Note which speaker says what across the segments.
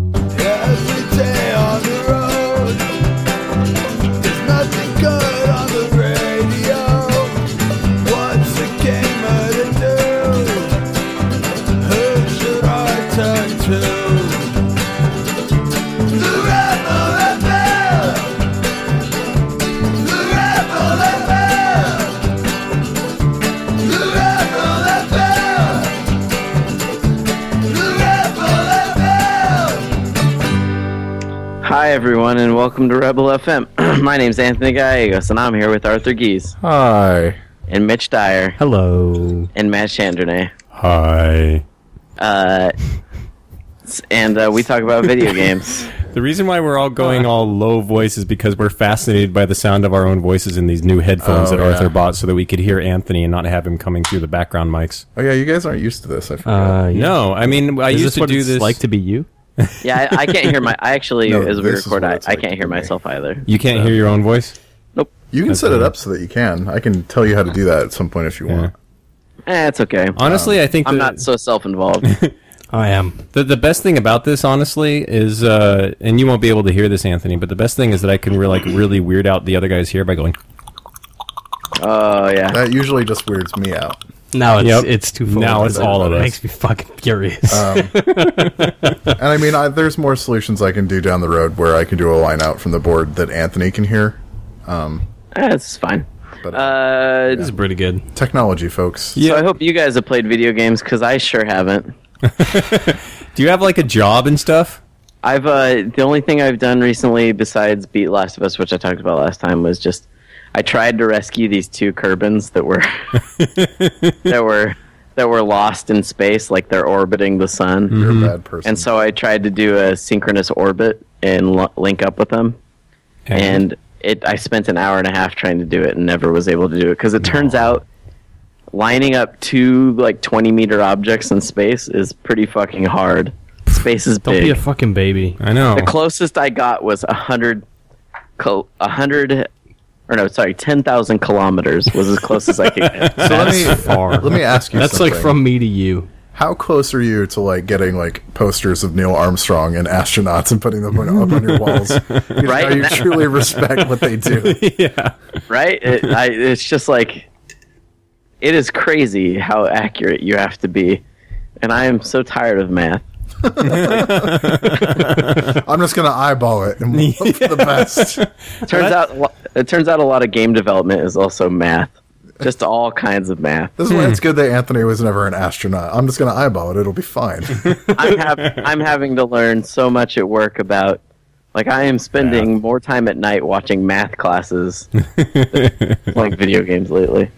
Speaker 1: Every day on the road, there's nothing good on the radio. What's the gamer to do? Who should I turn to? The Rebel FM! The Rebel FM! The Rebel FM! The Rebel FM!
Speaker 2: Hi, everyone, and welcome to Rebel FM. My name's Anthony Gallegos, and I'm here with Arthur Gies
Speaker 3: Hi.
Speaker 2: and Mitch Dyer
Speaker 4: Hello.
Speaker 2: and Matt Chandernay.
Speaker 3: Hi.
Speaker 2: Uh, s- and uh, we talk about video games.
Speaker 4: The reason why we're all going all low voice is because we're fascinated by the sound of our own voices in these new headphones
Speaker 3: Oh,
Speaker 4: that
Speaker 3: yeah.
Speaker 4: Arthur bought so that we could hear Anthony and not have him coming through the background mics.
Speaker 3: Oh yeah, you guys aren't used to this. I forgot.
Speaker 5: Uh, yeah.
Speaker 4: No, I mean, I
Speaker 5: Is
Speaker 4: used
Speaker 5: this
Speaker 4: to
Speaker 5: what
Speaker 4: do
Speaker 5: it's
Speaker 4: this.
Speaker 5: like to be you?
Speaker 2: Yeah, I, I can't hear my. I actually,
Speaker 3: No,
Speaker 2: as we
Speaker 3: this is
Speaker 2: record,
Speaker 3: what
Speaker 2: I,
Speaker 3: it's
Speaker 2: I
Speaker 3: like
Speaker 2: can't
Speaker 3: to
Speaker 2: hear
Speaker 3: me.
Speaker 2: myself either.
Speaker 4: you can't hear your own voice?
Speaker 3: you can set it up so that you can. I can tell you how to do that at some point if you want.
Speaker 2: Eh, it's okay.
Speaker 4: Honestly, I think
Speaker 2: I'm
Speaker 4: the-
Speaker 2: not so self-involved.
Speaker 5: I am.
Speaker 4: The, the best thing about this, honestly, is uh, and you won't be able to hear this, Anthony. But the best thing is that I can re- like really weird out the other guys here by going,
Speaker 2: Oh yeah.
Speaker 3: That usually just weirds me out.
Speaker 5: Now it's
Speaker 4: Yep.
Speaker 5: it's too full.
Speaker 4: Now it's all of Um, us.
Speaker 5: Makes me fucking furious.
Speaker 3: And I mean, I, there's more solutions I can do down the road where I can do a line out from the board that Anthony can hear.
Speaker 2: Eh, it's fine.
Speaker 3: But
Speaker 2: Uh,
Speaker 5: This is pretty good.
Speaker 3: technology, folks.
Speaker 2: So I hope you guys have played video games because I sure haven't.
Speaker 4: "Do you have like a job and stuff?"
Speaker 2: I've uh, the only thing I've done recently besides beat Last of Us, which I talked about last time, was just I tried to rescue these two Kerbins that were that were that were lost in space, like they're orbiting the sun.
Speaker 5: Mm-hmm.
Speaker 3: You're a bad person.
Speaker 2: And so I tried to do a synchronous orbit and lo- link up with
Speaker 5: Mm-hmm.
Speaker 2: them, and it I spent an hour and a half trying to do it and never was able to do it because it turns out lining up two like twenty meter objects in space is pretty fucking hard. Space is
Speaker 5: Don't
Speaker 2: big.
Speaker 5: be a fucking baby.
Speaker 4: I know.
Speaker 2: The closest I got was a hundred, co- a hundred, or no, sorry, ten thousand kilometers was as close as I could get.
Speaker 3: So let me
Speaker 5: far.
Speaker 3: let me ask you.
Speaker 5: That's like
Speaker 3: something.
Speaker 5: from me to you.
Speaker 3: how close are you to like getting like posters of Neil Armstrong and astronauts and putting them on- up on your walls? You know,
Speaker 2: Right?
Speaker 3: you truly respect what they do.
Speaker 4: yeah.
Speaker 2: right? It, I, it's just like it is crazy how accurate you have to be, and I am so tired of math.
Speaker 3: I'm just gonna eyeball it and we'll hope for the best.
Speaker 2: It turns out, lo- it turns out a lot of game development is also math, just all kinds of math.
Speaker 3: This is why it's good that Anthony was never an astronaut. I'm just gonna eyeball it. It'll be fine.
Speaker 2: I'm, hav I'm having to learn so much at work about. Like I am spending more time at night watching math classes, than playing video games lately.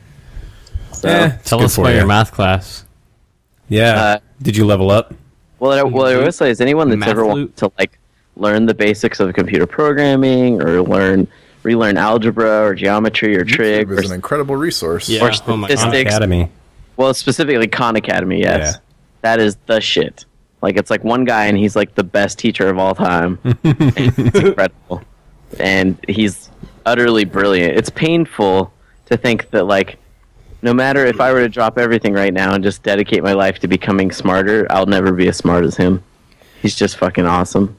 Speaker 2: So,
Speaker 4: Eh, it's
Speaker 5: Tell
Speaker 4: good
Speaker 5: us
Speaker 4: for
Speaker 5: about
Speaker 4: you.
Speaker 5: your math class.
Speaker 4: Yeah.
Speaker 2: Uh,
Speaker 4: Did you level up?
Speaker 2: well, I, well, I will say is anyone that's
Speaker 5: Math
Speaker 2: ever wanted
Speaker 5: loop.
Speaker 2: to like learn the basics of computer programming or learn relearn algebra or geometry or trig
Speaker 3: It
Speaker 2: or
Speaker 3: was an incredible resource.
Speaker 5: Yeah.
Speaker 2: or
Speaker 5: oh my God.
Speaker 2: statistics.
Speaker 4: Academy.
Speaker 2: Well, specifically Khan Academy, yes.
Speaker 4: Yeah.
Speaker 2: That is the shit. Like it's like one guy and he's like the best teacher of all time. it's incredible. And he's utterly brilliant. It's painful to think that like no matter if I were to drop everything right now and just dedicate my life to becoming smarter, I'll never be as smart as him. He's just fucking awesome.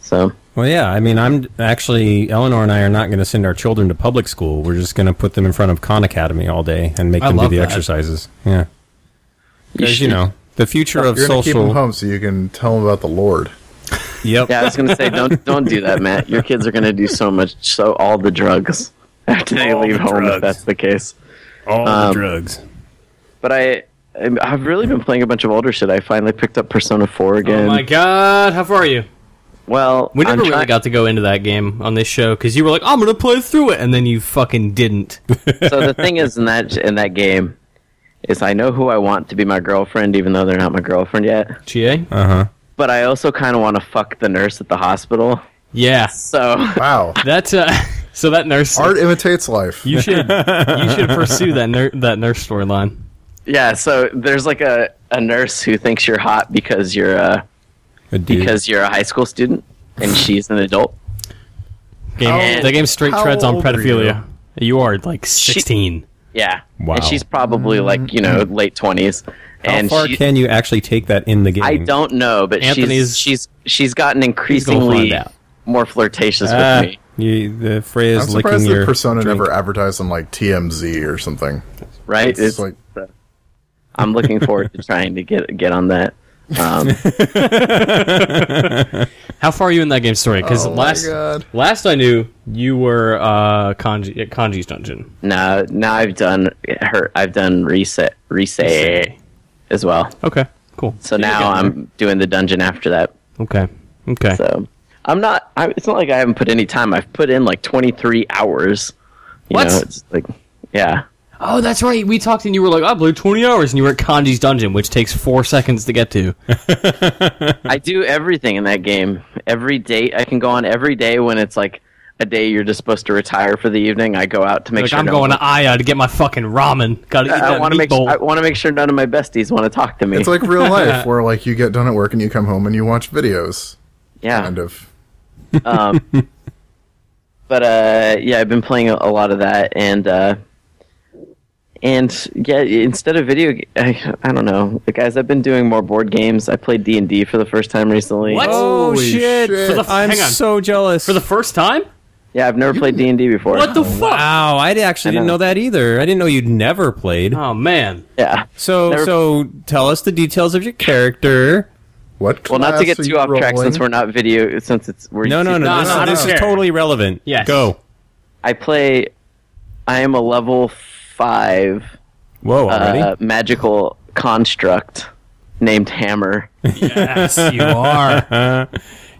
Speaker 2: So
Speaker 4: Well, yeah. I mean, I'm actually Eleanor and I are not going to send our children to public school. We're just going to put them in front of Khan Academy all day and make
Speaker 5: I
Speaker 4: them do
Speaker 5: love
Speaker 4: the
Speaker 5: that.
Speaker 4: exercises. Yeah. Because you
Speaker 2: should-
Speaker 4: know the future of
Speaker 3: You're gonna keep him
Speaker 4: social.
Speaker 3: home so you can tell him about the Lord.
Speaker 4: Yep.
Speaker 2: Yeah, I was gonna say don't don't do that, Matt. Your kids are gonna do so much so all the drugs after they
Speaker 4: All the
Speaker 2: leave home
Speaker 4: drugs.
Speaker 2: if that's the case.
Speaker 4: All
Speaker 2: Um,
Speaker 4: the drugs.
Speaker 2: But I, I'm- I've really been playing a bunch of older shit. I finally picked up Persona 4
Speaker 5: Oh
Speaker 2: again.
Speaker 5: my god, how far are you?
Speaker 2: Well,
Speaker 5: We never
Speaker 2: I'm
Speaker 5: really
Speaker 2: try-
Speaker 5: got to go into that game on this show because you were like, "I'm gonna play through it," and then you fucking didn't.
Speaker 2: so the thing is in that in that game is I know who I want to be my girlfriend, even though they're not my girlfriend yet.
Speaker 5: Ga?
Speaker 4: Uh huh.
Speaker 2: But I also kind of want to fuck the nurse at the hospital.
Speaker 5: Yeah,
Speaker 2: So
Speaker 3: Wow.
Speaker 5: that's uh. So that nurse,
Speaker 3: Art imitates life.
Speaker 5: you should you should pursue that ner- that nurse storyline.
Speaker 2: yeah, so there's like a, a nurse who thinks you're hot because you're a
Speaker 4: A dude.
Speaker 2: because you're a high school student and she's an adult.
Speaker 5: Game,
Speaker 2: How-
Speaker 5: the game straight
Speaker 3: how
Speaker 5: treads on
Speaker 3: old are
Speaker 5: pedophilia. You? are like
Speaker 2: She-
Speaker 5: sixteen.
Speaker 2: Yeah.
Speaker 4: Wow.
Speaker 2: And she's probably like, you know, late 20s.
Speaker 4: Mm. How
Speaker 2: and
Speaker 4: far
Speaker 2: she,
Speaker 4: can you actually take that in the game?
Speaker 2: I don't know, but
Speaker 5: Anthony's-
Speaker 2: she's she's she's gotten
Speaker 5: gonna find
Speaker 2: increasingly
Speaker 5: out.
Speaker 2: more flirtatious
Speaker 4: Ah,
Speaker 2: with me.
Speaker 4: you- the phrase
Speaker 3: I'm
Speaker 4: licking
Speaker 3: surprised
Speaker 4: your
Speaker 3: that Persona
Speaker 4: drink.
Speaker 3: never advertised on like TMZ or something.
Speaker 2: Right?
Speaker 3: It's like-
Speaker 2: I'm looking forward to trying to get get on that. Um,
Speaker 5: How far are you in that game story? Because
Speaker 3: Oh my
Speaker 5: last
Speaker 3: God.
Speaker 5: last I knew, you were uh, Kanji, at Kanji's dungeon.
Speaker 2: now now I've done her. I've done reset reset as well.
Speaker 5: Okay, cool.
Speaker 2: So now I'm doing the dungeon after that.
Speaker 5: okay. Okay.
Speaker 2: So I'm not. I, it's not like I haven't put any time. I've put in like 23 hours. You
Speaker 5: What?
Speaker 2: know, it's like, yeah,
Speaker 5: Oh, that's right. We talked and you were like, I blew 20 hours and you were at Kanji's dungeon, which takes four seconds to get to.
Speaker 2: I do everything in that game. Every date I can go on. Every day when it's like a day you're just supposed to retire for the evening, I go out to make
Speaker 5: Like,
Speaker 2: sure.
Speaker 5: I'm
Speaker 2: no
Speaker 5: going
Speaker 2: one-
Speaker 5: to Aya to get my fucking ramen. Gotta eat
Speaker 2: I,
Speaker 5: that
Speaker 2: want to make.
Speaker 5: meatball.
Speaker 2: I want to make sure none of my besties want to talk to me.
Speaker 3: It's like real life where like you get done at work and you come home and you watch videos.
Speaker 2: yeah.
Speaker 3: Kind of.
Speaker 2: but uh, yeah, I've been playing a, a lot of that, and uh, and yeah, instead of video, ga- I, I don't know, Like, guys. I've been doing more board games. I played D and D for the first time recently.
Speaker 5: What?
Speaker 4: Oh
Speaker 3: Holy
Speaker 4: shit!
Speaker 3: shit.
Speaker 4: For the- I'm
Speaker 5: Hang on.
Speaker 4: so jealous.
Speaker 5: For the first time?
Speaker 2: Yeah, I've never played D and D before.
Speaker 5: What the fuck?
Speaker 4: wow, I actually didn't
Speaker 2: know.
Speaker 4: know that either. I didn't know you'd never played.
Speaker 5: Oh, man.
Speaker 2: Yeah.
Speaker 4: So
Speaker 2: Never-
Speaker 4: so tell us the details of your character.
Speaker 3: What?
Speaker 2: Well, not
Speaker 3: class
Speaker 2: to get
Speaker 3: are
Speaker 2: too
Speaker 3: you
Speaker 2: off track since
Speaker 3: rolling?
Speaker 2: we're not video. Since it's we're
Speaker 4: No, no, no.
Speaker 5: No,
Speaker 4: this
Speaker 5: no,
Speaker 4: this
Speaker 5: no.
Speaker 4: is totally relevant.
Speaker 5: Yes.
Speaker 4: Go.
Speaker 2: I play. I am a level five
Speaker 4: Whoa, already?
Speaker 2: uh, magical construct named Hammer.
Speaker 5: Yes, you are.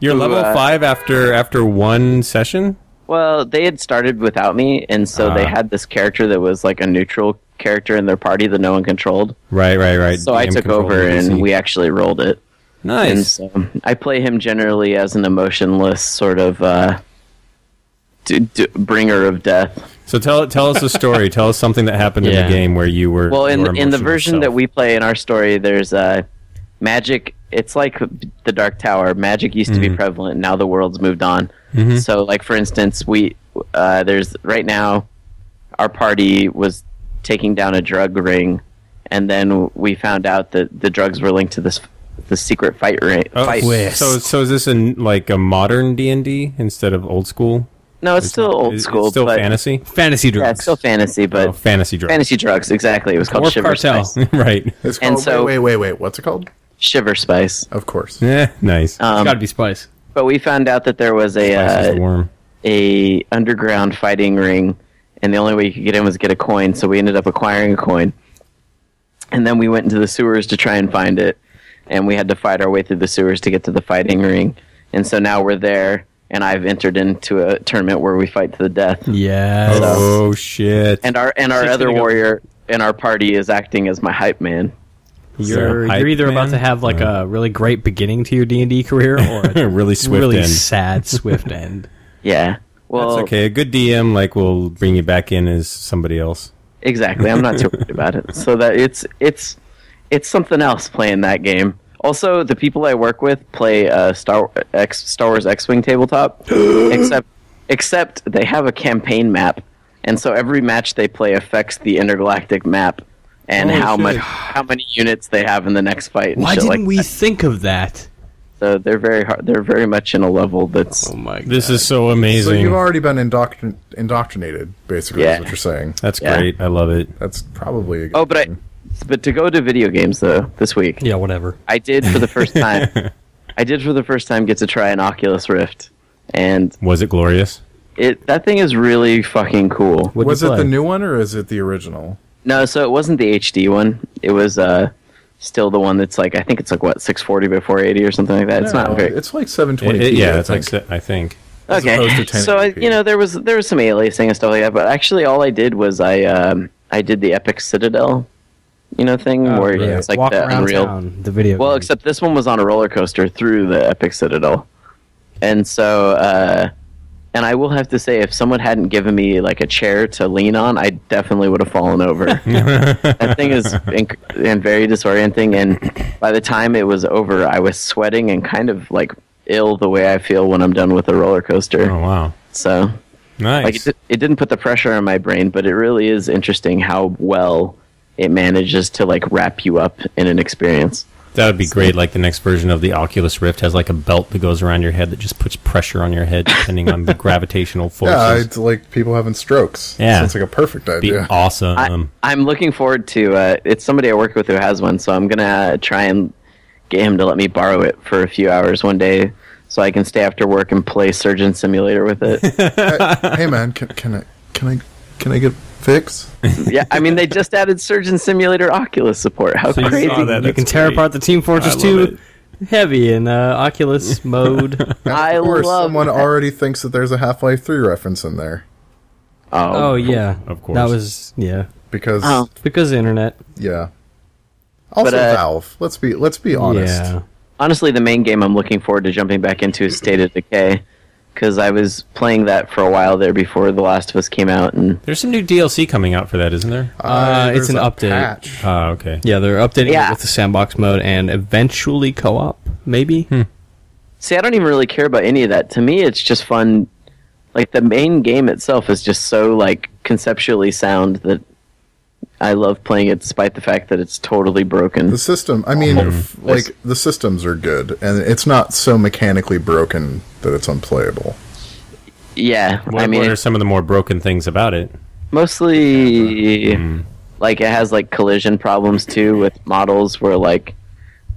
Speaker 4: You're level
Speaker 2: uh,
Speaker 4: five after after one session?
Speaker 2: Well, they had started without me, and so they
Speaker 4: Ah.
Speaker 2: had this character that was like a neutral character in their party that no one controlled.
Speaker 4: Right, right, right.
Speaker 2: So I
Speaker 4: DM
Speaker 2: took
Speaker 4: control
Speaker 2: over,
Speaker 4: agency.
Speaker 2: and we actually rolled it. And
Speaker 4: Nice.
Speaker 2: so um, I play him generally as an emotionless sort of uh, d- d- bringer of death.
Speaker 4: So tell tell us a story. tell us something that happened in
Speaker 5: Yeah.
Speaker 4: the game where you were
Speaker 2: Well,
Speaker 4: your
Speaker 2: in in the
Speaker 4: emotional
Speaker 2: version
Speaker 4: self.
Speaker 2: that we play in our story, there's uh, magic. It's like the Dark Tower. Magic used to be
Speaker 4: Mm-hmm.
Speaker 2: prevalent. Now the world's moved on. So, like for instance, we uh, there's right now our party was taking down a drug ring, and then we found out that the drugs were linked to this the secret fight ring.
Speaker 4: Oh,
Speaker 2: fight.
Speaker 4: so so is this in like a modern D and D instead of old school?
Speaker 2: No, it's still old
Speaker 4: Is it
Speaker 2: school.
Speaker 4: still
Speaker 2: but,
Speaker 4: fantasy.
Speaker 5: Fantasy drugs.
Speaker 2: Yeah, it's still fantasy, but
Speaker 4: Oh, fantasy drug.
Speaker 2: fantasy drugs. Exactly. It was called
Speaker 5: Or
Speaker 2: Shiver
Speaker 5: cartel.
Speaker 2: Spice.
Speaker 4: right.
Speaker 3: It's
Speaker 2: and
Speaker 3: called.
Speaker 2: so-
Speaker 3: wait, wait, wait, wait. What's it called?
Speaker 2: Shiver Spice.
Speaker 3: Of course.
Speaker 4: Eh, nice.
Speaker 5: it's
Speaker 2: Um,
Speaker 5: gotta be spice.
Speaker 2: but we found out that there was a
Speaker 4: Spice is
Speaker 2: uh,
Speaker 4: the worm.
Speaker 2: a underground fighting ring, and the only way you could get in was get a coin. So we ended up acquiring a coin, and then we went into the sewers to try and find it, and we had to fight our way through the sewers to get to the fighting ring. And so now we're there, and I've entered into a tournament where we fight to the death.
Speaker 5: Yes.
Speaker 4: Oh shit!
Speaker 2: And our and our
Speaker 5: She's
Speaker 2: other
Speaker 5: gonna go-
Speaker 2: warrior in our party is acting as my hype man.
Speaker 5: You're,
Speaker 4: So, hype
Speaker 5: you're either about
Speaker 4: man?
Speaker 5: to have like a really great beginning to your D and D career, or
Speaker 4: a
Speaker 5: a
Speaker 4: really swift
Speaker 5: really
Speaker 4: end.
Speaker 5: sad swift end.
Speaker 2: Yeah. Well,
Speaker 4: That's okay. A good DM like will bring you back in as somebody else.
Speaker 2: Exactly. I'm not too worried about it. So that it's it's it's something else playing that game. Also, the people I work with play uh, Star X, Star Wars X-wing tabletop, except except they have a campaign map, and so every match they play affects the intergalactic map and
Speaker 4: Holy
Speaker 2: how
Speaker 4: shit.
Speaker 2: much how many units they have in the next fight. And
Speaker 5: Why
Speaker 2: shit
Speaker 5: didn't
Speaker 2: like
Speaker 5: we
Speaker 2: that.
Speaker 5: think of that?
Speaker 2: So they're very hard. They're very much in a level that's
Speaker 5: Oh my god!
Speaker 4: This is so
Speaker 3: So
Speaker 4: amazing.
Speaker 3: you've already been indoctrin- indoctrinated, basically,
Speaker 2: Yeah.
Speaker 3: is what you're saying.
Speaker 4: That's
Speaker 2: Yeah.
Speaker 4: great. I love it.
Speaker 3: That's probably. A good
Speaker 2: oh, but I
Speaker 3: thing.
Speaker 2: but to go to video games though this week.
Speaker 5: yeah, whatever.
Speaker 2: I did for the first time. I did for the first time get to try an Oculus Rift, and
Speaker 4: Was it glorious?
Speaker 2: it that thing is really fucking cool.
Speaker 5: What'd
Speaker 3: was
Speaker 5: you
Speaker 3: it
Speaker 5: play?
Speaker 3: the new one or is it the original?
Speaker 2: No, so it wasn't the HD one. It was uh, still the one that's like I think it's like what 640 by 480 or something like that. it's
Speaker 3: No,
Speaker 2: not very
Speaker 3: It's like 720.
Speaker 4: It- it- yeah, it's
Speaker 3: I
Speaker 4: like
Speaker 3: think.
Speaker 4: se- I think.
Speaker 3: as opposed to
Speaker 2: So I,
Speaker 3: 1080p.
Speaker 2: you know there was there was some aliasing and stuff like that, but actually all I did was I um, I did the Epic Citadel, you know thing
Speaker 3: Oh,
Speaker 2: where
Speaker 5: Yeah,
Speaker 2: it's like
Speaker 5: walk
Speaker 2: the
Speaker 5: around
Speaker 2: Unreal
Speaker 5: town, the video.
Speaker 2: Well,
Speaker 5: game.
Speaker 2: except this one was on a roller coaster through the Epic Citadel, and so uh, and I will have to say, if someone hadn't given me like a chair to lean on, I definitely would have fallen over. that thing is inc- and very disorienting, and by the time it was over, I was sweating and kind of like ill the way I feel when I'm done with a roller coaster.
Speaker 4: Oh wow,
Speaker 2: So
Speaker 4: nice.
Speaker 2: like it, di- it didn't put the pressure on my brain, but it really is interesting how well it manages to like wrap you up in an experience.
Speaker 4: That would be great. Like the next version of the Oculus Rift has like a belt that goes around your head that just puts pressure on your head depending on the gravitational forces.
Speaker 3: Yeah, it's like people having strokes.
Speaker 4: Yeah.
Speaker 3: Sounds like a perfect
Speaker 4: be
Speaker 3: idea.
Speaker 4: awesome.
Speaker 2: I, I'm looking forward to. Uh, it's somebody I work with who has one, so I'm gonna try and get him to let me borrow it for a few hours one day, so I can stay after work and play Surgeon Simulator with it.
Speaker 3: hey man, can, can I can I can I get fix?
Speaker 2: yeah, I mean they just added Surgeon Simulator Oculus support. How
Speaker 4: So you
Speaker 2: crazy!
Speaker 4: saw Oh, that.
Speaker 5: you
Speaker 4: That's
Speaker 5: can tear
Speaker 4: great.
Speaker 5: apart the Team Fortress
Speaker 4: I love
Speaker 5: 2 heavy in uh, Oculus mode.
Speaker 2: I
Speaker 3: of course,
Speaker 2: love
Speaker 3: someone
Speaker 2: that.
Speaker 3: already thinks that there's a Half Life Three reference in there
Speaker 5: oh yeah,
Speaker 4: Of course.
Speaker 5: That was yeah
Speaker 3: because
Speaker 2: Oh.
Speaker 5: because of internet.
Speaker 3: yeah. Also,
Speaker 2: uh,
Speaker 3: Valve. Let's be let's be honest.
Speaker 5: Yeah,
Speaker 2: honestly, the main game I'm looking forward to jumping back into is State of Decay, because I was playing that for a while there before The Last of Us came out, and
Speaker 4: There's some new DLC coming out for that, isn't there?
Speaker 5: Uh, it's
Speaker 3: there's
Speaker 5: an
Speaker 3: a
Speaker 5: update.
Speaker 3: patch.
Speaker 4: Ah, okay.
Speaker 5: yeah, they're updating
Speaker 2: Yeah.
Speaker 5: it with the sandbox mode and eventually co-op maybe.
Speaker 4: Hmm.
Speaker 2: see, I don't even really care about any of that. To me, it's just fun. Like the main game itself is just so like conceptually sound that I love playing it, despite the fact that it's totally broken.
Speaker 3: The system. I mean,
Speaker 5: Hmm.
Speaker 3: f-
Speaker 2: This-
Speaker 3: like the systems are good, and it's not so mechanically broken that it's unplayable.
Speaker 2: Yeah,
Speaker 4: What,
Speaker 2: I mean,
Speaker 4: what are some of the more broken things about it?
Speaker 2: mostly like it has like collision problems too with models where like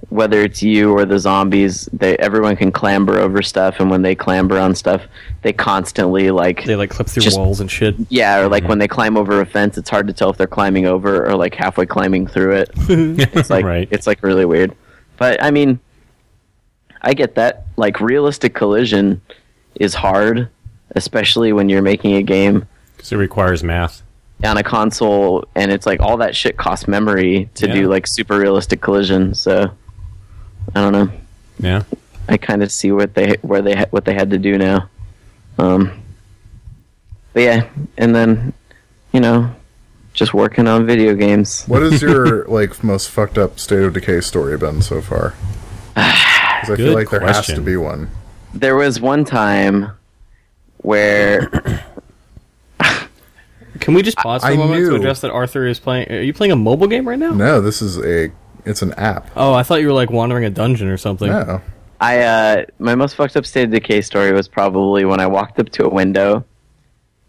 Speaker 2: whether it's you or the zombies they everyone can clamber over stuff and when they clamber on stuff they constantly like
Speaker 5: They like clip through
Speaker 2: Just-
Speaker 5: walls and shit.
Speaker 2: yeah or like when they climb over a fence it's hard to tell if they're climbing over or like halfway climbing through it it's like
Speaker 4: Right.
Speaker 2: it's like really weird but i mean i get that like realistic collision is hard especially when you're making a game
Speaker 4: Because it requires math.
Speaker 2: on a console and it's like all that shit costs memory to
Speaker 4: Yeah.
Speaker 2: do like super realistic collision so i don't know
Speaker 4: Yeah.
Speaker 2: i kind of see what they where they ha- what they had to do now um but yeah and then you know just working on video games
Speaker 3: What is your like most fucked up state of decay story been so far? 'Cause I feel
Speaker 4: Good
Speaker 3: like there has to
Speaker 4: question.
Speaker 3: be one.
Speaker 2: there was one time where
Speaker 5: Can we just pause for a
Speaker 3: I
Speaker 5: moment to
Speaker 3: knew-
Speaker 5: address that Arthur is playing? Are you playing a mobile game right now?
Speaker 3: No, this is a it's an app.
Speaker 5: Oh, I thought you were like wandering a dungeon or something.
Speaker 3: No,
Speaker 2: I uh, my most fucked up state of decay story was probably when I walked up to a window,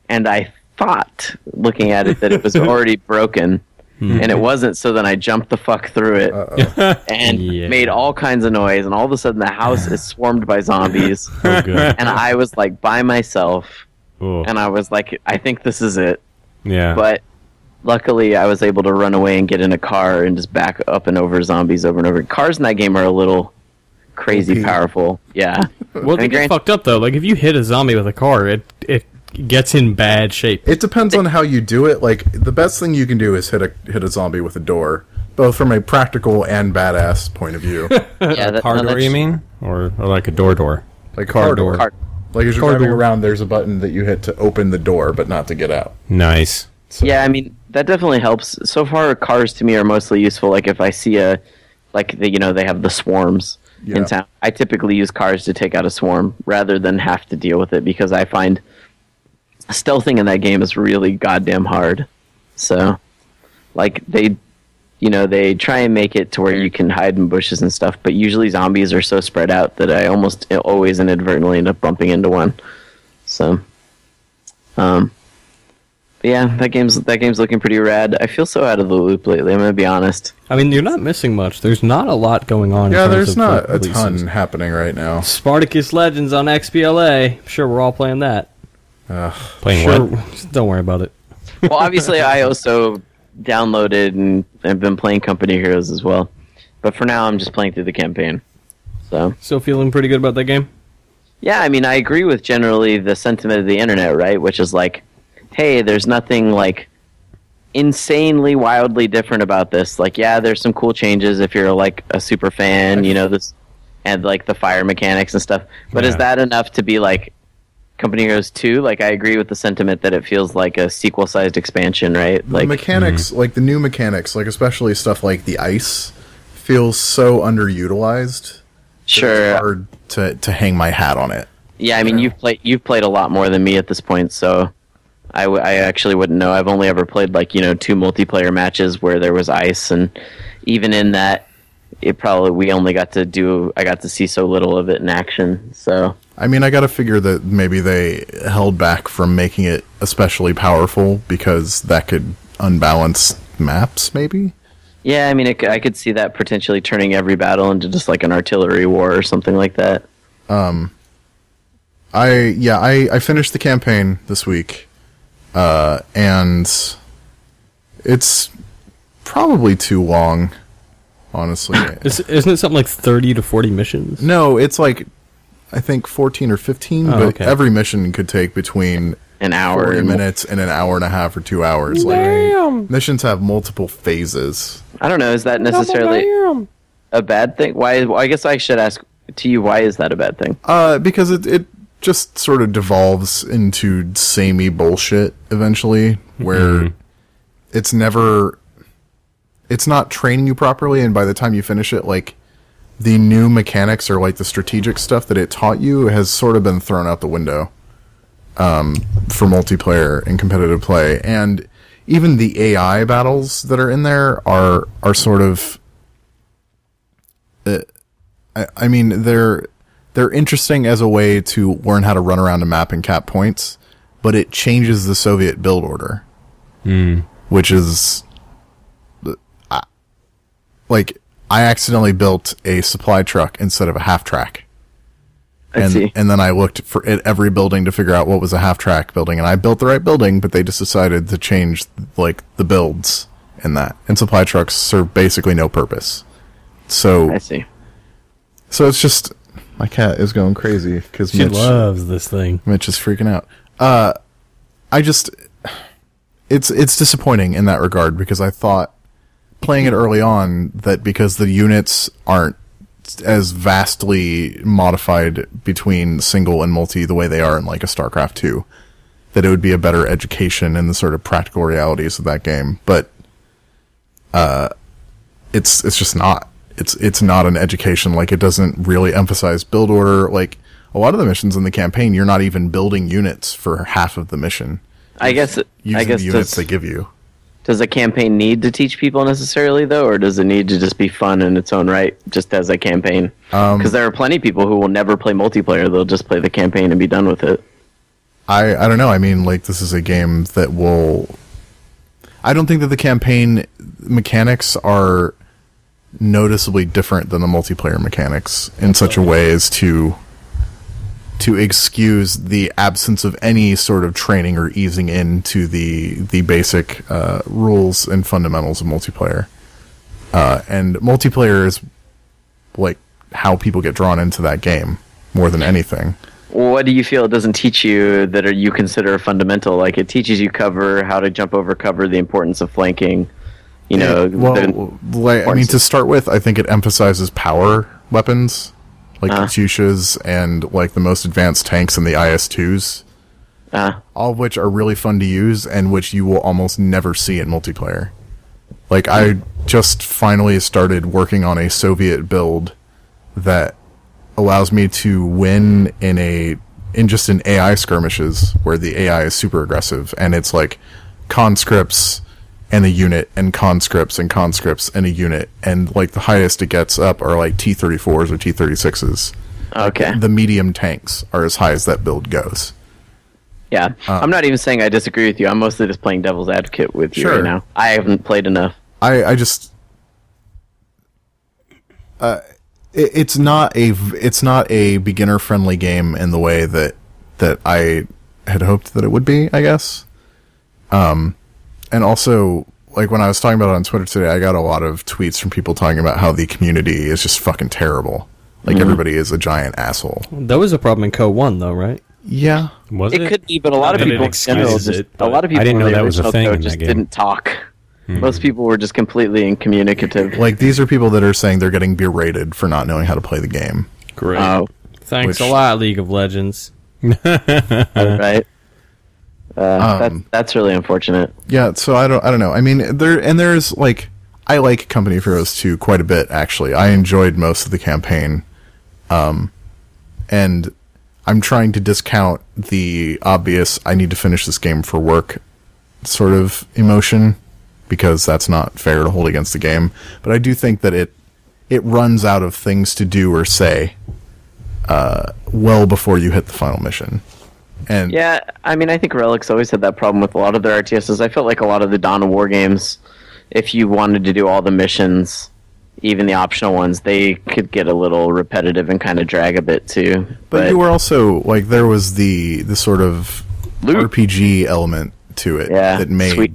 Speaker 2: and I thought, looking at it, that it was already broken, and it wasn't. So then I jumped the fuck through it and
Speaker 5: Yeah.
Speaker 2: made all kinds of noise, and all of a sudden the house is swarmed by zombies,
Speaker 4: Oh, good.
Speaker 2: and I was like by myself,
Speaker 4: Ooh.
Speaker 2: and I was like, I think this is it,
Speaker 4: yeah.
Speaker 2: Um, but. Luckily, I was able to run away and get in a car and just back up and over zombies over and over. Cars in that game are a little crazy
Speaker 3: OP.
Speaker 2: powerful. Yeah.
Speaker 5: Well, they
Speaker 2: And
Speaker 5: get
Speaker 2: granted-
Speaker 5: fucked up though. Like if you hit a zombie with a car, it it gets in bad shape.
Speaker 3: it depends on how you do it. Like the best thing you can do is hit a hit a zombie with a door, both from a practical and badass point of view.
Speaker 2: yeah that,
Speaker 4: car
Speaker 2: no,
Speaker 4: door,
Speaker 2: that's-
Speaker 4: you mean? Or, or like a door door?
Speaker 3: Like car door.
Speaker 2: Car-
Speaker 3: Like as you're driving around, there's a button that you hit to open the door, but not to get out.
Speaker 4: Nice.
Speaker 2: Yeah, I mean that definitely helps. So far, cars to me are mostly useful. Like if I see a, like the, you know they have the swarms
Speaker 3: Yeah.
Speaker 2: in town. I typically use cars to take out a swarm rather than have to deal with it because I find stealthing in that game is really goddamn hard. So, like they, you know, they try and make it to where you can hide in bushes and stuff. But usually zombies are so spread out that I almost always inadvertently end up bumping into one. So, um, but yeah, that game's that game's looking pretty rad. I feel so out of the loop lately. I'm gonna be honest.
Speaker 5: I mean, you're not missing much. There's not a lot going on. in
Speaker 3: Yeah,
Speaker 5: terms
Speaker 3: there's
Speaker 5: of,
Speaker 3: not a
Speaker 5: like,
Speaker 3: ton
Speaker 5: releases.
Speaker 3: happening right now.
Speaker 5: Spartacus Legends on XBLA. I'm sure we're all playing that.
Speaker 4: Playing
Speaker 5: Sure,
Speaker 4: what?
Speaker 5: don't worry about it.
Speaker 2: Well, obviously, I also downloaded and have been playing Company Heroes as well. But for now, I'm just playing through the campaign. So
Speaker 5: Still feeling pretty good about that game.
Speaker 2: yeah, I mean, I agree with generally the sentiment of the internet, right? Which is like, hey, there's nothing like insanely wildly different about this. Like, yeah, there's some cool changes if you're like a super fan, you know this, and like the fire mechanics and stuff. But is
Speaker 4: Yeah.
Speaker 2: that enough to be like Company Heroes Two? Like, I agree with the sentiment that it feels like a sequel-sized expansion, right?
Speaker 3: the
Speaker 2: Like,
Speaker 3: mechanics, like the new mechanics, like especially stuff like the ice, feels so underutilized. It's
Speaker 2: sure,
Speaker 3: hard to to hang my hat on it.
Speaker 2: yeah. I mean, you've played you've played a lot more than me at this point, so I, w- I actually wouldn't know. I've only ever played like you know two multiplayer matches where there was ice, and even in that, it probably we only got to do. I got to see so little of it in action. So
Speaker 3: I mean, I got to figure that maybe they held back from making it especially powerful because that could unbalance maps, maybe?
Speaker 2: yeah, I mean, it, c- I could see that potentially turning every battle into just like an artillery war or something like that.
Speaker 3: I, yeah, I, I finished the campaign this week, uh, and it's probably too long, honestly.
Speaker 5: Is, isn't it something like 30 to 40 missions?
Speaker 3: no, it's like, I think 14 or 15, but
Speaker 5: okay.
Speaker 3: every mission could take between
Speaker 2: An hour
Speaker 3: 40
Speaker 2: and more.
Speaker 3: minutes and an hour and a half or two hours. Like, missions have multiple phases.
Speaker 2: I don't know. Is that necessarily a bad thing? Why? Well, I guess I should ask to you. Why is that a bad thing?
Speaker 3: Uh, because it it just sort of devolves into samey bullshit eventually, where it's never, it's not training you properly, and by the time you finish it, like the new mechanics or like the strategic stuff that it taught you has sort of been thrown out the window um, for multiplayer and competitive play, and even the AI battles that are in there are are sort of I mean, they're they're interesting as a way to learn how to run around a map and cap points, but it changes the Soviet build order, which is I- like I accidentally built a supply truck instead of a half track,
Speaker 2: I
Speaker 3: and
Speaker 2: see.
Speaker 3: and then I looked for at every building to figure out what was a half track building, and I built the right building, but they just decided to change like the builds and that, and supply trucks serve basically no purpose. So
Speaker 2: I see.
Speaker 3: so it's just my cat is going crazy because
Speaker 5: She
Speaker 3: Mitch,
Speaker 5: loves this thing.
Speaker 3: Mitch is freaking out. Uh, I just it's it's disappointing in that regard because I thought playing it early on that because the units aren't as vastly modified between single and multi the way they are in like a StarCraft two, that it would be a better education in the sort of practical realities of that game. But uh, it's it's just not. It's it's not an education. Like it doesn't really emphasize build order. Like a lot of the missions in the campaign, you're not even building units for half of the mission.
Speaker 2: I guess.
Speaker 3: Using
Speaker 2: I guess
Speaker 3: the units
Speaker 2: does,
Speaker 3: they give you.
Speaker 2: does a campaign need to teach people necessarily though, or does it need to just be fun in its own right, just as a campaign?
Speaker 3: Um,
Speaker 2: Because there are plenty of people who will never play multiplayer; they'll just play the campaign and be done with it.
Speaker 3: I I don't know. I mean, like this is a game that will. I don't think that the campaign mechanics are noticeably different than the multiplayer mechanics in such a way as to to excuse the absence of any sort of training or easing into the the basic uh, rules and fundamentals of multiplayer. Uh, and multiplayer is like how people get drawn into that game more than anything.
Speaker 2: What do you feel it doesn't teach you that are you consider fundamental? Like it teaches you cover, how to jump over cover, the importance of flanking. You know,
Speaker 3: well,
Speaker 2: the-
Speaker 3: like, I mean, to start with, I think it emphasizes power weapons, like the Katyushas and like the most advanced tanks and the IS-2s,
Speaker 2: uh,
Speaker 3: all of which are really fun to use and which you will almost never see in multiplayer. Like I just finally started working on a Soviet build that allows me to win in a in just in AI skirmishes where the AI is super aggressive and it's like conscripts and a unit and conscripts and conscripts and a unit and like the highest it gets up are like T34s or T36s.
Speaker 2: okay.
Speaker 3: The medium tanks are as high as that build goes.
Speaker 2: Yeah,
Speaker 3: uh,
Speaker 2: I'm not even saying I disagree with you. I'm mostly just playing devil's advocate with you
Speaker 3: Sure.
Speaker 2: right now. I haven't played enough.
Speaker 3: I I just uh, it, it's not a v- it's not a beginner friendly game in the way that that I had hoped that it would be. I guess. Um, and also like when I was talking about it on Twitter today, I got a lot of tweets from people talking about how the community is just fucking terrible. Like everybody is a giant asshole.
Speaker 5: That was a problem in Co 1, though, right?
Speaker 3: Yeah.
Speaker 4: Was
Speaker 2: It could be, but a lot of
Speaker 4: I mean, it
Speaker 2: people in general
Speaker 4: excuses
Speaker 2: just
Speaker 4: it,
Speaker 2: a
Speaker 4: but
Speaker 2: lot of people
Speaker 4: I didn't
Speaker 2: in
Speaker 4: know
Speaker 2: the
Speaker 4: that was a
Speaker 2: original
Speaker 4: thing
Speaker 2: code
Speaker 4: in
Speaker 2: just
Speaker 4: that game. Hmm.
Speaker 2: didn't talk. Most people were just completely incommunicative.
Speaker 3: Like these are people that are saying they're getting berated for not knowing how to play the game.
Speaker 4: great.
Speaker 2: Oh,
Speaker 5: Thanks
Speaker 3: Which-
Speaker 5: a lot, League of Legends.
Speaker 2: right. Uh, that's
Speaker 3: Um,
Speaker 2: that's really unfortunate.
Speaker 3: Yeah, so I don't I don't know. I mean there and there's like I like Company of Heroes 2 quite a bit actually. I enjoyed most of the campaign. Um and I'm trying to discount the obvious I need to finish this game for work sort of emotion because that's not fair to hold against the game. But I do think that it it runs out of things to do or say uh, well before you hit the final mission. And
Speaker 2: Yeah, I mean, I think Relic's always had that problem with a lot of their RTSs. I felt like a lot of the Dawn of War games, if you wanted to do all the missions, even the optional ones, they could get a little repetitive and kind of drag a bit too.
Speaker 3: But, you were also like there was the the sort of
Speaker 2: Loot.
Speaker 3: RPG element to it
Speaker 2: Yeah,
Speaker 3: that made
Speaker 2: sweet-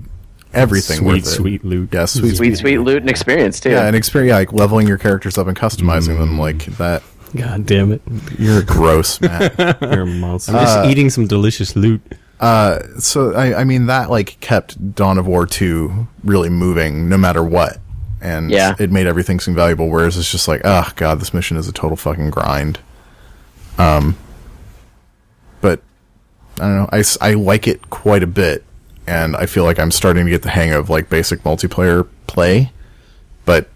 Speaker 3: everything
Speaker 4: Sweet,
Speaker 3: worth it.
Speaker 4: sweet loot.
Speaker 3: yeah, sweet,
Speaker 2: sweet, sweet loot and experience too.
Speaker 3: yeah, and experience yeah, like leveling your characters up and customizing
Speaker 4: Mm.
Speaker 3: them like that.
Speaker 5: God damn it.
Speaker 3: You're gross, Matt.
Speaker 5: You're a monster.
Speaker 4: Just
Speaker 3: Uh,
Speaker 4: eating some delicious loot.
Speaker 3: so I, I mean that like kept Dawn of War two really moving no matter what, and
Speaker 2: Yeah.
Speaker 3: it made everything seem valuable. Whereas it's just like, oh god, this mission is a total fucking grind. Um, but I don't know. I, s- I like it quite a bit, and I feel like I'm starting to get the hang of like basic multiplayer play, but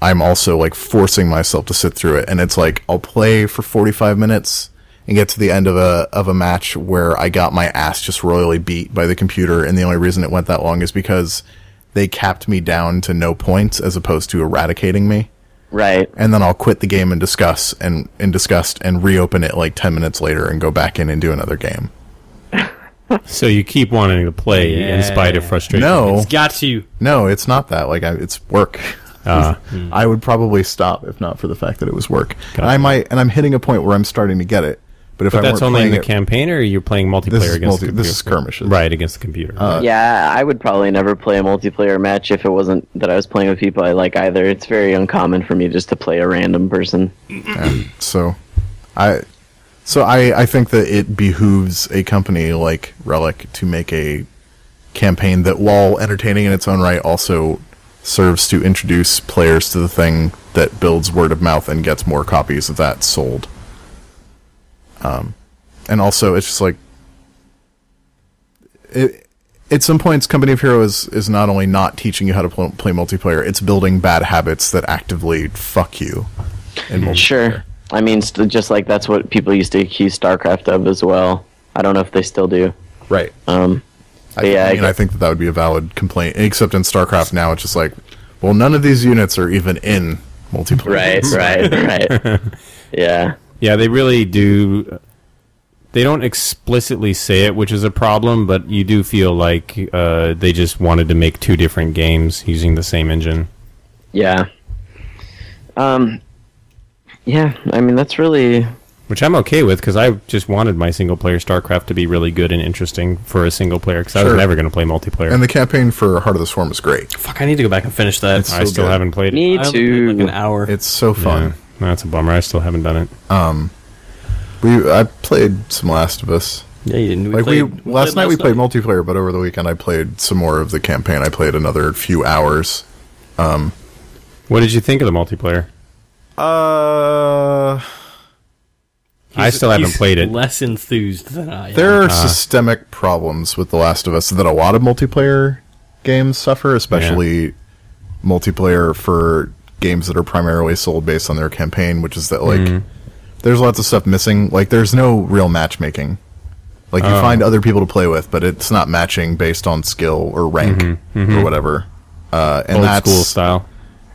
Speaker 3: I'm also like forcing myself to sit through it. And it's like I'll play for 45 minutes and get to the end of a of a match where I got my ass just royally beat by the computer, and the only reason it went that long is because they capped me down to no points as opposed to eradicating me
Speaker 2: Right.
Speaker 3: and then I'll quit the game and discuss and in disgust and reopen it like ten minutes later and go back in and do another game.
Speaker 4: So you keep wanting to play in spite of
Speaker 5: Yeah.
Speaker 4: frustration.
Speaker 3: No,
Speaker 5: Got you.
Speaker 3: no, it's not that. Like I, it's work.
Speaker 4: Ah.
Speaker 3: I would probably stop if not for the fact that it was work. And I might, and I'm hitting a point where I'm starting to get it. But if I
Speaker 4: that's
Speaker 3: weren't
Speaker 4: only in
Speaker 3: playing
Speaker 4: the
Speaker 3: it,
Speaker 4: campaign, or you're playing multiplayer
Speaker 3: this is,
Speaker 4: against
Speaker 3: multi,
Speaker 4: the
Speaker 3: this is
Speaker 4: computer?
Speaker 3: skirmishes. Uh,
Speaker 4: Right, against the computer.
Speaker 2: yeah, I would probably never play a multiplayer match if it wasn't that I was playing with people I like either. It's very uncommon for me just to play a random person.
Speaker 3: So, I, so I, I think that it behooves a company like Relic to make a campaign that, while entertaining in its own right, also serves to introduce players to the thing that builds word of mouth and gets more copies of that sold. Um, and also it's just like it. At some points, Company of Heroes is not only not teaching you how to pl- play multiplayer, it's building bad habits that actively fuck you. In multiplayer.
Speaker 2: Sure. I mean, st- just like that's what people used to accuse StarCraft of as well. I don't know if they still do.
Speaker 3: Right.
Speaker 2: Um,
Speaker 3: I,
Speaker 2: Yeah,
Speaker 3: I
Speaker 2: I
Speaker 3: mean, I,
Speaker 2: guess-
Speaker 3: think that that would be a valid complaint. Except in StarCraft now, it's just like, well, none of these units are even in multiplayer.
Speaker 2: right, right, right. Yeah.
Speaker 4: Yeah, they really do. They don't explicitly say it, which is a problem, but you do feel like uh, they just wanted to make two different games using the same engine.
Speaker 2: Yeah. Um. Yeah, I mean that's really
Speaker 4: Which I'm okay with because I just wanted my single player StarCraft to be really good and interesting for a single player because I was
Speaker 3: Sure.
Speaker 4: never going to play multiplayer.
Speaker 3: And the campaign for Heart of the Swarm is great.
Speaker 5: Fuck, I need to go back and finish that.
Speaker 3: It's-
Speaker 4: I
Speaker 3: so
Speaker 4: still
Speaker 3: good.
Speaker 4: haven't played it.
Speaker 2: me
Speaker 5: I
Speaker 2: too.
Speaker 5: like an hour.
Speaker 3: It's so
Speaker 4: Yeah.
Speaker 3: fun.
Speaker 4: That's a bummer. I still haven't done it.
Speaker 3: We I played some Last of Us.
Speaker 5: yeah, you didn't. We
Speaker 3: Like
Speaker 5: played,
Speaker 3: we last night we played multiplayer, but over the weekend I played some more of the campaign. I played another few hours.
Speaker 4: What did you think of the multiplayer?
Speaker 3: Uh,
Speaker 4: I still haven't
Speaker 5: He's
Speaker 4: played it.
Speaker 5: Less enthused than I. am.
Speaker 4: Uh,
Speaker 3: there are systemic problems with The Last of Us that a lot of multiplayer games suffer, especially multiplayer for games that are primarily sold based on their campaign, which is that like
Speaker 4: Mm-hmm.
Speaker 3: there's lots of stuff missing. Like there's no real matchmaking. Like you
Speaker 4: Oh.
Speaker 3: find other people to play with, but it's not matching based on skill or rank or whatever. Uh, and
Speaker 4: Mm-hmm. Old
Speaker 3: that's
Speaker 4: school style.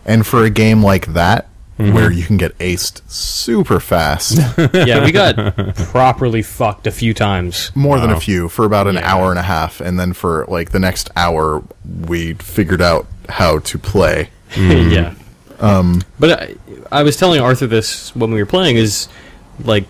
Speaker 3: and for a game like that
Speaker 4: Mm-hmm.
Speaker 3: where you can get aced super fast,
Speaker 5: yeah, we got properly fucked a few times.
Speaker 3: more than a few for about an hour and a half and then for like the next hour we figured out how to play
Speaker 4: Mm.
Speaker 5: yeah. Um, but I, I was telling Arthur this when we were playing is like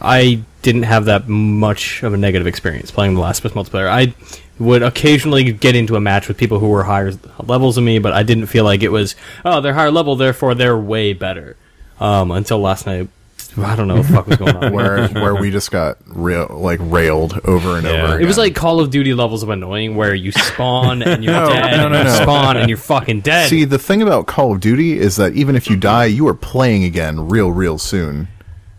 Speaker 5: I didn't have that much of a negative experience playing The Last of Us multiplayer. I would occasionally get into a match with people who were higher levels than me, but I didn't feel like it was oh they're higher level, therefore they're way better. Um, until last night, I don't know what the fuck was going on.
Speaker 3: where where we just got rail, like railed over and
Speaker 4: Yeah.
Speaker 3: over.
Speaker 4: It
Speaker 5: It was
Speaker 3: again.
Speaker 5: like Call of Duty levels of annoying, where you spawn and you're dead,
Speaker 3: no, no,
Speaker 5: and you
Speaker 3: no.
Speaker 5: spawn and you're fucking dead.
Speaker 3: see the thing about Call of Duty is that even if you die, you are playing again real real soon.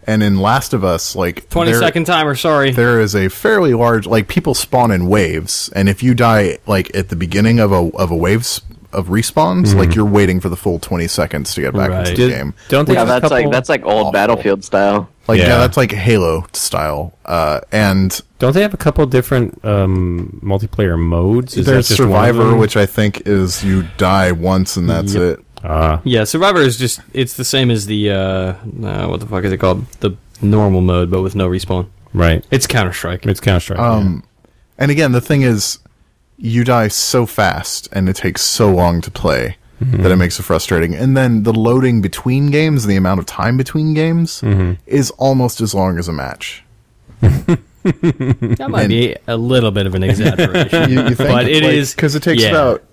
Speaker 3: And in Last of Us, like
Speaker 5: Twenty
Speaker 3: there-
Speaker 5: second timer, sorry.
Speaker 3: there is a fairly large like people spawn in waves, and if you die like at the beginning of a of a waves of respawns, like you're waiting for the full twenty seconds to get back
Speaker 5: Right.
Speaker 3: into the
Speaker 5: Did-
Speaker 3: game.
Speaker 4: Don't they
Speaker 2: Yeah,
Speaker 4: have a
Speaker 2: that's
Speaker 4: couple-
Speaker 2: like that's like old
Speaker 3: awful.
Speaker 2: battlefield style.
Speaker 3: Like yeah,
Speaker 4: Yeah.
Speaker 3: that's like Halo style. Uh, and
Speaker 4: Don't they have a couple different um, multiplayer modes? Is that
Speaker 3: there's
Speaker 4: just one of
Speaker 3: Survivor,
Speaker 4: them?
Speaker 3: which I think is you die once and that's
Speaker 5: Yep.
Speaker 3: it.
Speaker 4: Ah,
Speaker 5: Yeah, Survivor is just it's the same as the uh, uh what the fuck is it called? The normal mode but with no respawn.
Speaker 4: right.
Speaker 5: It's Counter Strike.
Speaker 4: It's Counter Strike.
Speaker 3: Um, and again, the thing is, you die so fast and it takes so long to play
Speaker 5: Mm-hmm.
Speaker 3: that it makes it frustrating. And then the loading between games, the amount of time between games,
Speaker 5: Mm-hmm.
Speaker 3: is almost as long as a match.
Speaker 5: That might be a little bit of an exaggeration.
Speaker 3: You, you think?
Speaker 5: But it is-
Speaker 3: because it takes
Speaker 5: yeah.
Speaker 3: about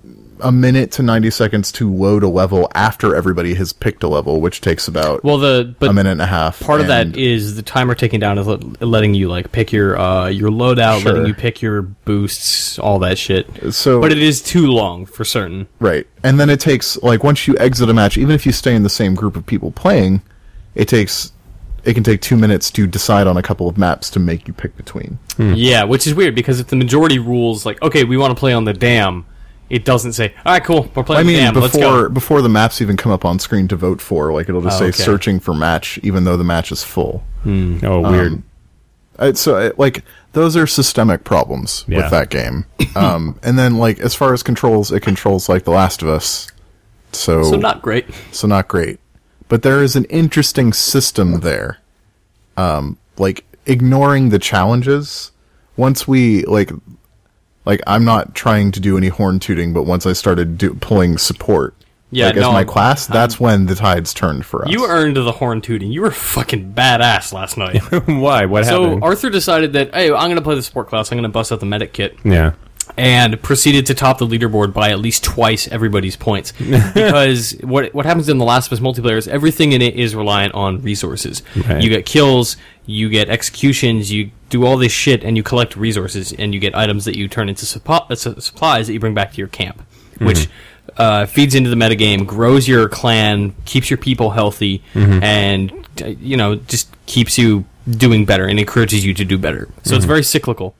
Speaker 3: a minute to ninety seconds to load a level after everybody has picked a level, which takes about
Speaker 5: well, the but
Speaker 3: a minute and a half.
Speaker 5: part of
Speaker 3: and-
Speaker 5: that is the timer taking down is let- letting you like pick your uh your loadout,
Speaker 3: Sure.
Speaker 5: letting you pick your boosts, all that shit.
Speaker 3: So-
Speaker 5: but it is too long for certain.
Speaker 3: Right. And then it takes like once you exit a match, even if you stay in the same group of people playing, it takes it can take two minutes to decide on a couple of maps to make you pick between.
Speaker 5: Yeah, which is weird because if the majority rules like okay, we want to play on the dam, it doesn't say all right, cool, we're playing
Speaker 3: I mean,
Speaker 5: the dam. let's go.
Speaker 3: before before the maps even come up on screen to vote for, like it'll just say
Speaker 5: Oh, okay.
Speaker 3: searching for match, even though the match is full.
Speaker 4: oh, weird.
Speaker 3: Uh, so uh, like those are systemic problems
Speaker 4: Yeah.
Speaker 3: with that game. um, and then like as far as controls, it controls like The Last of Us. So
Speaker 5: So not great.
Speaker 3: so not great. But there is an interesting system there. Um, like ignoring the challenges. Once we like, like I'm not trying to do any horn tooting, but once I started do, pulling support,
Speaker 5: Yeah,
Speaker 3: like, as
Speaker 5: no,
Speaker 3: my
Speaker 5: I'm-
Speaker 3: class, that's when the tides turned for us.
Speaker 5: You earned the horn tooting. You were fucking badass last night.
Speaker 4: Why? What
Speaker 5: so
Speaker 4: happened?
Speaker 5: Arthur decided that hey, I'm gonna play the support class. I'm gonna bust out the medic kit.
Speaker 4: yeah.
Speaker 5: and proceeded to top the leaderboard by at least twice everybody's points. because what what happens in The Last of Us multiplayer is everything in it is reliant on resources.
Speaker 4: Right.
Speaker 5: You get kills, you get executions, you do all this shit, and you collect resources, and you get items that you turn into suppo- uh, su- supplies that you bring back to your camp, which. Uh, feeds into the metagame, grows your clan, keeps your people healthy, and uh, you know just keeps you doing better and encourages you to do better. So it's very cyclical.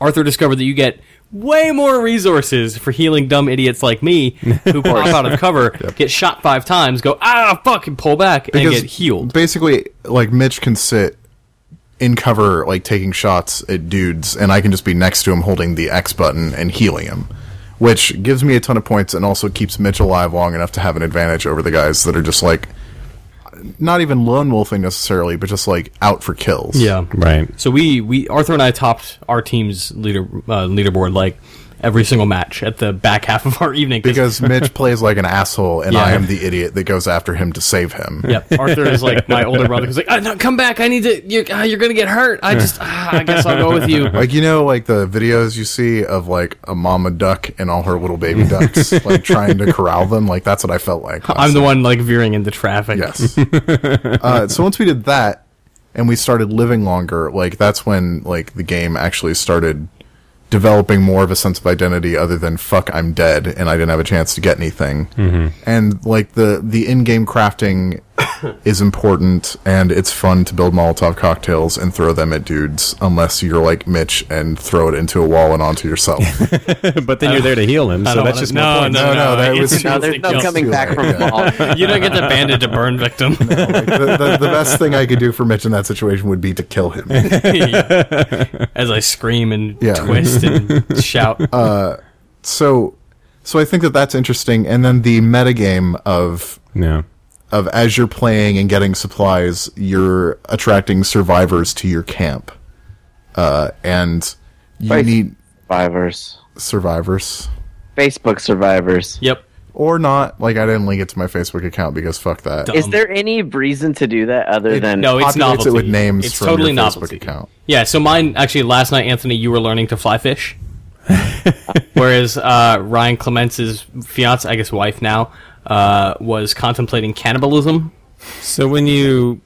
Speaker 5: Arthur discovered that you get way more resources for healing dumb idiots like me who pop out of cover, get shot five times, go ah fuck, and pull back and get healed.
Speaker 3: Basically, like Mitch can sit in cover, like taking shots at dudes, and I can just be next to him holding the X button and healing him, which gives me a ton of points and also keeps Mitch alive long enough to have an advantage over the guys that are just like not even lone wolfing necessarily, but just like out for kills.
Speaker 4: Right.
Speaker 5: So we we Arthur and I topped our team's leader uh, leaderboard like every single match at the back half of our evening
Speaker 3: Because Mitch plays like an asshole, and I
Speaker 5: Yeah.
Speaker 3: am the idiot that goes after him to save him.
Speaker 5: Yeah, Arthur is like my older brother. Who's like, ah, no, come back! I need to. You're, ah, you're gonna get hurt. I just. Ah, I guess I'll go with you.
Speaker 3: Like you know, like the videos you see of like a mama duck and all her little baby ducks, like trying to corral them. Like that's what I felt like.
Speaker 5: I'm the one like veering into traffic.
Speaker 3: Yes. uh, so once we did that, and we started living longer, like that's when like the game actually started developing more of a sense of identity other than fuck I'm dead and I didn't have a chance to get anything. And like the the in-game crafting is important and it's fun to build Molotov cocktails and throw them at dudes unless you're like Mitch and throw it into a wall and onto yourself.
Speaker 4: but then you're there to heal him,
Speaker 5: I
Speaker 4: so
Speaker 5: don't
Speaker 4: that's
Speaker 5: wanna-
Speaker 4: just
Speaker 5: no,
Speaker 4: more points.
Speaker 5: no,
Speaker 3: No, no, that
Speaker 5: it's
Speaker 3: was-
Speaker 2: No,
Speaker 5: just
Speaker 2: there's no
Speaker 5: guilt.
Speaker 2: coming back from
Speaker 3: Yeah.
Speaker 2: all.
Speaker 5: You don't get the bandit to burn victim.
Speaker 3: the, the, the best thing I could do for Mitch in that situation would be to kill him.
Speaker 5: as I scream and
Speaker 3: Yeah.
Speaker 5: twist and shout.
Speaker 3: so so I think that that's interesting. And then the metagame of
Speaker 4: Yeah.
Speaker 3: of as you're playing and getting supplies, you're attracting survivors to your camp, uh, and you
Speaker 2: Right.
Speaker 3: need
Speaker 2: Survivors.
Speaker 3: survivors
Speaker 2: Facebook survivors.
Speaker 5: yep.
Speaker 3: or not. Like I didn't link it to my Facebook account because fuck that.
Speaker 5: Dumb.
Speaker 2: Is there any reason to do that other than
Speaker 5: Um, no, Oh, it's
Speaker 3: populates
Speaker 5: novelty.
Speaker 3: it with names
Speaker 5: It's
Speaker 3: from
Speaker 5: totally
Speaker 3: your Facebook
Speaker 5: novelty.
Speaker 3: account.
Speaker 5: Yeah. So mine actually last night, Anthony, you were learning to fly fish, whereas uh, Ryan Clements' fiance, I guess wife now, uh, was contemplating cannibalism.
Speaker 4: So when you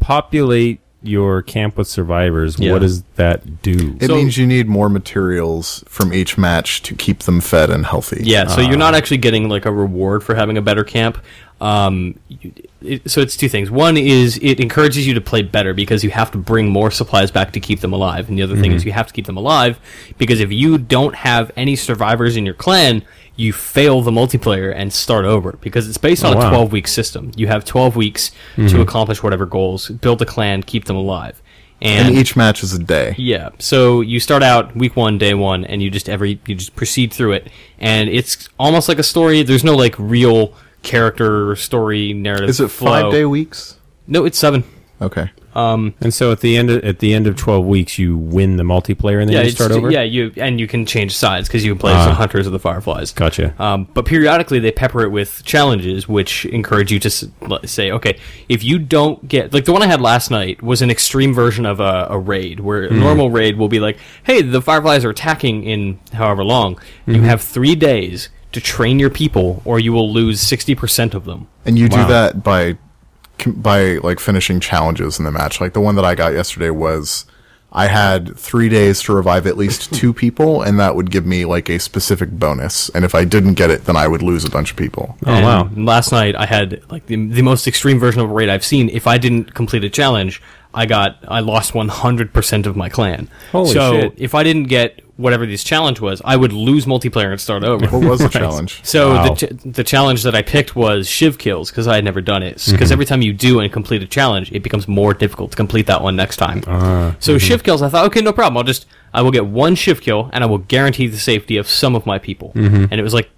Speaker 4: populate your camp with survivors,
Speaker 5: Yeah.
Speaker 4: what does that do?
Speaker 3: It
Speaker 5: So-
Speaker 3: means you need more materials from each match to keep them fed and healthy.
Speaker 5: Yeah, so you're
Speaker 4: Um,
Speaker 5: not actually getting like a reward for having a better camp. Um, you- it, so it's two things. One is it encourages you to play better because you have to bring more supplies back to keep them
Speaker 4: Mm-hmm.
Speaker 5: alive, and the other thing is you have to keep them alive because if you don't have any survivors in your clan, you fail the multiplayer and start over because it's based on
Speaker 4: Oh, wow. Mm-hmm.
Speaker 5: a 12 week system. You have 12 weeks to accomplish whatever goals, build a clan, keep them alive. And,
Speaker 3: And each match is a day.
Speaker 5: yeah, so you start out week 1, day 1 and you just every you just proceed through it and it's almost like a story. There's no like real character story narrative
Speaker 3: Is it
Speaker 5: flow.
Speaker 3: five day weeks?
Speaker 5: No, it's 7.
Speaker 3: Okay.
Speaker 4: And so at the end of, at the end of 12 weeks you win the multiplayer and then
Speaker 5: yeah,
Speaker 4: you
Speaker 5: it's-
Speaker 4: start over.
Speaker 5: yeah, you and you can change sides because you can play as the hunters of the fireflies.
Speaker 4: Gotcha.
Speaker 5: Um, but periodically they pepper it with challenges, which encourage you to s- l- say, okay, if you don't get like the one I had last night was an extreme version of a, a raid, where a normal raid will be like, hey, the fireflies are attacking in however long. You have three days to train your people, or you will lose sixty percent of them.
Speaker 3: And you do
Speaker 4: Wow.
Speaker 3: that by com- by like finishing challenges in the match. Like the one that I got yesterday was I had 3 days to revive at least 2 people and that would give me like a specific bonus. And if I didn't get it then I would lose a bunch of people.
Speaker 4: oh wow.
Speaker 5: And Last night I had like the, the most extreme version of a raid I've seen. If I didn't complete a challenge, I got I lost 100% of my clan.
Speaker 4: Holy
Speaker 5: so
Speaker 4: shit.
Speaker 5: if I didn't get whatever this challenge was, I would lose multiplayer and start over.
Speaker 3: What was the challenge?
Speaker 5: So
Speaker 4: Wow.
Speaker 5: the, ch- the challenge that I picked was shiv kills because I had never done it. Because
Speaker 3: Mm-hmm.
Speaker 5: every time you do and complete a challenge, it becomes more difficult to complete that one next time.
Speaker 3: Ah,
Speaker 5: so
Speaker 3: mm-hmm.
Speaker 5: shiv kills, I thought, okay, no problem. I'll just I will get one shiv kill and I will guarantee the safety of some of my people.
Speaker 3: Mm-hmm.
Speaker 5: And it was like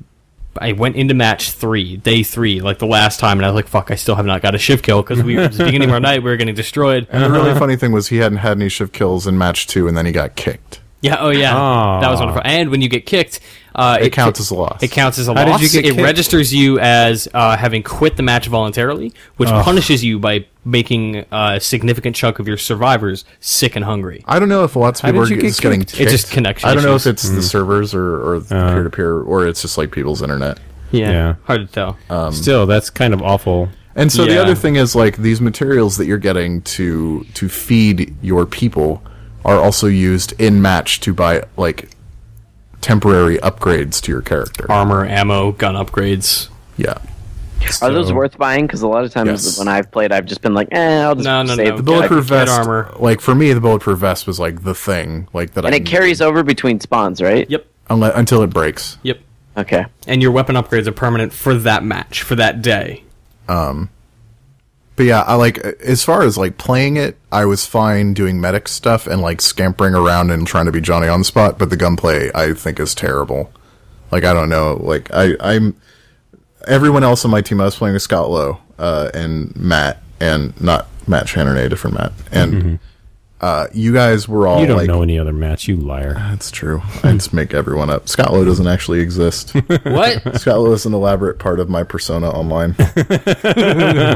Speaker 5: I went into match three, day three, like the last time, and I was like, fuck, I still have not got a shiv kill because we were at the beginning of our night, we were getting destroyed.
Speaker 3: And the really funny thing was he hadn't had any shift kills in match 2 and then he got kicked.
Speaker 5: Yeah, oh yeah,
Speaker 4: Aw.
Speaker 5: that was wonderful. And when you get kicked, uh,
Speaker 3: Ah. It counts as a loss.
Speaker 5: It counts as a
Speaker 4: How did
Speaker 5: loss.
Speaker 4: you get
Speaker 5: it
Speaker 4: kicked?
Speaker 5: registers you as uh, having quit the match voluntarily, which punishes you by making uh, a significant chunk of your survivors sick and hungry.
Speaker 3: I don't know if lots of
Speaker 4: How
Speaker 3: people are
Speaker 4: did you
Speaker 3: get
Speaker 4: get
Speaker 3: just Hmm. getting
Speaker 4: kicked?
Speaker 3: kicked.
Speaker 5: It's just connection
Speaker 3: I don't know if
Speaker 5: issues.
Speaker 3: it's the servers or, or the peer-to-peer or it's just like people's internet.
Speaker 4: Yeah.
Speaker 5: hard to tell.
Speaker 4: Still, that's kind of awful.
Speaker 3: And so the
Speaker 5: Yeah.
Speaker 3: other thing is like these materials that you're getting to to feed your people are also used in match to buy like temporary upgrades to your character.
Speaker 5: Armor, ammo, gun upgrades.
Speaker 3: Yeah.
Speaker 2: Are those
Speaker 4: So-
Speaker 2: worth buying? Because a lot of times
Speaker 3: Yes.
Speaker 2: when I've played, I've just been like, eh, I'll just
Speaker 5: No,
Speaker 2: save
Speaker 5: no, no.
Speaker 2: the
Speaker 5: Get-
Speaker 3: Bulletproof
Speaker 5: get
Speaker 3: vest
Speaker 5: armor.
Speaker 3: like for me the bulletproof vest was like the thing like that
Speaker 2: And
Speaker 3: I
Speaker 2: it carries over between spawns, right?
Speaker 5: Yep,
Speaker 3: unle- until it breaks.
Speaker 5: yep.
Speaker 2: Okay.
Speaker 5: And your weapon upgrades are permanent for that match, for that day.
Speaker 3: But yeah, I like as far as like playing it, I was fine doing medic stuff and like scampering around and trying to be Johnny on the spot, but the gunplay I think is terrible. Like I don't know, like I I'm everyone else on my team I was playing with Scott Lowe, uh and Matt and not Matt Shannon, a different Matt. And uh you guys were all
Speaker 4: Mm-hmm. You don't
Speaker 3: like
Speaker 4: know any other match, you
Speaker 5: Uh,
Speaker 4: liar.
Speaker 3: that's true. I just make everyone up. Scott Lowe doesn't actually exist.
Speaker 5: What?
Speaker 3: Scott Lowe is an elaborate part of my persona online. um,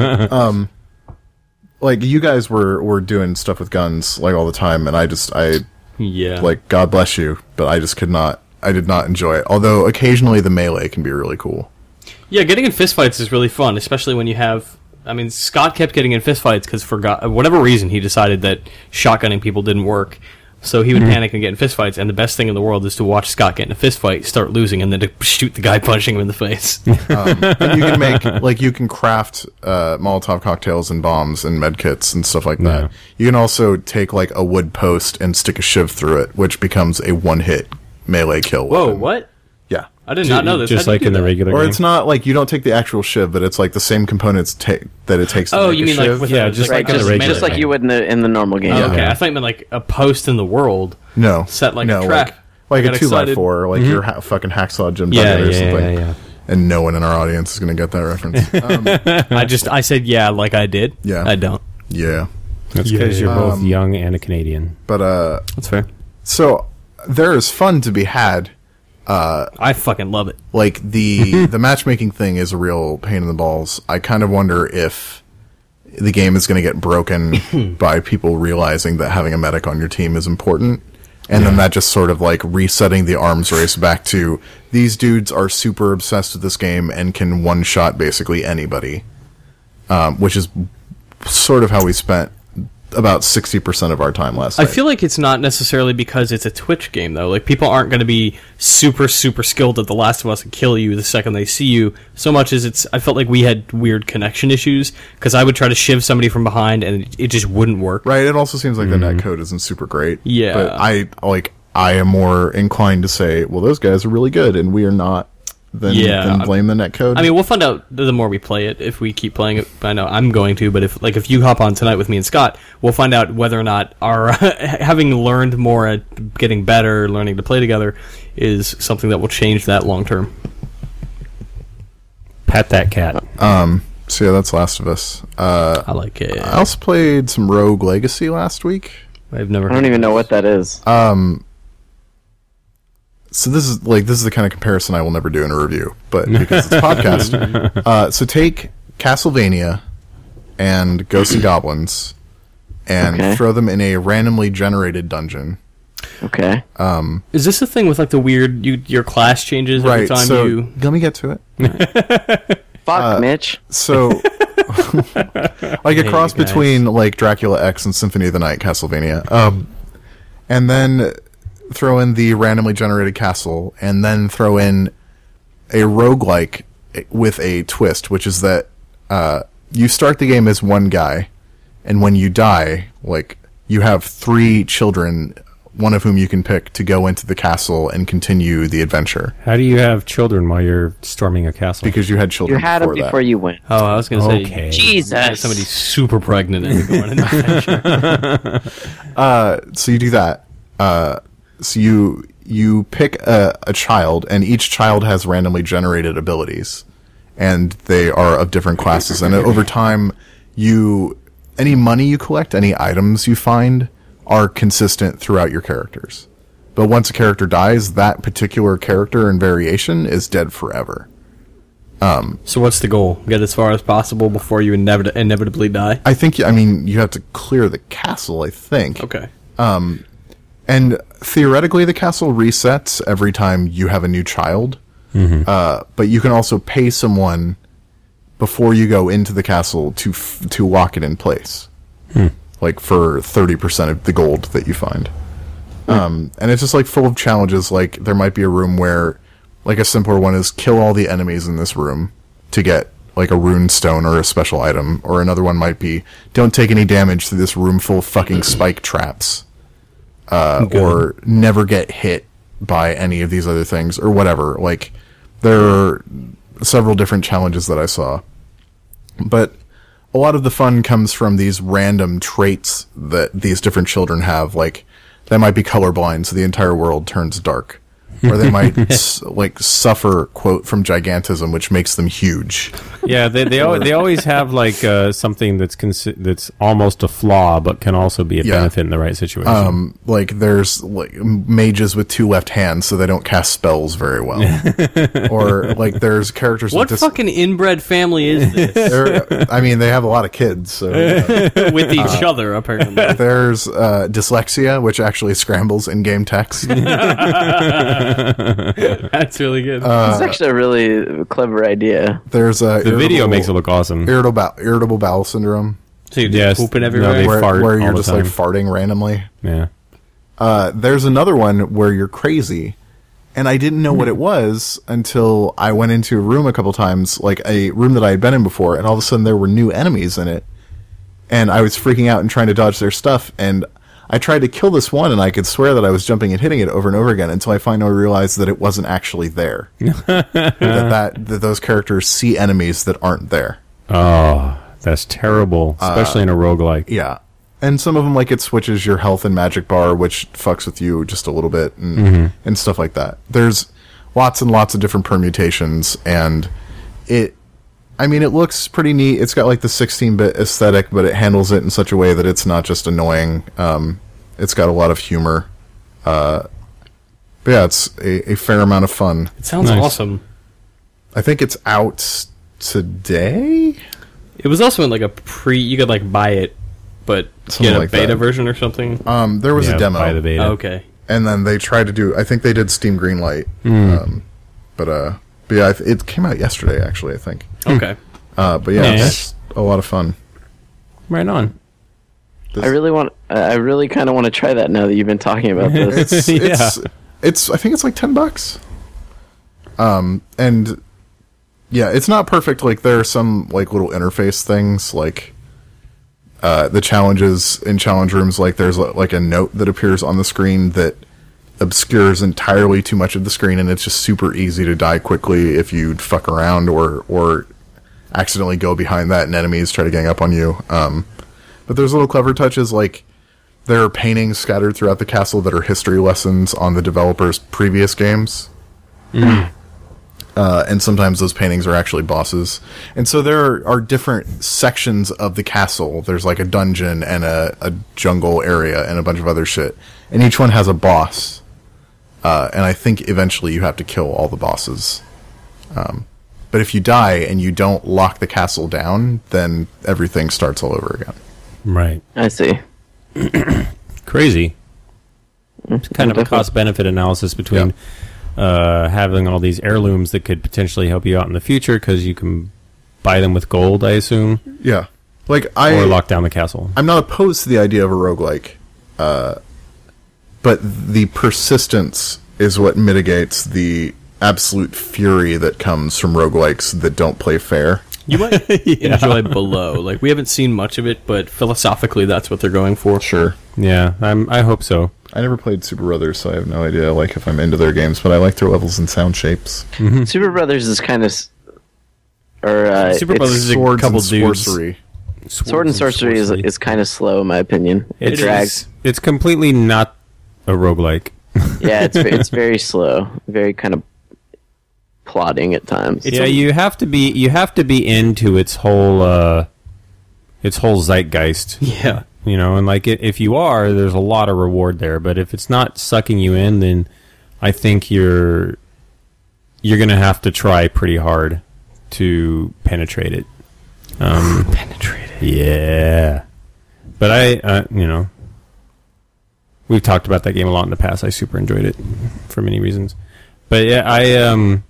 Speaker 3: like you guys were were doing stuff with guns like all the time, and I just I
Speaker 5: yeah.
Speaker 3: like God bless you, but I just could not. I did not enjoy it. Although occasionally the melee can be really cool.
Speaker 5: Yeah, getting in fistfights is really fun, especially when you have. I mean, Scott kept getting in fistfights because for go- whatever reason he decided that shotgunning people didn't work, so
Speaker 4: Mm-hmm.
Speaker 5: he would panic and get in fistfights. And the best thing in the world is to watch Scott get in a fistfight, start losing, and then to shoot the guy punching him in the face.
Speaker 3: And you can make like you can craft uh, Molotov cocktails and bombs and med kits and stuff like that.
Speaker 4: Yeah.
Speaker 3: You can also take like a wood post and stick a shiv through it, which becomes a one hit melee kill.
Speaker 5: Whoa,
Speaker 3: weapon.
Speaker 5: what?
Speaker 3: Yeah.
Speaker 5: I did not know this.
Speaker 4: Just
Speaker 5: How'd you
Speaker 4: like
Speaker 5: do
Speaker 4: in the
Speaker 5: that?
Speaker 4: regular
Speaker 3: Or
Speaker 4: game.
Speaker 3: it's not like you don't take the actual shiv, but it's like the same components ta- that it takes. To
Speaker 5: Oh,
Speaker 3: make
Speaker 5: you
Speaker 3: a
Speaker 5: mean like
Speaker 3: shiv.
Speaker 5: with
Speaker 4: Yeah,
Speaker 5: a-
Speaker 4: just
Speaker 2: Right,
Speaker 4: like on the
Speaker 2: just,
Speaker 4: regular
Speaker 2: just like
Speaker 4: thing.
Speaker 2: you would in the in the normal game.
Speaker 5: Oh, okay, I thought you meant like a post in the world.
Speaker 3: no
Speaker 5: set like a
Speaker 3: no,
Speaker 5: trap.
Speaker 3: like,
Speaker 5: I
Speaker 3: like
Speaker 5: got
Speaker 3: a two by
Speaker 5: excited.
Speaker 3: four, like your ha- fucking hacksaw Jim
Speaker 5: Yeah,
Speaker 3: Duggan or
Speaker 5: yeah, yeah,
Speaker 3: something.
Speaker 5: yeah.
Speaker 3: And no one in our audience is going to get that reference. um,
Speaker 5: I just I said yeah, like I did.
Speaker 3: Yeah.
Speaker 5: I don't.
Speaker 3: yeah, um,
Speaker 4: That's because you're both young and a Canadian.
Speaker 3: but uh,
Speaker 5: That's fair.
Speaker 3: so there is fun to be had.
Speaker 5: I fucking love it.
Speaker 3: Like the the matchmaking thing is a real pain in the balls. I kind of wonder if the game is going to get broken by people realizing that having a medic on your team is important. And then that just sort of like resetting the arms race back to these dudes are super obsessed with this game and can one shot basically anybody, um, which is sort of how we spent about 60% of our time last
Speaker 5: I
Speaker 3: night.
Speaker 5: feel like it's not necessarily because it's a Twitch game though. Like people aren't going to be super super skilled at The Last of Us and kill you the second they see you. So much as it's, I felt like we had weird connection issues because I would try to shiv somebody from behind and it just wouldn't work.
Speaker 3: right. It also seems like the net code isn't super great.
Speaker 5: Mm-hmm. Yeah.
Speaker 3: But I like, I am more inclined to say, well, those guys are really good and we are not. than,
Speaker 5: Yeah.
Speaker 3: than blame the netcode.
Speaker 5: I mean, we'll find out th- the more we play it. If we keep playing it, I know I'm going to. But if like if you hop on tonight with me and Scott, we'll find out whether or not our having learned more at getting better, learning to play together, is something that will change that long term.
Speaker 4: Pat that cat.
Speaker 3: Uh, so yeah, that's Last of Us. Uh,
Speaker 5: I like it.
Speaker 3: I also played some Rogue Legacy last week.
Speaker 5: I've never.
Speaker 2: I don't even know what that is.
Speaker 3: Uh, so this is like this is the kind of comparison I will never do in a review, but because it's a podcast. Uh, so take Castlevania and Ghosts and Goblins and
Speaker 2: Okay.
Speaker 3: throw them in a randomly generated dungeon.
Speaker 2: okay.
Speaker 3: uh,
Speaker 5: Is this the thing with like the weird you, your class changes every
Speaker 3: right.
Speaker 5: time
Speaker 3: So
Speaker 5: you?
Speaker 3: let me get to it.
Speaker 2: Fuck,
Speaker 3: uh,
Speaker 2: Mitch.
Speaker 3: So like a cross
Speaker 5: you guys.
Speaker 3: between like Dracula X and Symphony of the Night Castlevania. Um and then throw in the randomly generated castle and then throw in a roguelike with a twist, which is that uh you start the game as one guy and when you die, like you have three children one of whom you can pick to go into the castle and continue the adventure
Speaker 4: How do you have children while you're storming a castle?
Speaker 3: because you had
Speaker 2: You
Speaker 3: children
Speaker 2: had him
Speaker 3: before,
Speaker 2: before
Speaker 3: that.
Speaker 2: you went.
Speaker 5: Oh, I was gonna say.
Speaker 4: okay.
Speaker 2: Jesus.
Speaker 5: Somebody super pregnant and going in
Speaker 3: so you do that. Uh, so you you pick a, a child, and each child has randomly generated abilities, and they are of different classes. And over time, you any money you collect, any items you find, are consistent throughout your characters. But once a character dies, that particular character and variation is dead forever.
Speaker 5: So what's the goal? Get as far as possible before you inevit- inevitably die.
Speaker 3: I think. I mean, you have to clear the castle. I think.
Speaker 5: Okay.
Speaker 3: And theoretically, the castle resets every time you have a new child. Uh, but you can also pay someone before you go into the castle to f- to lock it in place, like for thirty percent of the gold that you find. Um, and it's just like full of challenges. Like there might be a room where, like a simpler one is kill all the enemies in this room to get like a rune stone or a special item, or another one might be don't take any damage to this room full of fucking spike traps or never get hit by any of these other things or whatever. Like there are several different challenges that I saw. But a lot of the fun comes from these random traits that these different children have. Like they might be colorblind, so the entire world turns dark. or they might s- like suffer quote from gigantism, which makes them huge.
Speaker 4: Yeah, they they, al- they always have like uh, something that's consi- that's almost a flaw, but can also be a
Speaker 3: Yeah.
Speaker 4: benefit in the right situation.
Speaker 3: Um, like there's like mages with two left hands, so they don't cast spells very well. or like there's characters
Speaker 5: What
Speaker 3: with dis-
Speaker 5: fucking inbred family is this
Speaker 3: They're- I mean, they have a lot of kids. So uh,
Speaker 5: with each other? Apparently,
Speaker 3: there's uh, dyslexia, which actually scrambles in-game text.
Speaker 5: that's really good.
Speaker 2: It's actually a really clever idea.
Speaker 3: There's uh,
Speaker 4: the video makes it look awesome.
Speaker 3: irritable bow- irritable bowel syndrome,
Speaker 5: so you're
Speaker 4: yes,
Speaker 5: just pooping
Speaker 4: no,
Speaker 5: everywhere.
Speaker 4: They
Speaker 3: where,
Speaker 4: fart
Speaker 3: where
Speaker 4: all
Speaker 3: you're
Speaker 4: the
Speaker 3: just like
Speaker 4: time.
Speaker 3: farting randomly.
Speaker 4: yeah.
Speaker 3: Uh, there's another one where you're crazy, and I didn't know what it was until I went into a room a couple times, like a room that I had been in before, and all of a sudden there were new enemies in it, and I was freaking out and trying to dodge their stuff, and I tried to kill this one, and I could swear that I was jumping and hitting it over and over again until I finally realized that it wasn't actually there. that, that that those characters see enemies that aren't there.
Speaker 4: Oh, that's terrible,
Speaker 3: Uh,
Speaker 4: especially in a roguelike.
Speaker 3: Yeah. And some of them, like, it switches your health and magic bar, which fucks with you just a little bit and,
Speaker 4: Mm-hmm.
Speaker 3: and stuff like that. There's lots and lots of different permutations, and it, I mean, it looks pretty neat. It's got, like, the 16 bit aesthetic, but it handles it in such a way that it's not just annoying. Um, it's got a lot of humor. Uh, but yeah, it's a, a fair amount of fun.
Speaker 5: It sounds
Speaker 4: Nice.
Speaker 5: awesome.
Speaker 3: I think it's out today?
Speaker 5: It was also in like a pre. You could like buy it, but
Speaker 3: Something
Speaker 5: get a
Speaker 3: like
Speaker 5: beta
Speaker 3: that.
Speaker 5: version or something.
Speaker 3: Um, there was
Speaker 4: Yeah,
Speaker 3: a demo.
Speaker 4: by the beta.
Speaker 5: Oh, okay.
Speaker 3: and then they tried to do. I think they did Steam Greenlight, um, but uh, but yeah, I th- it came out yesterday actually. I think.
Speaker 5: Okay.
Speaker 3: Uh, but yeah,
Speaker 4: Nice.
Speaker 3: it's a lot of fun.
Speaker 4: Right on.
Speaker 2: I really want. I I really kind of want to try that now that you've been talking about this.
Speaker 3: It's
Speaker 4: Yeah.
Speaker 3: it's it's. I think it's like ten bucks. Um and yeah, it's not perfect. Like there are some like little interface things like. Uh, the challenges in challenge rooms, like there's like a note that appears on the screen that obscures entirely too much of the screen, and it's just super easy to die quickly if you fuck around or or accidentally go behind that and enemies try to gang up on you. Um, but there's little clever touches like there are paintings scattered throughout the castle that are history lessons on the developer's previous games. Mm-hmm. Uh, and sometimes those paintings are actually bosses. And so there are different sections of the castle. There's like a dungeon and a, a jungle area and a bunch of other shit. And each one has a boss. Uh, and I think eventually you have to kill all the bosses. Um, but if you die and you don't lock the castle down, then everything starts all over again.
Speaker 4: Right.
Speaker 2: I see.
Speaker 4: Crazy. It's kind of a cost benefit analysis between uh, having all these heirlooms that could potentially help you out in the future because you can buy them with gold, I assume,
Speaker 3: Yeah. Like I
Speaker 4: or lock down the castle.
Speaker 3: I'm not opposed to the idea of a roguelike, uh, but the persistence is what mitigates the absolute fury that comes from roguelikes that don't play fair.
Speaker 5: You might enjoy Below. Like we haven't seen much of it, but philosophically, that's what they're going for.
Speaker 3: Sure.
Speaker 4: Yeah, I'm, I hope so.
Speaker 3: I never played Super Brothers, so I have no idea like if I'm into their games, but I like their levels and sound shapes.
Speaker 2: Super Brothers is kind of, s- or uh,
Speaker 5: Hmm. Super
Speaker 2: it's-
Speaker 5: Brothers is a
Speaker 3: Swords
Speaker 5: couple
Speaker 3: and
Speaker 5: dudes.
Speaker 3: sorcery.
Speaker 2: Sword and Sorcery is, is kind of slow, in my opinion. It,
Speaker 4: It's-
Speaker 2: drags.
Speaker 4: It's completely not a roguelike.
Speaker 2: yeah, it's ve- it's very slow, very kind of plodding at times.
Speaker 4: yeah, you have to be you have to be into its whole uh, its whole zeitgeist.
Speaker 5: Yeah.
Speaker 4: you know and like i if you are there's a lot of reward there but if it's not sucking you in then i think you're you're gonna have to try pretty hard to penetrate it Um,
Speaker 5: Penetrate it.
Speaker 4: yeah but i uh, you know we've talked about that game a lot in the past i super enjoyed it for many reasons but yeah i um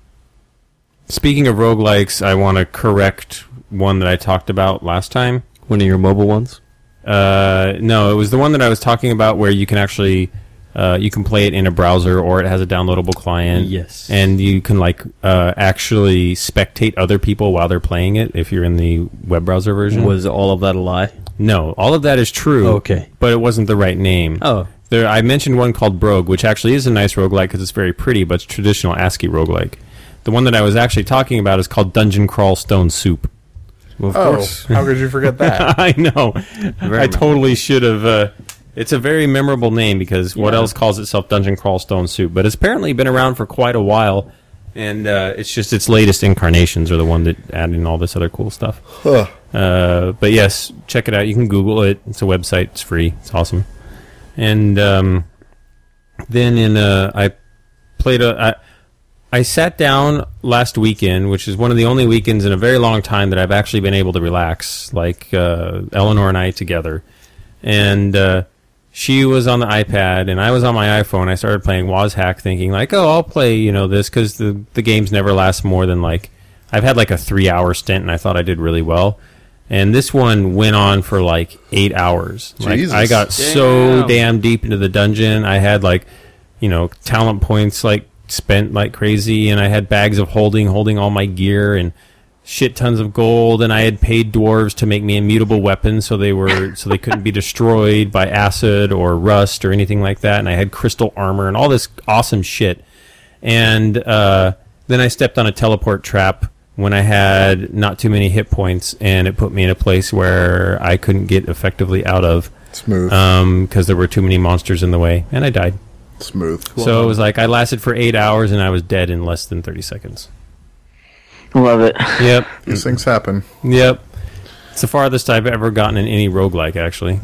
Speaker 4: speaking of roguelikes i want to correct one that i talked about last time
Speaker 5: One of your mobile ones.
Speaker 4: uh, no, it was the one that I was talking about where you can actually uh, you can play it in a browser or it has a downloadable client.
Speaker 5: Yes.
Speaker 4: and you can like uh, actually spectate other people while they're playing it if you're in the web browser version.
Speaker 5: Was all of that a lie? Oh,
Speaker 4: no, all of that is true.
Speaker 5: Okay.
Speaker 4: but it wasn't the right name.
Speaker 5: Oh.
Speaker 4: There, I mentioned one called Brogue, which actually is a nice roguelike because it's very pretty, but it's traditional ASCII roguelike. The one that I was actually talking about is called Dungeon Crawl Stone Soup.
Speaker 5: Well, of
Speaker 3: Oh.
Speaker 5: course.
Speaker 3: how could you forget that?
Speaker 4: I know. I totally should have. Uh, it's a very memorable name because what else calls itself Dungeon Crawl Stone Soup? But it's apparently been around for quite a while, and uh, it's just its latest incarnations are the one that add in all this other cool stuff. Uh, but yes, check it out. You can Google it. It's a website. It's free. It's awesome. And um, then in uh, I played a. I, I sat down last weekend, which is one of the only weekends in a very long time that I've actually been able to relax, like uh, Eleanor and I together. And uh, she was on the iPad, and I was on my iPhone. I started playing WozHack, thinking like, "Oh, I'll play you know this because the the games never last more than like I've had like a three hour stint, and I thought I did really well. And this one went on for like eight hours. Like,
Speaker 3: Jesus.
Speaker 4: I got so damn deep into the dungeon. I had like, you know, talent points like spent like crazy, and I had bags of holding, holding all my gear and shit tons of gold. And I had paid dwarves to make me immutable weapons, so they were so they couldn't be destroyed by acid or rust or anything like that. And I had crystal armor and all this awesome shit. And uh, then I stepped on a teleport trap when I had not too many hit points, and it put me in a place where I couldn't get effectively out of
Speaker 3: Smooth.
Speaker 4: because there were too many monsters in the way, and I died.
Speaker 3: Smooth.
Speaker 4: So it was like I lasted for eight hours, and I was dead in less than thirty seconds.
Speaker 2: Love it.
Speaker 4: Yep,
Speaker 3: These things happen.
Speaker 4: yep. It's the farthest I've ever gotten in any roguelike, actually.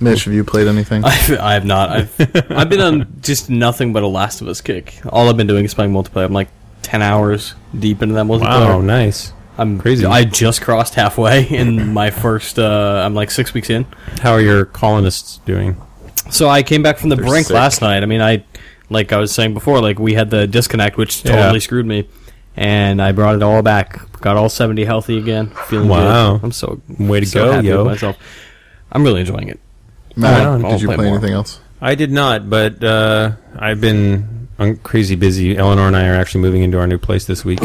Speaker 3: Mitch, have you played anything?
Speaker 5: I've, I have not. I've I've been on just nothing but a Last of Us kick. All I've been doing is playing multiplayer. I'm like ten hours deep into that multiplayer.
Speaker 4: Wow, nice.
Speaker 5: I'm
Speaker 4: crazy.
Speaker 5: I just crossed halfway in my first. Uh, I'm like six weeks in.
Speaker 4: How are your colonists doing?
Speaker 5: So I came back from the brink
Speaker 3: sick.
Speaker 5: last night. I mean, I like I was saying before, like we had the disconnect, which
Speaker 4: Yeah.
Speaker 5: totally screwed me, and I brought it all back. Got all seventy healthy again. Feeling
Speaker 4: Wow.
Speaker 5: good. I'm so
Speaker 4: Way to
Speaker 5: so
Speaker 4: go,
Speaker 5: happy
Speaker 4: yo.
Speaker 5: with myself. I'm really enjoying it.
Speaker 3: Matt,
Speaker 4: I'll-
Speaker 3: did
Speaker 5: I'll
Speaker 3: you
Speaker 5: play
Speaker 3: play,
Speaker 5: more.
Speaker 3: anything else?
Speaker 4: I did not, but uh, I've been un- crazy busy. Eleanor and I are actually moving into our new place this week.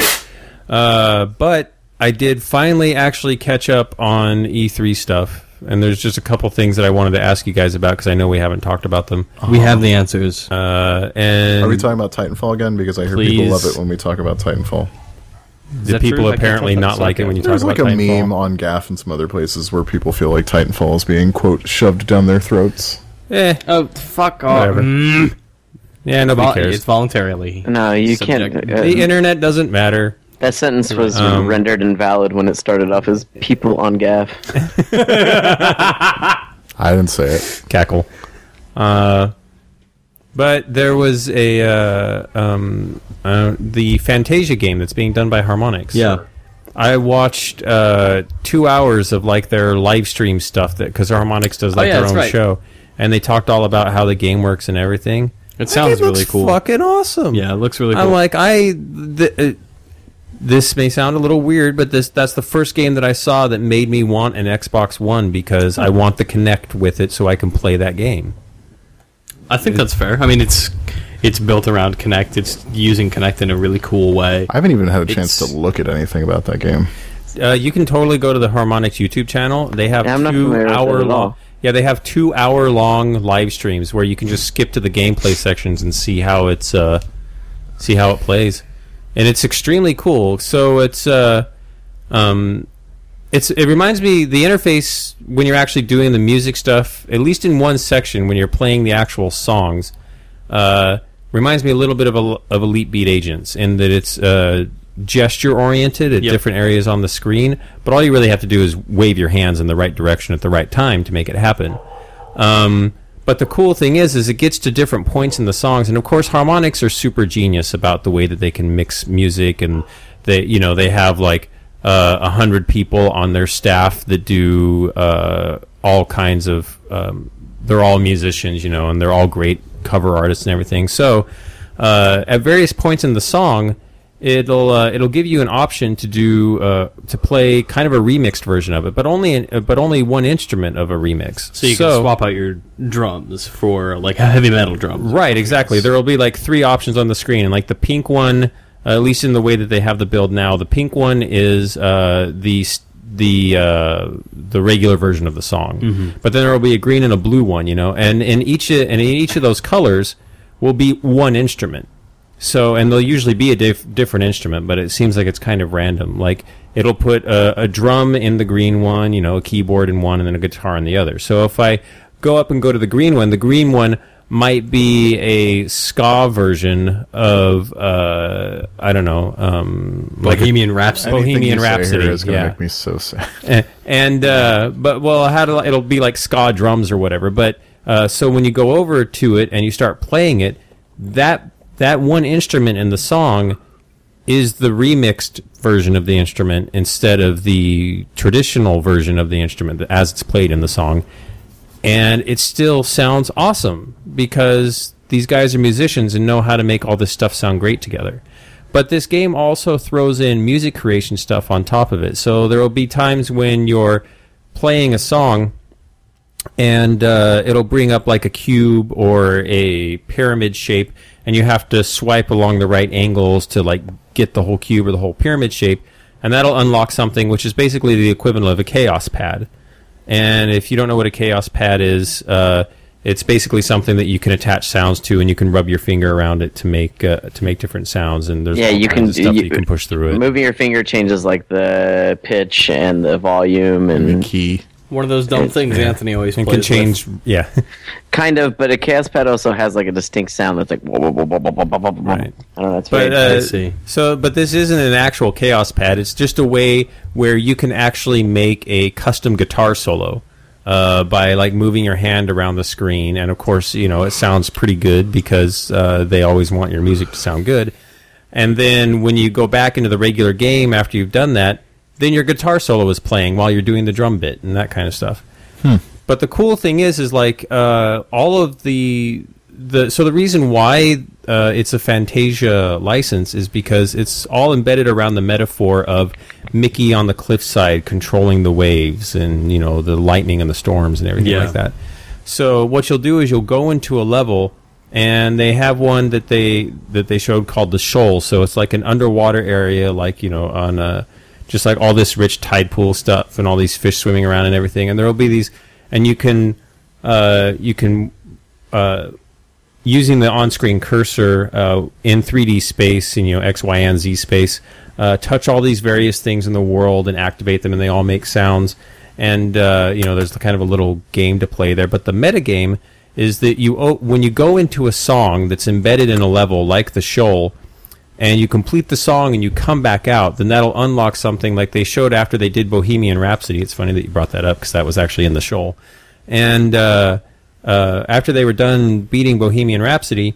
Speaker 4: Uh, but I did finally actually catch up on E3 stuff and there's just a couple things that I wanted to ask you guys about because I know we haven't talked about them.
Speaker 5: We have the answers.
Speaker 4: Uh, and
Speaker 3: Are we talking about Titanfall again? Because I hear people
Speaker 5: Please.
Speaker 3: love it when we talk about Titanfall.
Speaker 4: the
Speaker 5: that true?
Speaker 4: people
Speaker 5: I can't
Speaker 4: apparently
Speaker 5: tell if
Speaker 4: not
Speaker 5: that's
Speaker 4: like it when you talk
Speaker 3: There's
Speaker 4: about
Speaker 3: like a
Speaker 4: Titanfall.
Speaker 3: meme on Gaff and some other places where people feel like Titanfall is being quote shoved down their throats.
Speaker 4: Eh,
Speaker 5: oh, fuck off. Mm-hmm.
Speaker 4: whatever. Yeah, nobody cares.
Speaker 5: It's voluntarily.
Speaker 2: No, you
Speaker 5: Subjective.
Speaker 2: can't. uh,
Speaker 4: the internet doesn't matter.
Speaker 2: that sentence was
Speaker 4: Um,
Speaker 2: rendered invalid when it started off as people on gaff.
Speaker 3: I didn't say it.
Speaker 4: cackle. Uh, but there was a uh, um, uh, the Fantasia game that's being done by Harmonix.
Speaker 5: Yeah.
Speaker 4: I watched uh, two hours of like their live stream stuff that because Harmonix does like
Speaker 5: Oh, yeah,
Speaker 4: their
Speaker 5: that's
Speaker 4: own
Speaker 5: right.
Speaker 4: show, and they talked all about how the game works and everything.
Speaker 5: It sounds
Speaker 4: It looks
Speaker 5: really cool.
Speaker 4: Fucking awesome.
Speaker 5: Yeah, it looks really cool.
Speaker 4: I'm like I. Th- uh, this may sound a little weird, but this that's the first game that I saw that made me want an Xbox One because
Speaker 5: Hmm.
Speaker 4: I want the Connect with it so I can play that game.
Speaker 5: I think that's fair. I mean, it's it's built around Connect. It's using Connect in a really cool way.
Speaker 3: I haven't even had a chance
Speaker 5: It's-
Speaker 3: to look at anything about that game.
Speaker 4: Uh, you can totally go to the Harmonix YouTube channel. They have
Speaker 2: Yeah, I'm not
Speaker 4: two
Speaker 2: familiar with it
Speaker 4: hour
Speaker 2: at
Speaker 4: long.
Speaker 2: all.
Speaker 4: Yeah, they have two hour long live streams where you can just skip to the gameplay sections and see how it's uh, see how it plays, and it's extremely cool. So it's uh, um, it's it reminds me the interface when you're actually doing the music stuff, at least in one section when you're playing the actual songs, uh, reminds me a little bit of a, of Elite Beat Agents in that it's uh, gesture oriented at
Speaker 5: Yep.
Speaker 4: different areas on the screen, but all you really have to do is wave your hands in the right direction at the right time to make it happen. Um, but the cool thing is, is it gets to different points in the songs, and of course, harmonics are super genius about the way that they can mix music, and they, you know, they have like uh, a hundred people on their staff that do uh, all kinds of. Um, they're all musicians, you know, and they're all great cover artists and everything. So, uh, at various points in the song, it'll uh, it'll give you an option to do uh, to play kind of a remixed version of it, but only in, uh, but only one instrument of a remix.
Speaker 5: So you can swap out your drums for like a heavy metal drum.
Speaker 4: Right, exactly. There will be like three options on the screen, and like the pink one, uh, at least in the way that they have the build now, the pink one is uh, the s- the uh, the regular version of the song. But then there will be a green and a blue one, you know, and in each and in each of those colors will be one instrument. So, and they'll usually be a dif- different instrument, but it seems like it's kind of random. Like it'll put a, a drum in the green one, you know, a keyboard in one, and then a guitar in the other. So if I go up and go to the green one, the green one might be a ska version of uh, I don't know, um, like a-
Speaker 5: Bohemian Rhapsody.
Speaker 4: Bohemian
Speaker 3: Anything you say here
Speaker 4: Rhapsody,
Speaker 3: is going to
Speaker 4: yeah.
Speaker 3: make me so sad.
Speaker 4: Eh, and uh, but well, how do I- it'll be like ska drums or whatever. But uh, so when you go over to it and you start playing it, that that one instrument in the song is the remixed version of the instrument instead of the traditional version of the instrument that- as it's played in the song. And it still sounds awesome because these guys are musicians and know how to make all this stuff sound great together. But this game also throws in music creation stuff on top of it. So there will be times when you're playing a song and uh, it'll bring up like a cube or a pyramid shape, and you have to swipe along the right angles to like get the whole cube or the whole pyramid shape, and that'll unlock something which is basically the equivalent of a chaos pad. And if you don't know what a chaos pad is, uh, it's basically something that you can attach sounds to, and you can rub your finger around it to make uh, to make different sounds. And there's
Speaker 2: Yeah,
Speaker 4: all
Speaker 2: you
Speaker 4: kinds
Speaker 2: can-
Speaker 4: of stuff that
Speaker 2: you-
Speaker 4: you can push through it.
Speaker 2: Moving your finger changes like the pitch and the volume and
Speaker 3: Key.
Speaker 5: One of those dumb things Anthony always
Speaker 4: and
Speaker 5: plays
Speaker 4: can change, yeah,
Speaker 2: kind of, but a chaos pad also has like a distinct sound that's like. Whoa, whoa, whoa, whoa, whoa, whoa, whoa, whoa.
Speaker 4: Right.
Speaker 2: I don't know. It's
Speaker 4: But
Speaker 2: very
Speaker 4: uh,
Speaker 5: see.
Speaker 4: so, but this isn't an actual chaos pad. It's just a way where you can actually make a custom guitar solo uh, by like moving your hand around the screen. And of course, you know it sounds pretty good because uh, they always want your music to sound good. And then when you go back into the regular game after you've done that, then your guitar solo is playing while you're doing the drum bit and that kind of stuff. But the cool thing is, is like uh, all of the the so the reason why uh, it's a Fantasia license is because it's all embedded around the metaphor of Mickey on the cliffside controlling the waves and you know the lightning and the storms and everything
Speaker 5: Yeah.
Speaker 4: like that. So what you'll do is you'll go into a level and they have one that they that they showed called the shoal. So it's like an underwater area, like you know on a just like all this rich tide pool stuff and all these fish swimming around and everything. And there will be these, and you can uh, you can uh, using the on-screen cursor uh, in 3D space, in, you know X, Y, and Z space, uh, touch all these various things in the world and activate them, and they all make sounds. And uh, you know, there's kind of a little game to play there. But the metagame is that you o- when you go into a song that's embedded in a level like the shoal, and you complete the song and you come back out, then that'll unlock something like they showed after they did Bohemian Rhapsody. It's funny that you brought that up because that was actually in the shoal. And uh, uh, after they were done beating Bohemian Rhapsody,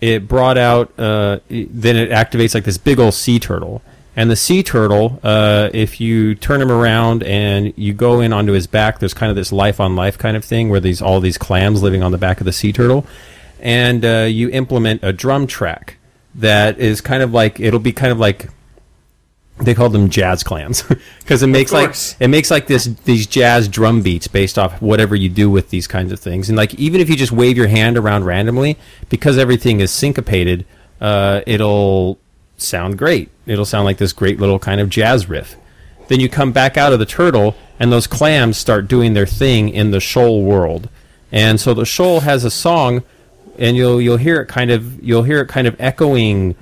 Speaker 4: it brought out, uh, it- then it activates like this big old sea turtle. And the sea turtle, uh, if you turn him around and you go in onto his back, there's kind of this life on life kind of thing where these all these clams living on the back of the sea turtle, and uh, you implement a drum track that is kind of like it'll be kind of like they call them jazz clams because it makes like
Speaker 5: course.
Speaker 4: it makes like this these jazz drum beats based off whatever you do with these kinds of things and like even if you just wave your hand around randomly because everything is syncopated uh, it'll sound great it'll sound like this great little kind of jazz riff then you come back out of the turtle and those clams start doing their thing in the shoal world and so the shoal has a song and you'll you'll hear it kind of you'll hear it kind of echoing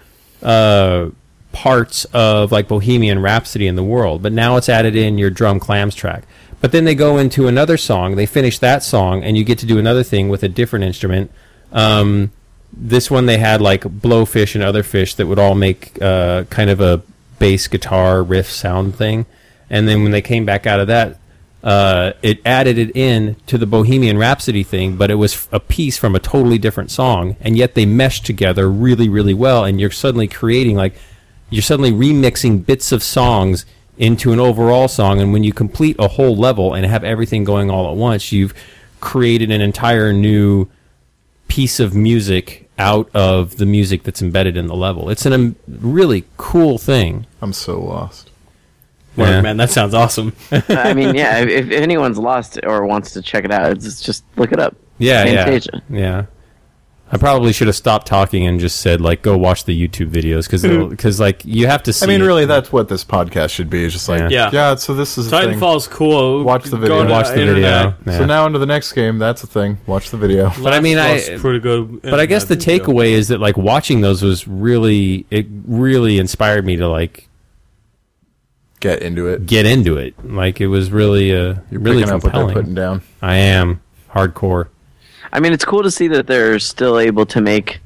Speaker 4: uh, parts of like Bohemian Rhapsody in the world, but now it's added in your drum clams track. But then they go into another song, they finish that song, and you get to do another thing with a different instrument. Um, this one they had like blowfish and other fish that would all make uh, kind of a bass guitar riff sound thing. And then when they came back out of that, uh, it added it in to the Bohemian Rhapsody thing, but it was f- a piece from a totally different song, and yet they meshed together really, really well. And you're suddenly creating like you're suddenly remixing bits of songs into an overall song. And when you complete a whole level and have everything going all at once, you've created an entire new piece of music out of the music that's embedded in the level. It's a um, really cool thing.
Speaker 3: I'm so lost.
Speaker 5: Mark,
Speaker 4: Yeah.
Speaker 5: man, that sounds awesome.
Speaker 2: I mean, yeah. If, if anyone's lost or wants to check it out, it's just, just look it up.
Speaker 4: Yeah,
Speaker 2: Fantasia.
Speaker 4: yeah, yeah. I probably should have stopped talking and just said like, go watch the YouTube videos because because like you have to see.
Speaker 3: I mean,
Speaker 4: it.
Speaker 3: really, that's what this podcast should be. Is just like,
Speaker 5: Yeah.
Speaker 3: yeah, So this is a thing.
Speaker 5: Titanfall's cool.
Speaker 3: Watch the
Speaker 5: Go
Speaker 3: video.
Speaker 5: to
Speaker 4: watch the
Speaker 5: internet.
Speaker 4: video. Yeah.
Speaker 3: So now into the next game. That's a thing. Watch the video.
Speaker 4: But I mean, I-
Speaker 5: Last pretty good
Speaker 4: but I guess the
Speaker 5: internet video.
Speaker 4: takeaway is that like watching those was really it really inspired me to like
Speaker 3: Get into it.
Speaker 4: get into it. Like it was really uh
Speaker 3: You're
Speaker 4: really
Speaker 3: picking up what they're putting
Speaker 4: compelling.
Speaker 3: down.
Speaker 4: I am hardcore.
Speaker 2: I mean, it's cool to see that they're still able to make,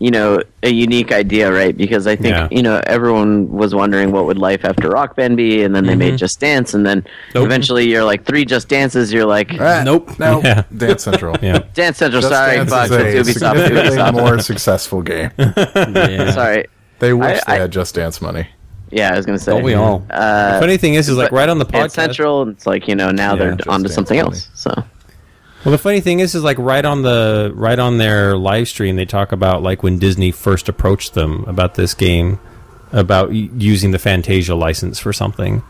Speaker 2: you know, a unique idea, right? Because I think,
Speaker 4: Yeah.
Speaker 2: you know, everyone was wondering what would life after Rock Band be, and then they
Speaker 4: Mm-hmm.
Speaker 2: made Just Dance, and then
Speaker 5: Nope.
Speaker 2: eventually you're like, three Just Dances, you're like,
Speaker 3: Ah,
Speaker 5: Nope.
Speaker 3: No.
Speaker 4: Yeah.
Speaker 3: Dance Central.
Speaker 4: Yeah.
Speaker 2: Dance Central,
Speaker 3: Just
Speaker 2: sorry,
Speaker 3: Dance
Speaker 2: fuck,
Speaker 3: is
Speaker 2: it's
Speaker 3: a
Speaker 2: Ubisoft,
Speaker 3: significantly
Speaker 2: Ubisoft,
Speaker 3: more successful game.
Speaker 5: Yeah.
Speaker 2: sorry.
Speaker 3: They wish
Speaker 2: I-
Speaker 3: they had Just Dance money.
Speaker 2: Yeah, I was going to say.
Speaker 5: Don't we all?
Speaker 2: Uh,
Speaker 4: Funny thing is, is like right on the podcast.
Speaker 2: Dance Central, and it's like, you know, now
Speaker 4: Yeah,
Speaker 2: they're
Speaker 4: Just
Speaker 2: onto
Speaker 3: Dance
Speaker 2: something
Speaker 3: only.
Speaker 2: else, so.
Speaker 4: Well, the funny thing is, is like right on the right on their live stream, they talk about like when Disney first approached them about this game, about y- using the Fantasia license for something,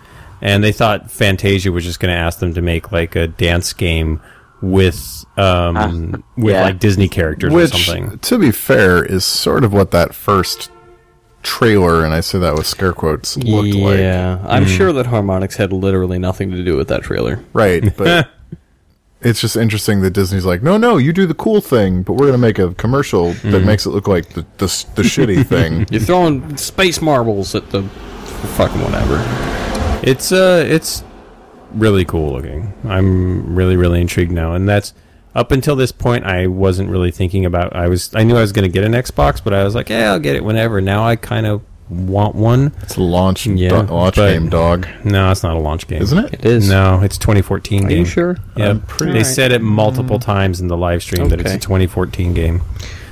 Speaker 4: and they thought Fantasia was just going to ask them to make like a dance game with um with
Speaker 2: yeah.
Speaker 4: like Disney characters
Speaker 3: Which,
Speaker 4: or something.
Speaker 3: to be fair, is sort of what that first trailer, and I say that with scare quotes, looked like.
Speaker 5: yeah, I'm
Speaker 4: Mm.
Speaker 5: sure that Harmonix had literally nothing to do with that trailer.
Speaker 3: Right, but it's just interesting that Disney's like, no, no, you do the cool thing, but we're going to make a commercial that makes it look like the, the, s- the shitty thing.
Speaker 5: You're throwing space marbles at the fucking whatever.
Speaker 4: It's uh, it's really cool looking. I'm really really intrigued now, and that's up until this point I wasn't really thinking about. I was I knew I was going to get an Xbox, but I was like, yeah, I'll get it whenever. Now I kind of want one.
Speaker 3: It's a launch,
Speaker 4: Yeah,
Speaker 3: do- launch
Speaker 4: but-
Speaker 3: game, dog.
Speaker 4: No, it's not a launch game,
Speaker 3: Isn't it?
Speaker 5: It is.
Speaker 4: No, it's 2014.
Speaker 5: Are
Speaker 4: game.
Speaker 5: you sure?
Speaker 4: Yeah,
Speaker 3: I'm pretty-
Speaker 4: they
Speaker 5: Alright.
Speaker 4: said it multiple times in the live stream that it's a
Speaker 5: Okay.
Speaker 4: 2014 game.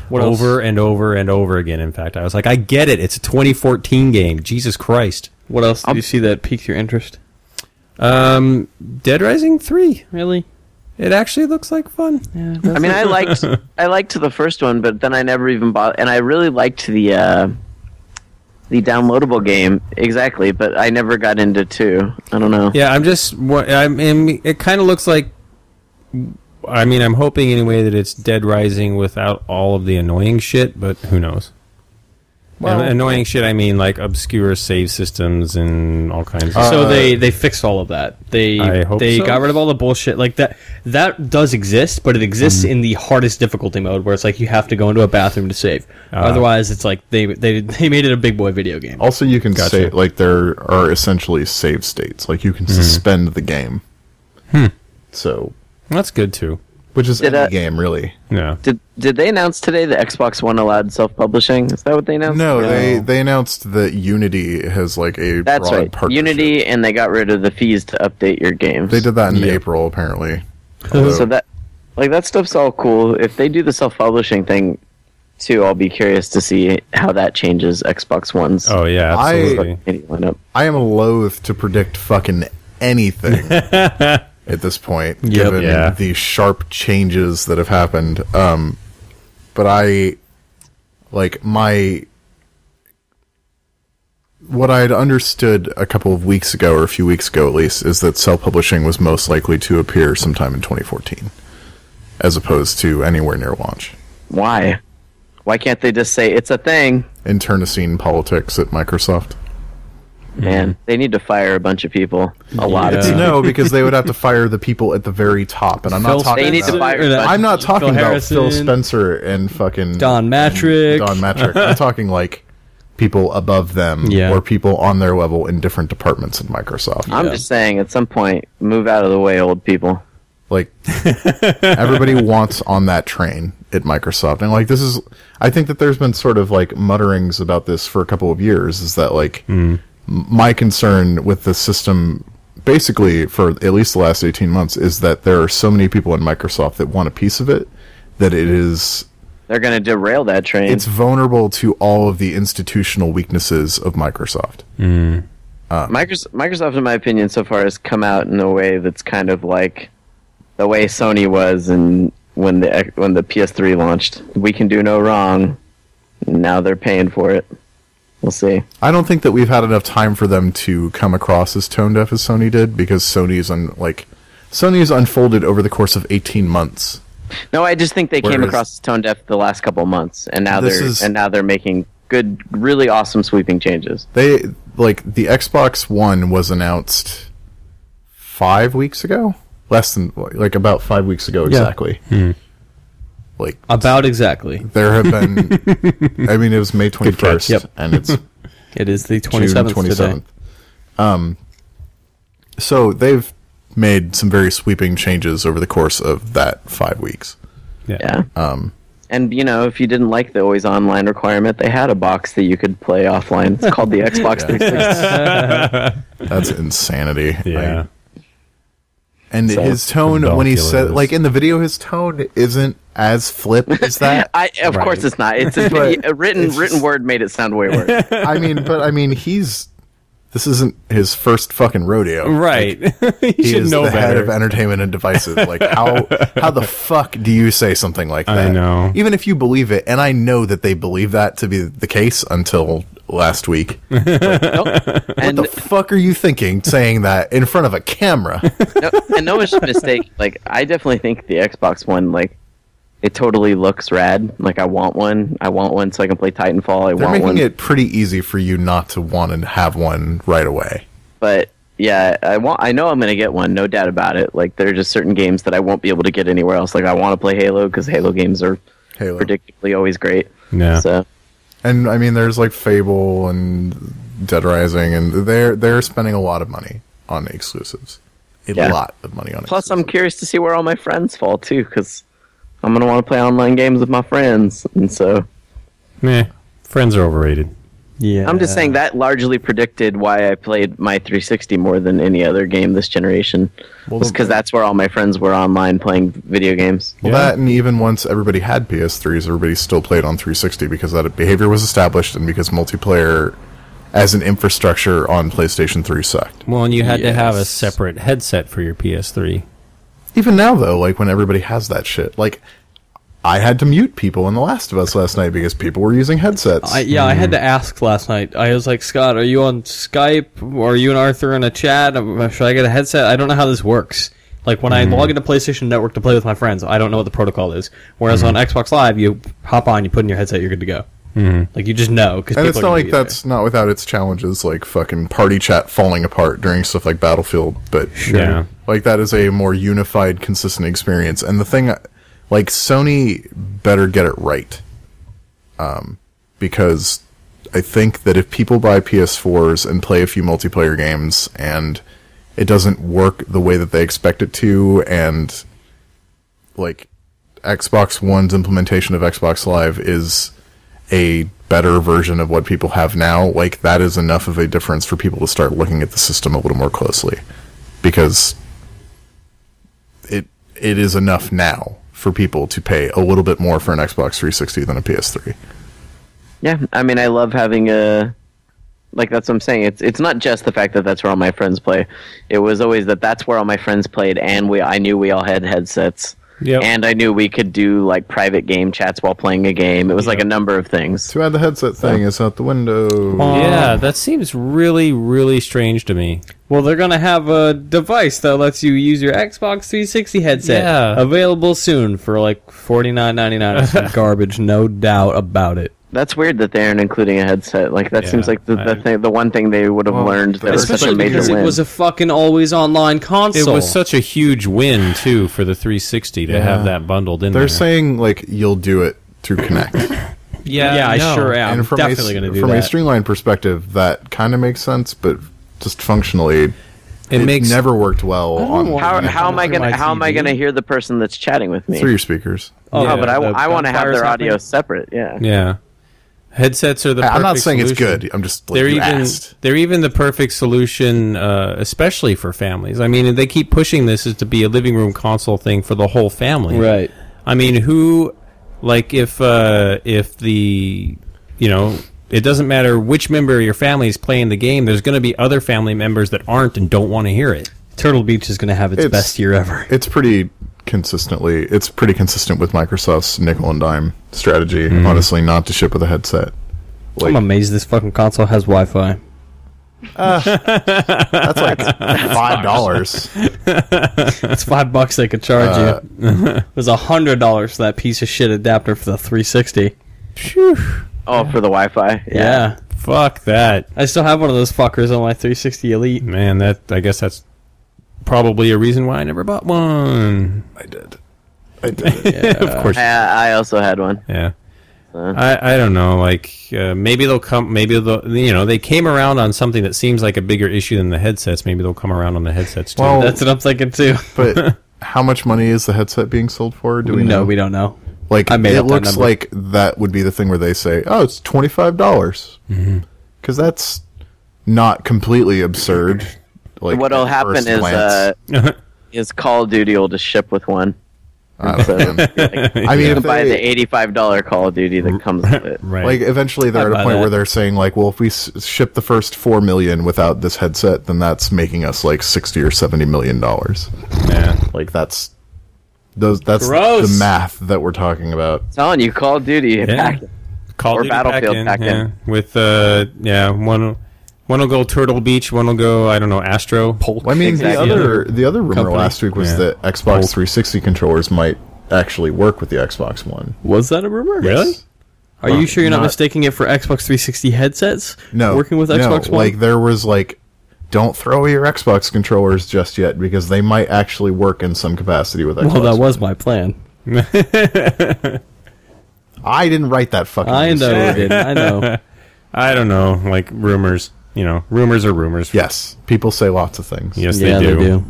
Speaker 5: What else?
Speaker 4: over and over and over again. In fact, I was like, I get it. It's a 2014 game. Jesus Christ.
Speaker 5: What else did you see that piqued your interest?
Speaker 4: Um, Dead Rising three.
Speaker 5: Really?
Speaker 4: It actually looks like fun.
Speaker 5: Yeah.
Speaker 2: I mean, I liked I liked the first one, but then I never even bought. And I really liked the uh, the downloadable game exactly, but I never got into two. I don't know.
Speaker 4: Yeah, I'm just. wa- I mean, it kind of looks like. I mean, I'm hoping anyway that it's Dead Rising without all of the annoying shit, but who knows?
Speaker 3: Well-
Speaker 4: and annoying shit. I mean, like obscure save systems and all kinds.
Speaker 3: Uh,
Speaker 4: of
Speaker 5: so they they fixed all of that. They
Speaker 4: Uh, I hope
Speaker 5: they
Speaker 4: so.
Speaker 5: got rid of all the bullshit like that. That does exist, but it exists
Speaker 4: Mm-hmm.
Speaker 5: in the hardest difficulty mode, where it's like you have to go into a bathroom to save.
Speaker 4: Uh.
Speaker 5: Otherwise, it's like they they they made it a big boy video game.
Speaker 2: Oh,
Speaker 3: Also, you can
Speaker 4: Gotcha.
Speaker 3: say like there are essentially save states. Like you can suspend the game. So,
Speaker 4: That's good too.
Speaker 3: which is
Speaker 2: Did
Speaker 3: any
Speaker 2: I-
Speaker 3: game really?
Speaker 4: Yeah.
Speaker 2: Did did they announce today that Xbox One allowed self publishing? Is that what they announced?
Speaker 3: No, they they announced that Unity has like a
Speaker 2: That's
Speaker 3: broad
Speaker 2: right.
Speaker 3: partnership.
Speaker 2: Unity, and they got rid of the fees to update your games.
Speaker 3: They did that in April apparently.
Speaker 2: So that, like that stuff's all cool. If they do the self-publishing thing, too, I'll be curious to see how that changes Xbox One's
Speaker 4: Oh yeah.
Speaker 3: I-
Speaker 4: Absolutely.
Speaker 2: media lineup.
Speaker 3: I am loath to predict fucking anything at this point, given
Speaker 4: Yeah.
Speaker 3: the sharp changes that have happened. Um, but I like my what I had understood a couple of weeks ago, or a few weeks ago at least, is that self publishing was most likely to appear sometime in 2014, as opposed to anywhere near launch.
Speaker 2: Why? Why can't they just say it's a thing?
Speaker 3: Internecine politics at Microsoft.
Speaker 2: Man, they need to fire a bunch of people. A lot of
Speaker 5: Mm-hmm. Yeah.
Speaker 2: people.
Speaker 3: No, because they would have to fire the people at the very top, and I'm not
Speaker 5: Phil
Speaker 3: talking.
Speaker 2: They need to
Speaker 3: about-
Speaker 2: fire.
Speaker 5: Or
Speaker 2: a
Speaker 5: that-
Speaker 2: bunch-
Speaker 3: I'm not talking about Phil
Speaker 5: Harrison.
Speaker 3: Spencer and fucking
Speaker 5: Don Matrick.
Speaker 3: Don Matrick. I'm talking like people above them
Speaker 5: Yeah.
Speaker 3: or people on their level in different departments in Microsoft.
Speaker 2: I'm just saying, at some point, move out of the way, old people.
Speaker 3: Like everybody wants on that train at Microsoft. And like this is I think that there's been sort of like mutterings about this for a couple of years is that like m- my concern with the system basically for at least the last 18 months is that there are so many people in Microsoft that want a piece of it that it is
Speaker 2: They're going to derail that train.
Speaker 3: it's vulnerable to all of the institutional weaknesses of Microsoft.
Speaker 2: Microsoft, Microsoft, in my opinion, so far has come out in a way that's kind of like the way Sony was, and when the X- when the PS3 launched, we can do no wrong. Now they're paying for it. We'll see.
Speaker 3: I don't think that we've had enough time for them to come across as tone deaf as Sony did because Sony's un- like Sony's unfolded over the course of 18 months.
Speaker 2: No, I just think they came
Speaker 3: Whereas-
Speaker 2: across as tone deaf the last couple months, and now
Speaker 3: This
Speaker 2: they're
Speaker 3: is-
Speaker 2: and now they're making good, really awesome sweeping changes.
Speaker 3: They like the Xbox 1 was announced 5 weeks ago, less than like about 5 weeks ago exactly. Like
Speaker 5: About exactly.
Speaker 3: there have been I mean it was May 21st
Speaker 5: Yep.
Speaker 3: and it's
Speaker 5: It is the
Speaker 3: June
Speaker 5: twenty seventh today.
Speaker 3: 27th. Um, so they've made some very sweeping changes over the course of that five weeks.
Speaker 2: Yeah.
Speaker 3: Um,
Speaker 2: and you know, if you didn't like the always online requirement, they had a box that you could play offline. It's called the Xbox 360.
Speaker 3: That's insanity.
Speaker 4: Yeah.
Speaker 3: I- and
Speaker 2: So-
Speaker 3: his tone when he said,
Speaker 4: Ridiculous.
Speaker 3: like in the video, his tone isn't as flip as that.
Speaker 2: I, of course it's not. It's a,
Speaker 3: But
Speaker 2: a written
Speaker 3: it's
Speaker 2: written
Speaker 3: just-
Speaker 2: word made it sound way worse.
Speaker 3: I mean, but I mean, he's this isn't his first fucking rodeo.
Speaker 4: Right. you
Speaker 3: He
Speaker 4: should
Speaker 3: is
Speaker 4: know
Speaker 3: the head
Speaker 4: better.
Speaker 3: of entertainment and devices. Like how how the fuck do you say something like
Speaker 4: I
Speaker 3: that?
Speaker 4: know.
Speaker 3: Even if you believe it, and I know that they believe that to be the case until last week.
Speaker 2: and,
Speaker 3: the fuck are you thinking saying that in front of a camera?
Speaker 2: no, and no one should mistake. Like I definitely think the Xbox One, like it totally looks rad. Like I want one. I want one so I can play Titanfall. I
Speaker 3: They're
Speaker 2: want
Speaker 3: making
Speaker 2: one.
Speaker 3: it pretty easy for you not to want to have one right away.
Speaker 2: But yeah, I want. I know I'm gonna get one. No doubt about it. Like there are just certain games that I won't be able to get anywhere else. Like I want to play Halo because Halo games are
Speaker 3: Halo.
Speaker 2: predictably always great.
Speaker 4: Yeah.
Speaker 2: So
Speaker 3: And I mean there's like Fable and Dead Rising and they're they're spending a lot of money on exclusives. A
Speaker 2: Yeah.
Speaker 3: lot of money on
Speaker 2: plus, I'm curious to see where all my friends fall too because. I'm gonna want to play online games with my friends, and so
Speaker 4: Meh. Friends are overrated.
Speaker 5: Yeah.
Speaker 2: I'm just saying that largely predicted why I played my 360 more than any other game this generation. was because that's where all my friends were online playing video games.
Speaker 3: Well,
Speaker 4: Yeah.
Speaker 3: that and even once everybody had PS3s, everybody still played on 360 because that behavior was established and because multiplayer as an infrastructure on PlayStation 3 sucked.
Speaker 4: Well, and you had to have a
Speaker 5: Yes.
Speaker 4: separate headset for your PS3.
Speaker 3: Even now, though, like when everybody has that shit, like I had to mute people in The Last of Us last night because people were using headsets.
Speaker 5: I, yeah, I had to ask last night. I was like, Scott, are you on Skype? Are you and Arthur in a chat? Um, Should I get a headset? I don't know how this works. Like when
Speaker 4: Hmm.
Speaker 5: I log into PlayStation Network
Speaker 4: Hmm.
Speaker 5: to play with my friends, I don't know what the protocol is. Whereas on Xbox Live, you hop on, you put in your headset, you're good to go.
Speaker 4: Hmm.
Speaker 5: Like you just know because
Speaker 3: And it's not like that's not without its challenges, like fucking party chat falling apart during stuff like Battlefield, but
Speaker 4: Yeah.
Speaker 3: like that is a more unified, consistent experience. And the thing, like Sony, better get it right, um, because I think that if people buy PS4s and play a few multiplayer games and it doesn't work the way that they expect it to, and like Xbox One's implementation of Xbox Live is a better version of what people have now, like that is enough of a difference for people to start looking at the system a little more closely. Because it it is enough now for people to pay a little bit more for an Xbox 360 than a PS3.
Speaker 2: Yeah, I mean, I love having a like that's what I'm saying. It's it's not just the fact that that's where all my friends play. It was always that that's where all my friends played, and we I knew we all had headsets.
Speaker 4: Yep.
Speaker 2: And I knew we could do like private game chats while playing a game. It was like a number of things.
Speaker 3: Too bad the headset thing is out the window.
Speaker 4: yeah, that seems really, really strange to me.
Speaker 5: Well, they're gonna have a device that lets you use your Xbox 360 headset.
Speaker 4: Yeah.
Speaker 5: Available soon for like 49.99. It's some garbage, no doubt about it.
Speaker 2: That's weird that they aren't including a headset. Like that
Speaker 4: Yeah,
Speaker 2: seems like the, the
Speaker 4: I-
Speaker 2: thing, the one thing they would have
Speaker 3: Well,
Speaker 2: learned that was such a
Speaker 5: Especially
Speaker 2: major
Speaker 5: because
Speaker 2: win.
Speaker 5: it was a fucking always online console.
Speaker 4: It was such a huge win too for the 360 to have that bundled in
Speaker 3: They're
Speaker 4: there.
Speaker 3: saying like you'll do it through Kinect.
Speaker 5: yeah, I
Speaker 4: no.
Speaker 5: sure am.
Speaker 3: and from
Speaker 5: definitely
Speaker 3: a,
Speaker 5: gonna do
Speaker 3: from a
Speaker 5: that.
Speaker 3: streamlined perspective, that kind of makes sense, but just functionally,
Speaker 4: It
Speaker 3: it,
Speaker 4: makes-
Speaker 3: never worked well on
Speaker 5: want-
Speaker 2: how,
Speaker 5: Yeah.
Speaker 2: how am I
Speaker 5: Through
Speaker 2: gonna
Speaker 5: my
Speaker 2: how am I
Speaker 5: TV.
Speaker 2: gonna hear the person that's chatting with me?
Speaker 3: through your speakers.
Speaker 5: Oh,
Speaker 2: No,
Speaker 4: Yeah,
Speaker 2: but I,
Speaker 5: the
Speaker 2: I want to have
Speaker 5: gunfire's
Speaker 2: their
Speaker 5: happening?
Speaker 2: audio separate. Yeah.
Speaker 4: yeah, headsets are the.
Speaker 3: I'm not
Speaker 4: perfect
Speaker 3: saying it's
Speaker 4: solution.
Speaker 3: good. I'm just like,
Speaker 4: They're
Speaker 3: you
Speaker 4: even
Speaker 3: asked.
Speaker 4: they're even the perfect solution, uh, especially for families. I mean, they keep pushing this as to be a living room console thing for the whole family.
Speaker 5: Right.
Speaker 4: I mean, who like if uh, if the you know it doesn't matter which member of your family is playing the game. There's going to be other family members that aren't and don't want to hear it.
Speaker 5: Turtle Beach is gonna have its,
Speaker 3: It's-
Speaker 5: best year ever.
Speaker 3: it's pretty consistently it's pretty consistent with Microsoft's nickel and dime strategy honestly not to ship with a headset like
Speaker 5: I'm amazed this fucking console has Wi-Fi.
Speaker 3: that's like five dollars
Speaker 5: It's five bucks they could charge you. it was a hundred dollars for that piece of shit adapter for the 360.
Speaker 2: Oh, for the Wi-Fi.
Speaker 5: Yeah.
Speaker 4: Fuck that,
Speaker 5: I still have one of those fuckers on my 360 Elite.
Speaker 4: man. That I guess that's probably a reason why I never bought one.
Speaker 3: I did I did Uh, it.
Speaker 4: of course,
Speaker 2: I, I also had one.
Speaker 4: Yeah. I, I don't know. Like uh, maybe they'll come. Maybe they'll you know they came around on something that seems like a bigger issue than the headsets. Maybe they'll come around on the headsets too.
Speaker 3: Well-
Speaker 5: That's what I'm thinking too.
Speaker 3: but how much money is the headset being sold for do we
Speaker 5: no,
Speaker 3: know
Speaker 5: we don't know.
Speaker 3: like
Speaker 5: I made
Speaker 3: it
Speaker 5: up that
Speaker 3: looks
Speaker 5: number.
Speaker 3: like that would be the thing where they say oh it's twenty five dollars because that's not completely absurd like
Speaker 2: What'll
Speaker 3: at
Speaker 2: happen
Speaker 3: first
Speaker 2: is
Speaker 3: glance.
Speaker 2: uh, is Call of Duty will just ship with one.
Speaker 3: I don't know.
Speaker 2: Like,
Speaker 3: Ah, I mean
Speaker 2: you
Speaker 3: if
Speaker 2: can buy
Speaker 3: they-
Speaker 2: the eighty-five dollar Call of Duty that comes with it.
Speaker 4: right.
Speaker 3: Like eventually they're at
Speaker 5: buy
Speaker 3: a point
Speaker 5: that.
Speaker 3: where they're saying like, well, if we s- ship the first four million without this headset, then that's making us like sixty or seventy million dollars.
Speaker 4: yeah.
Speaker 3: Like that's those that's
Speaker 5: Gross.
Speaker 3: the math that we're talking about.
Speaker 2: telling you, Call of Duty. back-
Speaker 4: Call of
Speaker 2: or
Speaker 4: Duty back
Speaker 2: Battlefield
Speaker 4: in,
Speaker 2: back in.
Speaker 4: yeah. With uh yeah one one will go Turtle Beach. One will go I don't know Astro.
Speaker 3: Well, I mean,
Speaker 2: Exactly.
Speaker 3: the other the other rumor
Speaker 5: Company.
Speaker 3: last week was
Speaker 4: Yeah.
Speaker 3: that Xbox 360 controllers might actually work with the Xbox One.
Speaker 5: Was that a rumor?
Speaker 4: Really?
Speaker 5: Are you sure you're not,
Speaker 3: Not-
Speaker 5: mistaking it for Xbox 360 headsets?
Speaker 3: No,
Speaker 5: Working with
Speaker 3: no,
Speaker 5: Xbox One?
Speaker 3: Like there was like. Don't throw away your Xbox controllers just yet because they might actually work in some capacity with Xbox.
Speaker 5: well, that was my plan.
Speaker 3: I didn't write that fucking.
Speaker 5: I
Speaker 3: research.
Speaker 5: know, dude. I know.
Speaker 4: I don't know. Like rumors. You know, rumors are rumors.
Speaker 3: Yes, people say lots of things.
Speaker 4: Yes,
Speaker 5: yeah,
Speaker 4: they, do.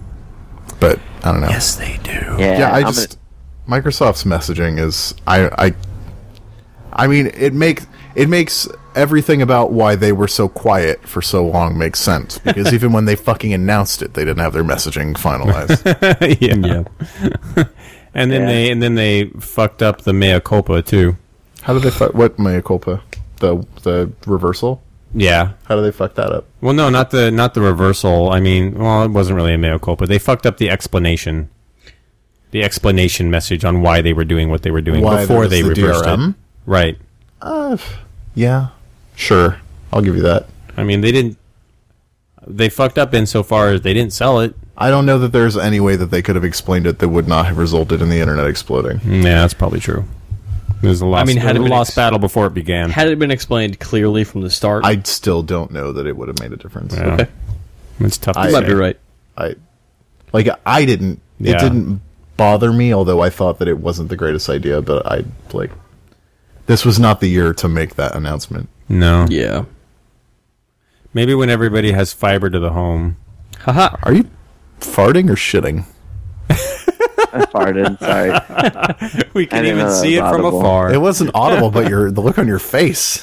Speaker 3: but I don't know.
Speaker 4: they do.
Speaker 2: Yeah,
Speaker 3: yeah, I
Speaker 2: I'm gonna-
Speaker 3: just Microsoft's messaging is I I I mean it makes it makes everything about why they were so quiet for so long makes sense because even when they fucking announced it, they didn't have their messaging finalized.
Speaker 4: yeah.
Speaker 5: Yeah.
Speaker 4: And then
Speaker 2: Yeah.
Speaker 4: they and then they fucked up the mea culpa too.
Speaker 3: How did they fuck what mea culpa? The the reversal?
Speaker 4: Yeah.
Speaker 3: How do they fuck that up?
Speaker 4: Well, no, not the not the reversal. I mean, well, it wasn't really a mea culpa. They fucked up the explanation, the explanation message on why they were doing what they were doing
Speaker 3: Why
Speaker 4: before
Speaker 3: there
Speaker 4: they
Speaker 3: was the
Speaker 4: reversed
Speaker 3: DRM?
Speaker 4: it. Right.
Speaker 3: Uh, yeah, sure, I'll give you that.
Speaker 4: I mean, they didn't. They fucked up insofar as they didn't sell it.
Speaker 3: I don't know that there's
Speaker 2: Hmm.
Speaker 3: any way that they could have explained it that would not have resulted in the internet exploding.
Speaker 4: Yeah, that's Mm, probably true. There's a lost,
Speaker 5: I mean, had
Speaker 4: a
Speaker 5: it been
Speaker 4: lost
Speaker 5: ex-
Speaker 4: battle before it began.
Speaker 5: Had it been explained clearly from the start,
Speaker 3: I still don't know that it would have made a difference.
Speaker 4: Yeah.
Speaker 5: okay.
Speaker 4: It's tough. To
Speaker 3: I-
Speaker 5: you
Speaker 4: say.
Speaker 5: might be right.
Speaker 3: I like I didn't
Speaker 4: Yeah.
Speaker 3: it didn't bother me although I thought that it wasn't the greatest idea but I like this was not the year to make that announcement.
Speaker 4: No.
Speaker 5: Yeah.
Speaker 4: Maybe when everybody has fiber to the home.
Speaker 5: Haha.
Speaker 3: Are you farting or shitting?
Speaker 2: I farted. Sorry.
Speaker 4: We
Speaker 2: I
Speaker 4: can
Speaker 2: didn't
Speaker 4: even
Speaker 5: uh,
Speaker 2: know that
Speaker 4: see it
Speaker 2: was
Speaker 4: from
Speaker 2: audible.
Speaker 4: afar.
Speaker 3: It wasn't audible but your the look on your face.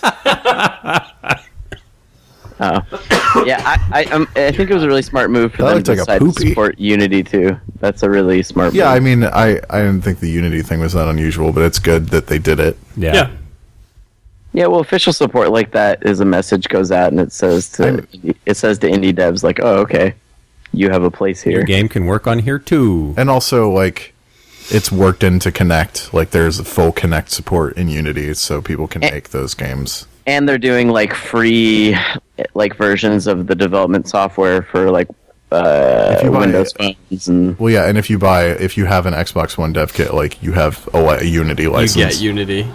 Speaker 2: Yeah, I, I, um, I think it was a really smart move for
Speaker 3: That
Speaker 2: them
Speaker 3: looked
Speaker 2: to
Speaker 3: like a
Speaker 2: decide to
Speaker 3: poopy.
Speaker 2: support Unity too. That's a really smart.
Speaker 3: Yeah, I
Speaker 2: move.
Speaker 3: mean I I didn't think the unity thing was that unusual but it's good that they did it.
Speaker 4: yeah.
Speaker 5: Yeah.
Speaker 2: yeah. Well, official support like that is a message goes out and it says to it says to indie devs like, oh, okay, you have a place
Speaker 4: Your
Speaker 2: here.
Speaker 4: game can work on here too.
Speaker 3: And also like it's worked into Connect. Like there's full Connect support in Unity so people
Speaker 2: Eh.
Speaker 3: can make those games.
Speaker 2: and they're doing like free like versions of the development software for like uh,
Speaker 3: you buy-
Speaker 2: Windows phones and
Speaker 3: Well, yeah, and if you buy, if you have an Xbox One dev kit, like you have a, li- a Unity
Speaker 5: You
Speaker 3: license.
Speaker 5: get Unity.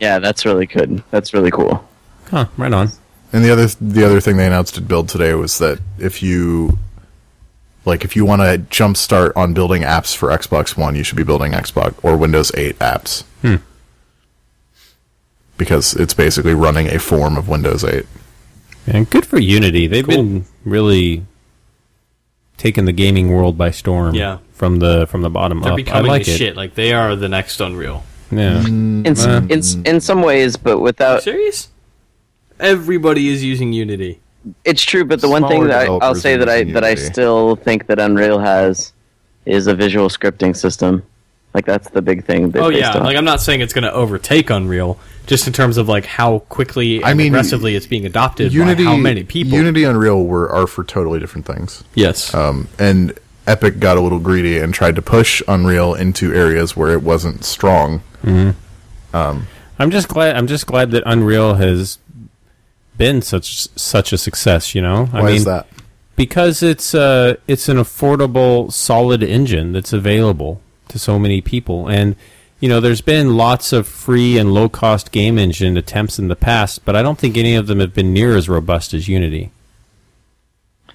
Speaker 2: yeah, that's really good. That's really cool.
Speaker 4: Huh, right on.
Speaker 3: and the other the other thing they announced at Build today was that if you like if you want to jumpstart on building apps for Xbox One, you should be building Xbox or Windows 8 apps.
Speaker 5: Hmm.
Speaker 3: Because it's basically running a form of Windows 8.
Speaker 4: And good for Unity. They've been really taking the gaming world by storm.
Speaker 5: Yeah.
Speaker 4: From the from the bottom
Speaker 5: They're
Speaker 4: up.
Speaker 5: becoming
Speaker 4: I like
Speaker 5: the
Speaker 4: it.
Speaker 5: shit. Like they are the next Unreal.
Speaker 4: Yeah.
Speaker 3: Mm-hmm.
Speaker 2: In s- in s- in some ways, but without
Speaker 5: Serious? Uh, Everybody is using Unity.
Speaker 2: it's true. But the one
Speaker 3: Smaller
Speaker 2: thing that I, I'll
Speaker 3: developers
Speaker 2: say
Speaker 3: are
Speaker 2: that I
Speaker 3: using
Speaker 2: that I
Speaker 3: Unity.
Speaker 2: still think that Unreal has is a visual scripting system. Like that's the big thing. That
Speaker 5: Oh
Speaker 2: they
Speaker 5: yeah,
Speaker 2: still-
Speaker 5: like I'm not saying it's going to overtake Unreal, just in terms of like how quickly and
Speaker 3: I mean,
Speaker 5: aggressively it's being adopted
Speaker 3: Unity
Speaker 5: by how many people.
Speaker 3: Unity and Unreal were are for totally different things.
Speaker 5: yes.
Speaker 3: Um, and Epic got a little greedy and tried to push Unreal into areas where it wasn't strong.
Speaker 4: I'm just glad. I'm just glad that Unreal has been such such a success. You know, I
Speaker 3: Why is that?
Speaker 4: Because it's uh it's an affordable, solid engine that's available to so many people, and you know, there's been lots of free and low cost game engine attempts in the past, but I don't think any of them have been near as robust as Unity.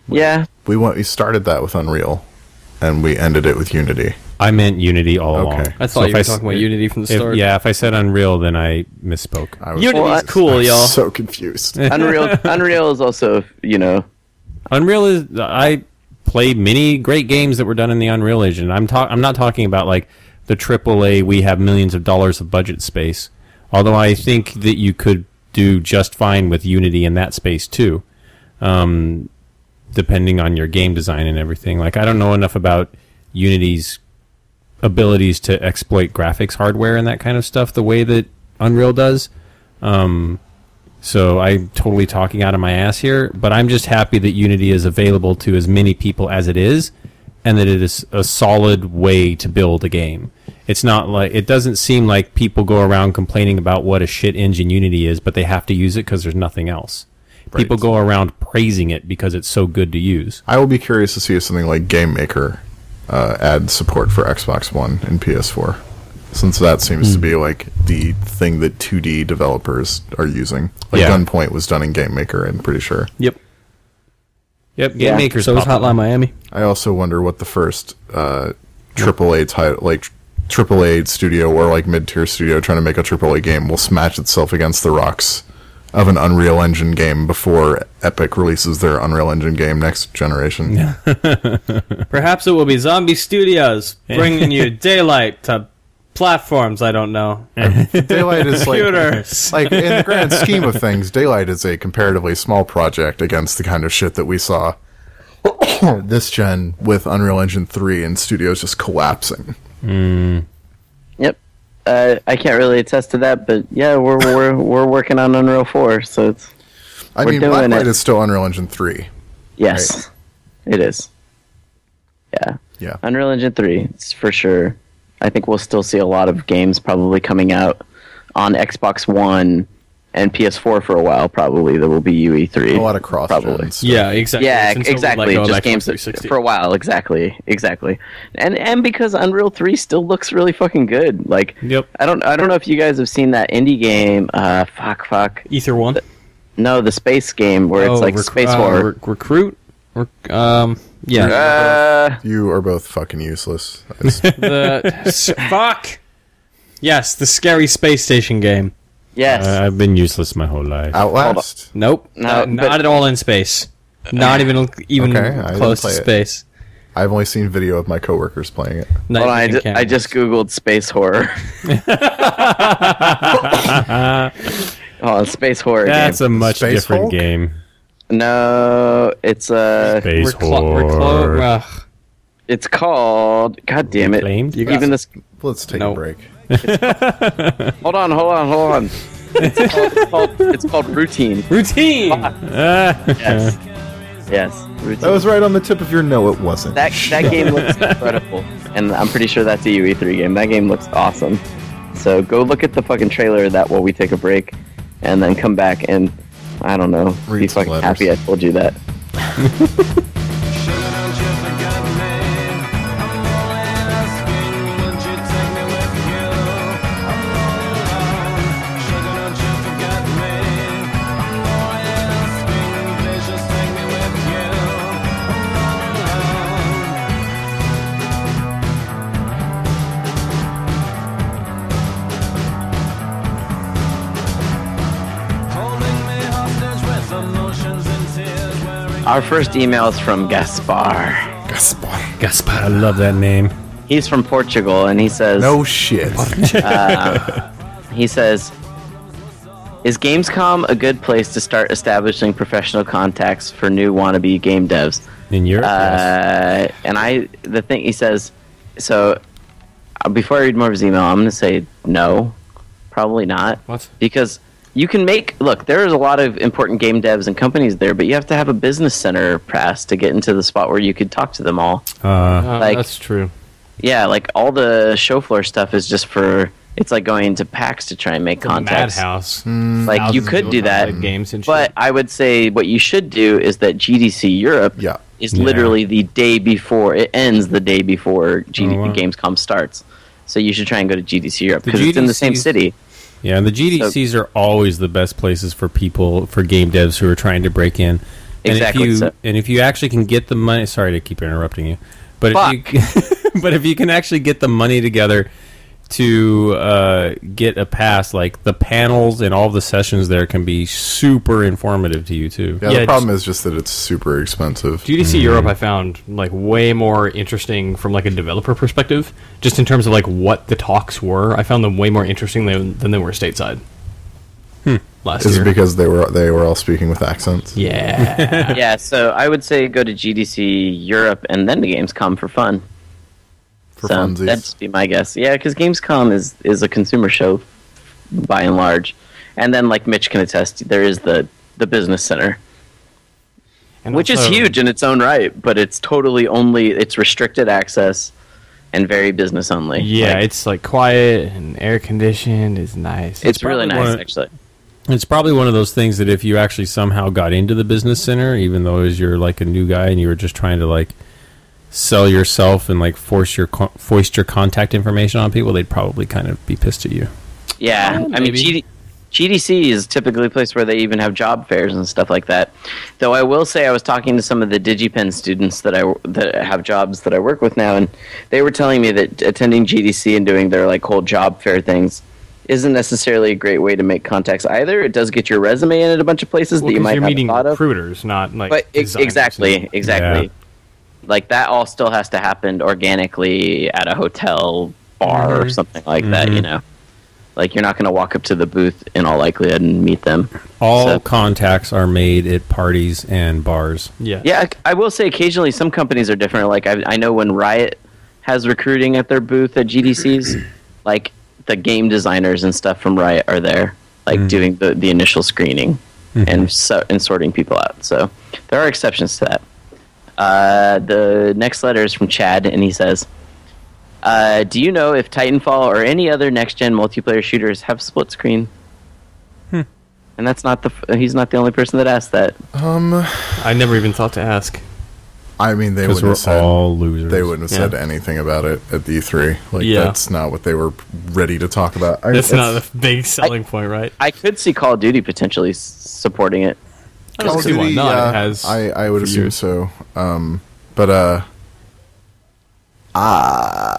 Speaker 2: yeah.
Speaker 3: We went. We started that with Unreal, and we ended it with Unity.
Speaker 4: I meant Unity all along.
Speaker 3: Okay.
Speaker 5: I
Speaker 4: So
Speaker 5: thought
Speaker 4: if
Speaker 5: you were
Speaker 4: s-
Speaker 5: talking about Unity from the
Speaker 4: if-
Speaker 5: start.
Speaker 4: yeah, if I said Unreal, then I misspoke.
Speaker 3: I was
Speaker 5: Unity's
Speaker 2: Well, I-
Speaker 5: cool, y'all.
Speaker 3: so confused.
Speaker 2: Unreal Unreal is also you know
Speaker 4: Unreal is I played many great games that were done in the Unreal Engine. I'm talk I'm not talking about like the AAA we have millions of dollars of budget space. Although I think that you could do just fine with Unity in that space too. Um, depending on your game design and everything. Like I don't know enough about Unity's abilities to exploit graphics hardware and that kind of stuff the way that Unreal does. So I'm totally talking out of my ass here, but I'm just happy that Unity is available to as many people as it is, and that it is a solid way to build a game. It's not like it doesn't seem like people go around complaining about what a shit engine Unity is, but they have to use it because there's nothing else. People go around praising it because it's so good to use.
Speaker 3: I will be curious to see if something like Game Maker uh, adds support for Xbox One and PS4, since that seems to be like the thing that 2D developers are using. Like
Speaker 4: Yeah.
Speaker 3: Gunpoint was done in Game Maker, I'm pretty sure.
Speaker 5: Yep.
Speaker 4: Yep, Game
Speaker 2: Yeah.
Speaker 4: Maker's
Speaker 5: So is
Speaker 4: popular.
Speaker 5: Hotline Miami.
Speaker 3: I also wonder what the first uh, AAA title, like tr- AAA studio or like mid-tier studio trying to make a AAA game, will smash itself against the rocks of an Unreal Engine game before Epic releases their Unreal Engine game next generation.
Speaker 5: Perhaps it will be Zombie Studios bringing you daylight to platforms. I don't know.
Speaker 3: Daylight is like,
Speaker 5: Computers.
Speaker 3: like in the grand scheme of things, Daylight is a comparatively small project against the kind of shit that we saw this gen with Unreal Engine three and studios just collapsing.
Speaker 4: Mm.
Speaker 2: yep. Uh, I can't really attest to that, but yeah, we're we're we're working on Unreal Four, so it's
Speaker 3: I
Speaker 2: We're
Speaker 3: mean,
Speaker 2: doing
Speaker 3: Blacklight
Speaker 2: it.
Speaker 3: is still Unreal Engine three.
Speaker 2: yes, it is. Yeah.
Speaker 3: Yeah.
Speaker 2: Unreal Engine 3, it's for sure. I think we'll still see a lot of games probably coming out on Xbox One and PS4 for a while. Probably there will be UE3.
Speaker 3: A lot of cross
Speaker 2: probably.
Speaker 5: Yeah, exactly.
Speaker 2: Yeah,
Speaker 5: Since Oh, it would,
Speaker 2: exactly.
Speaker 5: like, oh, go back
Speaker 2: Just
Speaker 5: to
Speaker 2: games that,
Speaker 5: 360.
Speaker 2: for a while. Exactly, exactly. And and because Unreal Three still looks really fucking good. Like,
Speaker 5: Yep.
Speaker 2: I don't I don't know if you guys have seen that indie game. Uh, fuck, fuck.
Speaker 5: Ether One.
Speaker 2: No, the space game where it's like
Speaker 5: rec-
Speaker 2: space
Speaker 5: uh,
Speaker 2: horror.
Speaker 5: rec- recruit. Rec- um, yeah.
Speaker 2: Uh,
Speaker 3: You are both fucking useless. It's-
Speaker 5: the s- fuck. Yes, the scary space station game.
Speaker 2: yes.
Speaker 4: Uh, I've been useless my whole life.
Speaker 3: Outlast.
Speaker 5: Nope.
Speaker 2: No,
Speaker 5: No,
Speaker 2: but-
Speaker 5: not at all in space. Not even even
Speaker 3: Okay, I didn't
Speaker 5: close to
Speaker 3: play it.
Speaker 5: space.
Speaker 3: I've only seen video of my coworkers playing it.
Speaker 5: Not
Speaker 2: Hold on, I,
Speaker 5: even in
Speaker 2: ju- I
Speaker 5: cameras.
Speaker 2: just googled space horror. oh, space horror
Speaker 4: That's
Speaker 2: game.
Speaker 4: a much
Speaker 3: Space
Speaker 4: different
Speaker 3: Hulk?
Speaker 4: game.
Speaker 2: no, it's uh,
Speaker 4: Space
Speaker 5: Reclo-
Speaker 4: horror.
Speaker 5: reclo- ugh.
Speaker 2: it's called. God damn it!
Speaker 4: Reclaimed? You
Speaker 2: Even
Speaker 5: got-
Speaker 2: this.
Speaker 3: Let's take
Speaker 5: Nope.
Speaker 3: a break.
Speaker 2: Hold on, hold on, hold on. It's called, it's called, it's called routine.
Speaker 5: routine.
Speaker 2: Yes, yes. Routine.
Speaker 3: That was right on the tip of your no, it wasn't.
Speaker 2: that that game looks incredible, and I'm pretty sure that's a UE3 game. That game looks awesome. So go look at the fucking trailer of that while we take a break, and then come back and I don't know, be
Speaker 3: Read some
Speaker 2: fucking
Speaker 3: letters.
Speaker 2: happy I told you that.
Speaker 1: Emotions and tears wearing
Speaker 2: Our first email is from Gaspar.
Speaker 4: Gaspar. I love that name.
Speaker 2: He's from Portugal, and he says,
Speaker 3: No shit.
Speaker 2: he says, is Gamescom a good place to start establishing professional contacts for new wannabe game devs?
Speaker 4: In Europe? yes.
Speaker 2: Uh, and I, the thing he says, so uh, before I read more of his email, I'm going to say no, probably not.
Speaker 5: What?
Speaker 2: Because you can make look. There is a lot of important game devs and companies there, but you have to have a business center pass to get into the spot where you could talk to them all.
Speaker 4: Uh,
Speaker 5: Uh,
Speaker 2: Like-
Speaker 5: that's true.
Speaker 2: Yeah, like all the show floor stuff is just for. It's like going to PAX to try and make contacts.
Speaker 5: Madhouse.
Speaker 2: Like you
Speaker 5: Thousands
Speaker 2: could
Speaker 5: of
Speaker 2: do that,
Speaker 5: like, games and shit.
Speaker 2: but I would say what you should do is that GDC Europe
Speaker 3: Yeah.
Speaker 2: is
Speaker 4: Yeah.
Speaker 2: literally the day before it ends, the day before GD-
Speaker 4: Oh, wow.
Speaker 2: Gamescom starts. So you should try and go to GDC Europe
Speaker 4: The
Speaker 2: because it's in the same
Speaker 4: GDCs
Speaker 2: city.
Speaker 4: yeah, and the GDCs are always the best places for people, for game devs who are trying to break in. And
Speaker 2: Exactly,
Speaker 4: If you,
Speaker 2: so-
Speaker 4: And if you actually can get the money, sorry to keep interrupting you, but if you, but if you can actually get the money together to uh, get a pass, like the panels and all the sessions there can be super informative to you too.
Speaker 3: Yeah,
Speaker 5: Yeah,
Speaker 3: the problem is just that it's super expensive.
Speaker 5: GDC Europe, I found like way more interesting from like a developer perspective, just in terms of like what the talks were. I found them way more interesting than, than they were stateside. Hmm. Last
Speaker 3: Is
Speaker 5: year,
Speaker 3: it because they were they were all speaking with accents?
Speaker 5: yeah,
Speaker 2: yeah, so I would say go to GDC Europe and then to Gamescom for fun.
Speaker 3: For
Speaker 2: so
Speaker 3: funsies.
Speaker 2: that'd just be my guess. Yeah, because Gamescom is is a consumer show by and large, and then like Mitch can attest, there is the the business center.
Speaker 5: And
Speaker 2: which is
Speaker 5: also-
Speaker 2: huge in its own right, but it's totally only it's restricted access and very business only.
Speaker 5: Yeah,
Speaker 2: Like,
Speaker 5: it's like quiet and air conditioned. It's nice.
Speaker 2: it's really
Speaker 4: probably
Speaker 2: nice
Speaker 4: one of-
Speaker 2: actually.
Speaker 4: It's probably one of those things that if you actually somehow got into the business center, even though as you're like a new guy and you were just trying to like sell yourself and like force your con- foist your contact information on people, they'd probably kind of be pissed at you.
Speaker 2: Yeah, I mean,
Speaker 5: maybe.
Speaker 2: GD, GDC is typically a place where they even have job fairs and stuff like that. Though I will say, I was talking to some of the DigiPen students that I that have jobs that I work with now, and they were telling me that attending GDC and doing their like whole job fair things isn't necessarily a great way to make contacts either. It does get your resume in at a bunch of places
Speaker 5: Well,
Speaker 2: that you
Speaker 5: 'cause
Speaker 2: might
Speaker 5: you're
Speaker 2: not have
Speaker 5: meeting
Speaker 2: thought of.
Speaker 5: recruiters, not like
Speaker 2: but e-
Speaker 5: designers.
Speaker 2: exactly exactly
Speaker 4: Yeah.
Speaker 2: like that all still has to happen organically at a hotel bar or something like that you know like you're not going to walk up to the booth in all likelihood and meet them
Speaker 4: All
Speaker 2: So-
Speaker 4: contacts are made at parties and bars.
Speaker 5: Yeah,
Speaker 2: yeah I, I will say occasionally some companies are different like I, I know when riot has recruiting at their booth at gdcs like the game designers and stuff from riot are there like doing the, the initial screening and so, and sorting people out so there are exceptions to that Uh, the next letter is from Chad, and he says, uh, "Do you know if Titanfall or any other next-gen multiplayer shooters have split screen?" And that's not the f- he's not the only person that asked that.
Speaker 3: Um,
Speaker 5: I never even thought to ask.
Speaker 3: I mean, they wouldn't
Speaker 4: Because we're
Speaker 3: have said
Speaker 4: all losers.
Speaker 3: they wouldn't have
Speaker 5: Yeah.
Speaker 3: said anything about it at the E3. Like
Speaker 5: Yeah.
Speaker 3: that's not what they were ready to talk about. I,
Speaker 5: That's
Speaker 3: it's-
Speaker 5: not a big selling point, right?
Speaker 2: I could see Call of Duty potentially s- supporting it.
Speaker 5: I
Speaker 3: Call
Speaker 5: don't
Speaker 3: of
Speaker 5: see why
Speaker 3: Duty,
Speaker 5: not.
Speaker 3: yeah,
Speaker 5: it uh, has.
Speaker 3: I, I would
Speaker 5: for
Speaker 3: assume
Speaker 5: years.
Speaker 3: so. Um, but uh, uh,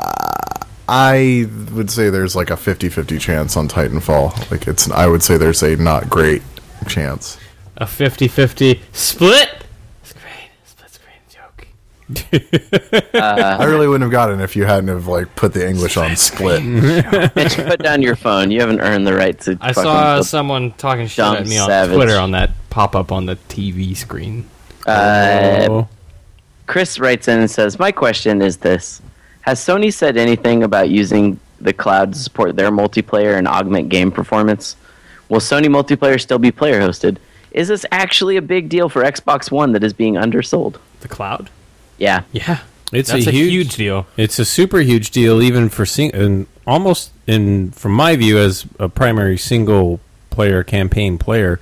Speaker 3: I I would say there's like a 50-50 chance on Titanfall. Like it's I would say there's a not great chance.
Speaker 5: a 50-50 split. Screen, split screen joke.
Speaker 3: I really wouldn't have gotten if you hadn't have like put the English on split.
Speaker 2: Mitch, put down your phone. You haven't earned the right to.
Speaker 5: I
Speaker 2: fucking-
Speaker 5: saw someone talking shit
Speaker 2: dumb
Speaker 5: at me on
Speaker 2: savage.
Speaker 5: Twitter on that pop up on the TV screen.
Speaker 2: Uh,
Speaker 4: Oh.
Speaker 2: Chris writes in and says, "My question is this: Has Sony said anything about using the cloud to support their multiplayer and augment game performance? Will Sony multiplayer still be player hosted? Is this actually a big deal for Xbox One that is being undersold?
Speaker 5: The cloud.
Speaker 2: Yeah,
Speaker 5: Yeah,
Speaker 4: It's
Speaker 5: that's
Speaker 4: a huge-
Speaker 5: deal.
Speaker 4: It's a super huge deal, even for sing- and almost in from my view as a primary single player campaign player,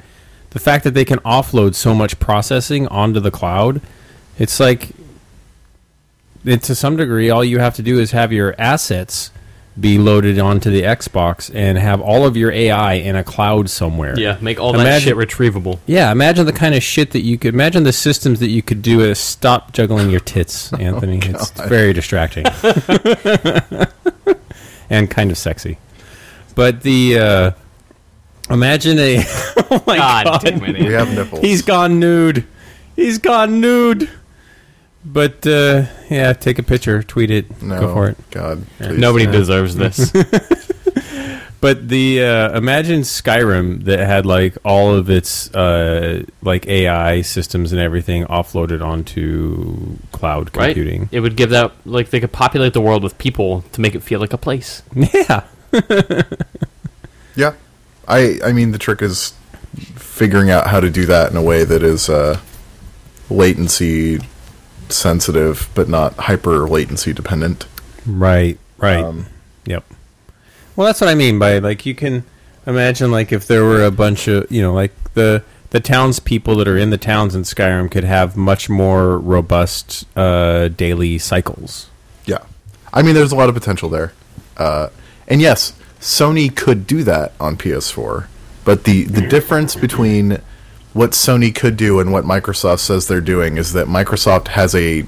Speaker 4: the fact that they can offload so much processing onto the cloud, it's like, it, to some degree, all you have to do is have your assets be loaded onto the Xbox and have all of your AI in a cloud somewhere.
Speaker 5: Yeah, make all that
Speaker 4: Imagine-
Speaker 5: shit retrievable.
Speaker 4: Yeah, imagine the kind of shit that you could imagine the systems that you could do is stop juggling your tits, Anthony. it's very distracting. and kind of sexy. But the uh imagine a Oh my god.
Speaker 5: God, damn it!
Speaker 3: we
Speaker 5: Ian.
Speaker 3: have nipples.
Speaker 4: He's gone nude. He's gone nude. But uh yeah, take a picture, tweet it,
Speaker 3: no,
Speaker 4: go for it.
Speaker 3: God, please.
Speaker 5: Nobody deserves this.
Speaker 4: But the uh, imagine Skyrim that had like all of its uh, like AI systems and everything offloaded onto cloud
Speaker 5: right?
Speaker 4: computing.
Speaker 5: It would give that like they could populate the world with people to make it feel like a place.
Speaker 4: Yeah,
Speaker 3: Yeah, I I mean the trick is figuring out how to do that in a way that is uh, latency sensitive, but not hyper latency dependent.
Speaker 4: right, right.
Speaker 3: Um,
Speaker 4: yep. Well, that's what I mean by like you can imagine like if there were a bunch of you know like the the townspeople that are in the towns in Skyrim could have much more robust uh, daily cycles.
Speaker 3: Yeah, I mean there's a lot of potential there, uh, and yes, Sony could do that on PS4, but the the difference between what Sony could do and what Microsoft says they're doing is that Microsoft has a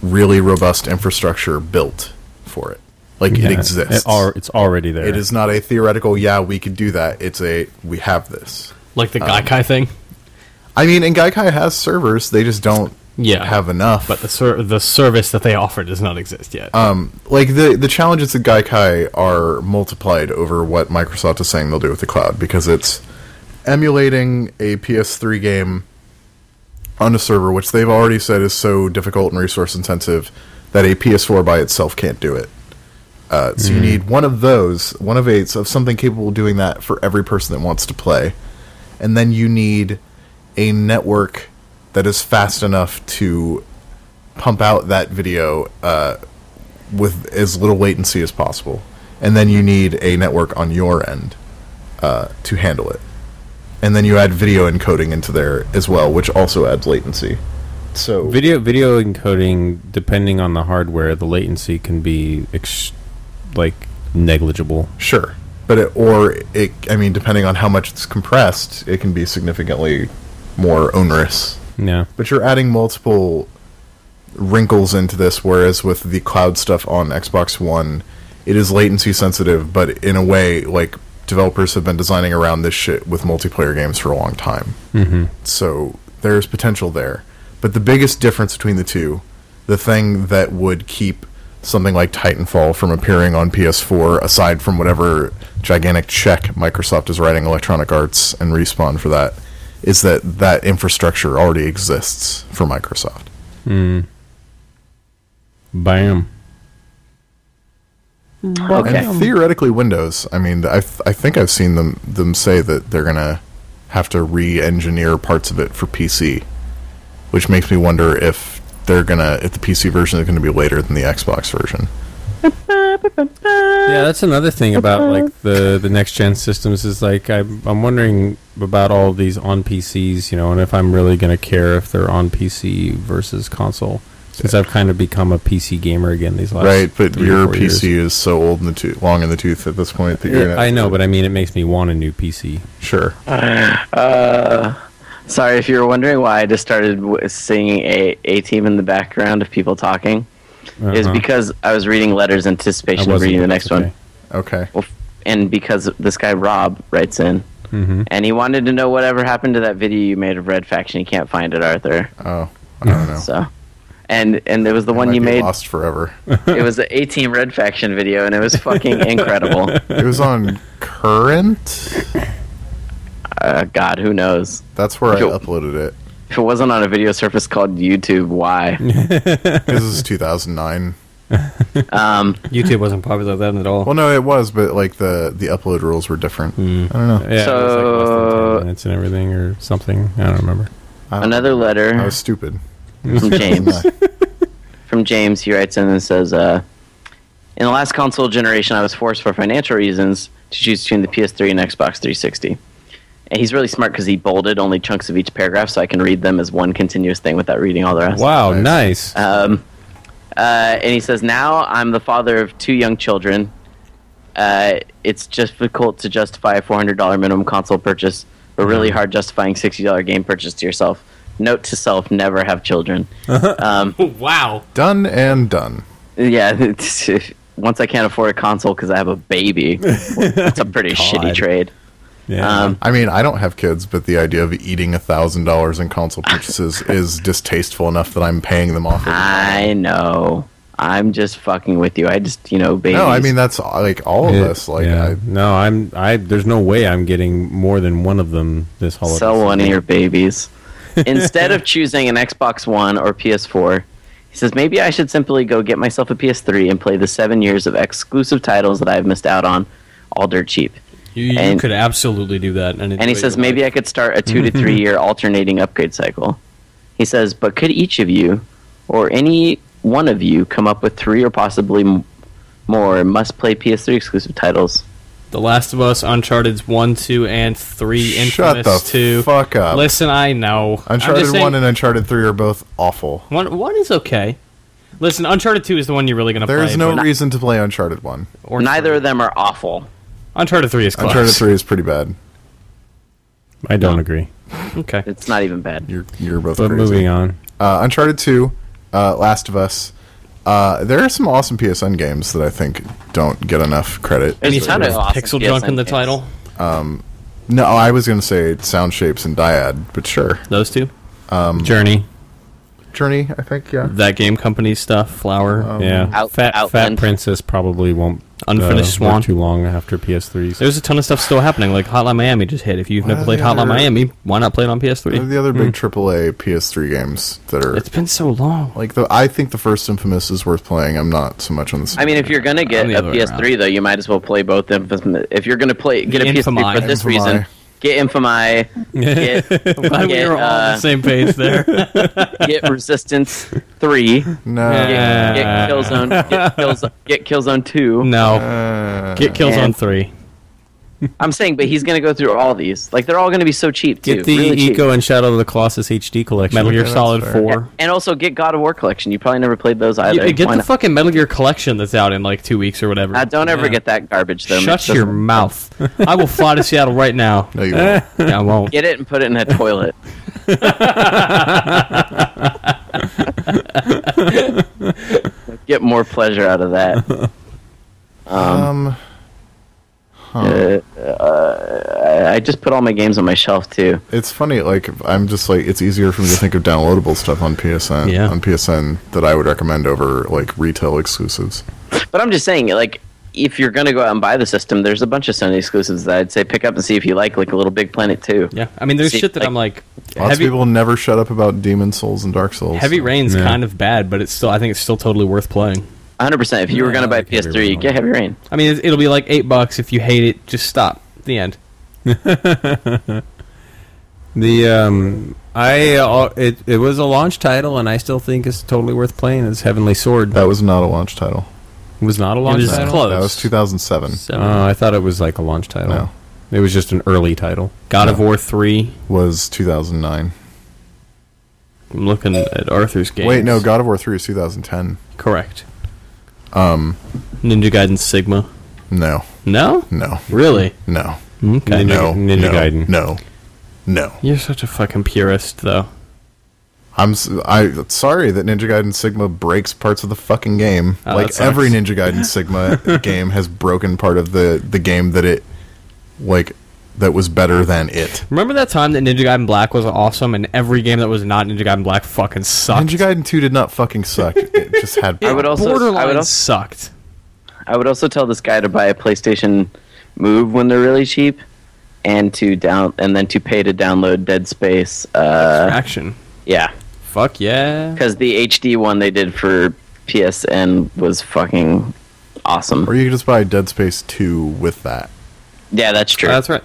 Speaker 3: really robust infrastructure built for it. Like
Speaker 4: Yeah,
Speaker 3: it exists.
Speaker 4: It al- it's already there.
Speaker 3: It is not a theoretical, yeah, we could do that. It's a, we have this.
Speaker 5: Like
Speaker 2: Uh,
Speaker 5: the Gaikai thing.
Speaker 3: I mean, and Gaikai has servers, they just don't
Speaker 5: Yeah.
Speaker 3: have enough.
Speaker 5: But the ser- the service that they offer does not exist yet.
Speaker 3: like, the, the challenges of Gaikai are multiplied over what Microsoft is saying they'll do with the cloud because it's emulating a PS3 game on a server, which they've already said is so difficult and resource intensive that a PS4 by itself can't do it. Uh, so you need one of those, one of eights of something capable of doing that for every person that wants to play, and then you need a network that is fast enough to pump out that video uh, with as little latency as possible, and then you need a network on your end uh, to handle it, and then you add video encoding into there as well, which also adds latency. So
Speaker 4: Video video encoding, depending on the hardware, the latency can be ex- like negligible.
Speaker 3: Sure, but it, or it. I mean, depending on how much it's compressed, it can be significantly more onerous.
Speaker 4: Yeah,
Speaker 3: But you're adding multiple wrinkles into this, whereas with the cloud stuff on Xbox One, it is latency sensitive. But in a way, like developers have been designing around this shit with multiplayer games for a long time. Mm-hmm. So there's potential there. But the biggest difference between the two, the thing that would keep something like Titanfall from appearing on PS4, aside from whatever gigantic check Microsoft is writing Electronic Arts and Respawn for that, is that that infrastructure already exists for Microsoft.
Speaker 4: bam.
Speaker 2: okay.
Speaker 3: And theoretically, Windows. I mean, I, th- I think I've seen them them say that they're gonna have to re-engineer parts of it for PC, which makes me wonder if they're gonna if the PC version is gonna be later than the Xbox version.
Speaker 4: Yeah, that's another thing about like the the next gen systems is like I'm I'm wondering about all of these on PCs, you know, and if I'm really gonna care if they're on PC versus console, since I've kind of become a PC gamer again these last
Speaker 3: right? But
Speaker 4: three or
Speaker 3: your
Speaker 4: four
Speaker 3: PC
Speaker 4: years.
Speaker 3: is so old in the tooth, long in the tooth at this point that you're gonna,
Speaker 4: I know, but I mean, it makes me want a new PC.
Speaker 3: sure.
Speaker 2: Sorry if you were wondering why I just started w- singing a a team in the background of people talking. Is
Speaker 4: Uh-huh.
Speaker 2: because I was reading letters in
Speaker 4: I
Speaker 2: anticipation of
Speaker 4: wasn't
Speaker 2: reading the
Speaker 4: that's
Speaker 2: next
Speaker 4: okay.
Speaker 2: one.
Speaker 3: Okay.
Speaker 2: Well, f- and because this guy Rob writes in,
Speaker 3: Mm-hmm.
Speaker 2: and he wanted to know whatever happened to that video you made of Red Faction. You can't find it, Arthur.
Speaker 3: Oh, I don't know.
Speaker 2: So, and and it was the one
Speaker 3: Might
Speaker 2: you
Speaker 3: be
Speaker 2: made.
Speaker 3: lost forever.
Speaker 2: It was the A Team Red Faction video, and it was fucking incredible.
Speaker 3: it was on Current.
Speaker 2: Uh, God, who knows?
Speaker 3: That's where I
Speaker 2: Yo.
Speaker 3: uploaded it.
Speaker 2: If it wasn't on a video surface called YouTube, why?
Speaker 3: This is 2009.
Speaker 2: Um,
Speaker 5: YouTube wasn't popular then at all.
Speaker 3: Well, no, it was, but like the the upload rules were different. I don't know.
Speaker 4: Yeah, it was like less than
Speaker 2: So-
Speaker 4: 10 minutes and everything or something. I don't remember.
Speaker 3: I don't-
Speaker 2: another
Speaker 3: I
Speaker 2: letter
Speaker 3: was stupid.
Speaker 2: from James. from James. He writes in and says, uh, "In the last console generation, I was forced for financial reasons to choose between the PS3 and Xbox 360." And he's really smart because he bolded only chunks of each paragraph, so I can read them as one continuous thing without reading all the rest.
Speaker 4: Wow, nice.
Speaker 2: Um, uh, and he says, "Now I'm the father of two young children. Uh, it's difficult to justify a $400 minimum console purchase, but really hard justifying $60 game purchase to yourself. Note to self: never have children.
Speaker 5: wow.
Speaker 3: Done and done.
Speaker 2: Yeah, it's- if- once I can't afford a console because I have a baby, it's a pretty shitty trade.
Speaker 4: yeah.
Speaker 2: um,
Speaker 3: I mean, I don't have kids, but the idea of eating a thousand dollars in console purchases is distasteful enough that I'm paying them off.
Speaker 2: I know. I'm just fucking with you. I just, you know, babies.
Speaker 3: no, I mean that's like all of
Speaker 4: It-
Speaker 3: us. Like,
Speaker 4: yeah.
Speaker 3: I,
Speaker 4: no, I'm. I there's no way I'm getting more than one of them this holiday.
Speaker 2: Sell one of
Speaker 4: season.
Speaker 2: your babies. Instead of choosing an Xbox One or PS4, he says maybe I should simply go get myself a PS3 and play the seven years of exclusive titles that I've missed out on, all dirt cheap.
Speaker 5: You, you
Speaker 2: And-
Speaker 5: could absolutely do that. And,
Speaker 2: And he says maybe I could start a two to three year alternating upgrade cycle. He says, but could each of you, or any one of you, come up with three or possibly m- more must play PS3 exclusive titles?
Speaker 5: The Last of Us, Uncharted's one, two, and three,
Speaker 3: shut
Speaker 5: Infamous
Speaker 3: the
Speaker 5: two.
Speaker 3: fuck up.
Speaker 5: Listen, I know. I'm just
Speaker 3: Uncharted
Speaker 5: saying-
Speaker 3: one and Uncharted three are both awful.
Speaker 5: One, one is okay. Listen, Uncharted 2 is the one you're really going to play.
Speaker 3: There is no
Speaker 5: but-
Speaker 3: reason to play Uncharted one.
Speaker 5: or
Speaker 2: Neither
Speaker 5: three.
Speaker 2: of them are awful.
Speaker 5: Uncharted 3 is class.
Speaker 3: Uncharted three is pretty bad.
Speaker 4: I don't agree.
Speaker 5: Okay.
Speaker 2: It's not even bad.
Speaker 3: You're you're both.
Speaker 4: But
Speaker 3: crazy.
Speaker 4: moving on.
Speaker 3: Uh, Uncharted two, uh, Last of Us. Uh, there are some awesome PSN games that I think don't get enough credit.
Speaker 2: There's
Speaker 5: Any
Speaker 2: a
Speaker 5: sort
Speaker 2: ton
Speaker 5: of
Speaker 2: of awesome
Speaker 5: pixel
Speaker 2: PSN
Speaker 5: junk in the
Speaker 2: games.
Speaker 5: title?
Speaker 3: No, I was going to say Sound Shapes and Dyad, but sure.
Speaker 5: Those two?
Speaker 3: Um,
Speaker 5: Journey.
Speaker 3: Journey, I think, yeah.
Speaker 5: That game company stuff. Flower.
Speaker 3: Oh, um,
Speaker 4: yeah,
Speaker 2: Out-
Speaker 4: Fat Fat
Speaker 2: Outland.
Speaker 4: Princess probably won't
Speaker 5: Unfinished
Speaker 4: work
Speaker 5: Swan.
Speaker 4: too long after PS3.
Speaker 5: There's a ton of stuff still happening. Like Hotline Miami just hit. If you've never
Speaker 3: Well,
Speaker 5: played
Speaker 3: the
Speaker 5: Hotline
Speaker 3: other-
Speaker 5: Miami, why not play it on
Speaker 3: What are
Speaker 5: PS3?
Speaker 3: the other big AAA PS3 games that are
Speaker 5: Mm-hmm. It's been so long.
Speaker 3: like the? I think the first Infamous is worth playing. I'm not so much on this.
Speaker 2: I mean, if you're gonna get
Speaker 5: I'm the
Speaker 2: a
Speaker 5: other way
Speaker 2: PS3 though, you might as well play both. Infamous. If you're gonna play, get a PS3
Speaker 5: Infami.
Speaker 2: for this
Speaker 3: Infami.
Speaker 2: reason. Get Infami. Get,
Speaker 5: Glad we
Speaker 2: get,
Speaker 5: were all on
Speaker 2: uh,
Speaker 5: the same page there.
Speaker 2: get Resistance Three.
Speaker 3: no,
Speaker 2: Get, get
Speaker 5: Uh.
Speaker 2: Killzone. Get Killzone, get Killzone Two.
Speaker 5: no.
Speaker 3: Uh,
Speaker 5: Get kills on
Speaker 2: And-
Speaker 5: three.
Speaker 2: I'm saying, but he's gonna go through all these. Like they're all gonna be so cheap too.
Speaker 4: Get the
Speaker 2: really cheap.
Speaker 4: Eco and Shadow of the Colossus HD collection.
Speaker 5: Metal Gear
Speaker 3: that's
Speaker 5: Solid
Speaker 3: fair.
Speaker 5: Four.
Speaker 2: And also get God of War collection. You probably never played those either.
Speaker 5: Yeah, get
Speaker 2: Why
Speaker 5: the
Speaker 2: not?
Speaker 5: fucking Metal Gear collection that's out in like two weeks or whatever.
Speaker 2: Uh, don't ever
Speaker 5: Yeah.
Speaker 2: get that garbage though. Mitch
Speaker 5: Shut your
Speaker 2: doesn't-
Speaker 5: mouth. I will fly to Seattle right now.
Speaker 3: no, you won't.
Speaker 5: Yeah, I won't.
Speaker 2: Get it and put it in a toilet. get more pleasure out of that.
Speaker 3: Um,
Speaker 5: Oh.
Speaker 2: Uh, I just put all my games on my shelf too.
Speaker 3: it's funny. Like I'm just like it's easier for me to think of downloadable stuff on PSN
Speaker 5: Yeah.
Speaker 3: on PSN that I would recommend over like retail exclusives.
Speaker 2: But I'm just saying, like, if you're gonna go out and buy the system, there's a bunch of Sony exclusives that I'd say pick up and see if you like, like a Little Big Planet too.
Speaker 5: Yeah, I mean, there's
Speaker 2: See,
Speaker 5: shit that
Speaker 2: like-
Speaker 5: I'm like.
Speaker 3: Lots
Speaker 5: heavy,
Speaker 3: of people never shut up about Demon Souls and Dark Souls.
Speaker 5: Heavy Rain's
Speaker 4: Yeah.
Speaker 5: kind of bad, but it's still. I think it's still totally worth playing.
Speaker 2: 100. percent If you were
Speaker 4: Yeah,
Speaker 2: gonna
Speaker 4: I
Speaker 2: buy
Speaker 4: like Heavy
Speaker 2: PS3,
Speaker 4: Rain.
Speaker 2: get Heavy Rain.
Speaker 5: I mean, it- it'll be like eight bucks if you hate it. Just stop. The end.
Speaker 4: The um, I uh, it it was a launch title, and I still think it's totally worth playing. It's Heavenly Sword.
Speaker 3: That was not a launch title.
Speaker 4: It was not a launch
Speaker 5: was
Speaker 4: title.
Speaker 5: close.
Speaker 3: That was 2007.
Speaker 5: So,
Speaker 4: Oh, I thought it was like a launch title.
Speaker 3: No.
Speaker 4: It was just an early title.
Speaker 5: God of War three.
Speaker 3: Was 2009.
Speaker 5: I'm looking at Arthur's game.
Speaker 3: Wait, no, God of War 3 is 2010.
Speaker 5: correct. Um, Ninja Gaiden Sigma.
Speaker 3: No,
Speaker 5: No,
Speaker 3: no,
Speaker 5: really.
Speaker 3: no,
Speaker 5: Okay.
Speaker 4: Ninja-
Speaker 3: no,
Speaker 4: Ninja
Speaker 3: no,
Speaker 4: Gaiden.
Speaker 3: No, no.
Speaker 5: You're such a fucking purist, though.
Speaker 3: I'm s- I sorry that Ninja Gaiden Sigma breaks parts of the fucking game.
Speaker 5: Oh, that
Speaker 3: like
Speaker 5: sucks.
Speaker 3: every Ninja Gaiden Sigma game has broken part of the the game that it like that was better than it.
Speaker 5: Remember that time that Ninja Gaiden Black was awesome, and every game that was not Ninja Gaiden Black fucking sucked.
Speaker 3: Ninja Gaiden 2 did not fucking suck. It just had
Speaker 2: I would also,
Speaker 5: Borderline
Speaker 2: I would also,
Speaker 5: sucked.
Speaker 2: I would also tell this guy to buy a PlayStation Move when they're really cheap, and to down, and then to pay to download Dead Space. Uh,
Speaker 5: Action.
Speaker 2: yeah,
Speaker 5: Fuck yeah.
Speaker 2: because the HD one they did for PSN was fucking
Speaker 3: Or
Speaker 2: awesome.
Speaker 3: you could just buy Dead Space 2 with that
Speaker 2: Yeah, that's true.
Speaker 5: That's right.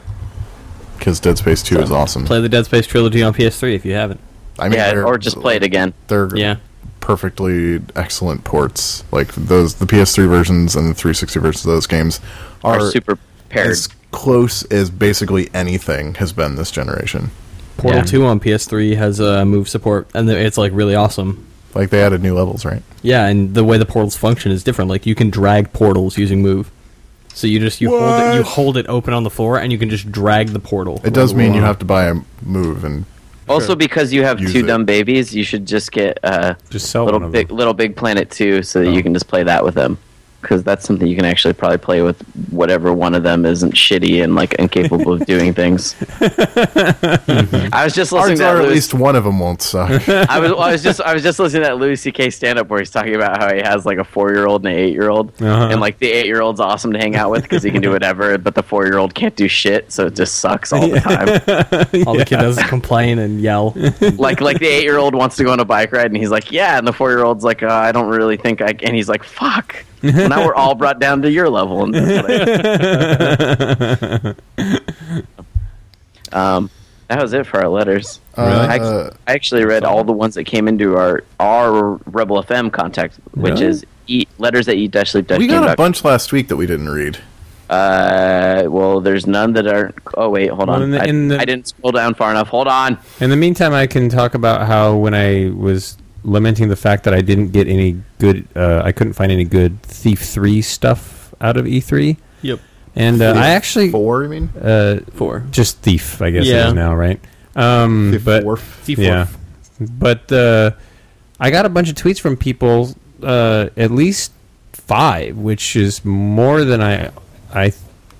Speaker 3: cuz Dead Space 2 is awesome.
Speaker 5: Play the Dead Space trilogy on PS3 if you haven't.
Speaker 3: I mean,
Speaker 2: yeah,
Speaker 3: they're-
Speaker 2: or just play it again.
Speaker 3: They're
Speaker 5: Yeah.
Speaker 3: perfectly excellent ports. Like those the PS3 versions and the 360 versions of those games are,
Speaker 2: Or super paired.
Speaker 3: as close as basically anything has been this generation.
Speaker 5: Portal
Speaker 2: Yeah.
Speaker 5: 2 on PS3 has uh, move support, and the, it's like really awesome.
Speaker 3: Like they added new levels, right?
Speaker 5: Yeah, and the way the portals function is different. Like you can drag portals using move. So you just you hold it you
Speaker 3: What?
Speaker 5: hold it open on the floor and you can just drag the portal.
Speaker 3: It does mean you have to buy a move, and
Speaker 2: Also, because you have
Speaker 3: Use
Speaker 2: two
Speaker 3: it.
Speaker 2: dumb babies, you should just get uh,
Speaker 4: Just
Speaker 3: Oh,
Speaker 4: sell
Speaker 2: little
Speaker 4: one of
Speaker 2: big
Speaker 4: them.
Speaker 2: little big planet two, so that you can just play that with them. Because that's something you can actually probably play with whatever one of them isn't shitty and like incapable of doing things. I was just
Speaker 3: odds
Speaker 2: listening
Speaker 3: Mm-hmm.
Speaker 2: to that
Speaker 3: are at
Speaker 2: Louis-
Speaker 3: least one of them won't suck.
Speaker 2: I was I was just I was just listening to that Louis C.K. stand up where he's talking about how he has like a four year old and an eight year old,
Speaker 4: Uh-huh.
Speaker 2: and like the eight year old's awesome to hang out with because he can do whatever, but the four year old can't do shit, so it just sucks all the time.
Speaker 5: All the kid does is complain and yell.
Speaker 2: like like the eight year old wants to go on a bike ride and he's like yeah and the four year old's like uh, i don't really think i can and he's like fuck well, now we're all brought down to your level and that's what I- um, that was it for our letters I,
Speaker 3: Uh,
Speaker 2: I actually read all the ones that came into our our rebel fm contact which
Speaker 4: Really?
Speaker 2: is eat letters at eat dash sleep dash
Speaker 3: we got
Speaker 2: game
Speaker 3: a
Speaker 2: dot-
Speaker 3: bunch last week that we didn't read.
Speaker 2: uh well there's none that are oh wait hold
Speaker 4: Well,
Speaker 2: on
Speaker 4: in the-
Speaker 2: I,
Speaker 4: in the-
Speaker 2: I didn't scroll down far enough hold on
Speaker 4: In the meantime, I can talk about how when I was lamenting the fact that I didn't get any good, uh, I couldn't find any good Thief Three stuff out of E3,
Speaker 5: yep.
Speaker 4: and uh, I actually
Speaker 3: Four, you mean?
Speaker 4: uh,
Speaker 5: Four.
Speaker 4: just Thief, I guess it
Speaker 5: Yeah.
Speaker 4: is now, right? Um,
Speaker 3: Thief
Speaker 4: but
Speaker 3: four?
Speaker 5: Thief
Speaker 4: yeah, but uh, I got a bunch of tweets from people, uh, at least five, which is more than I, I,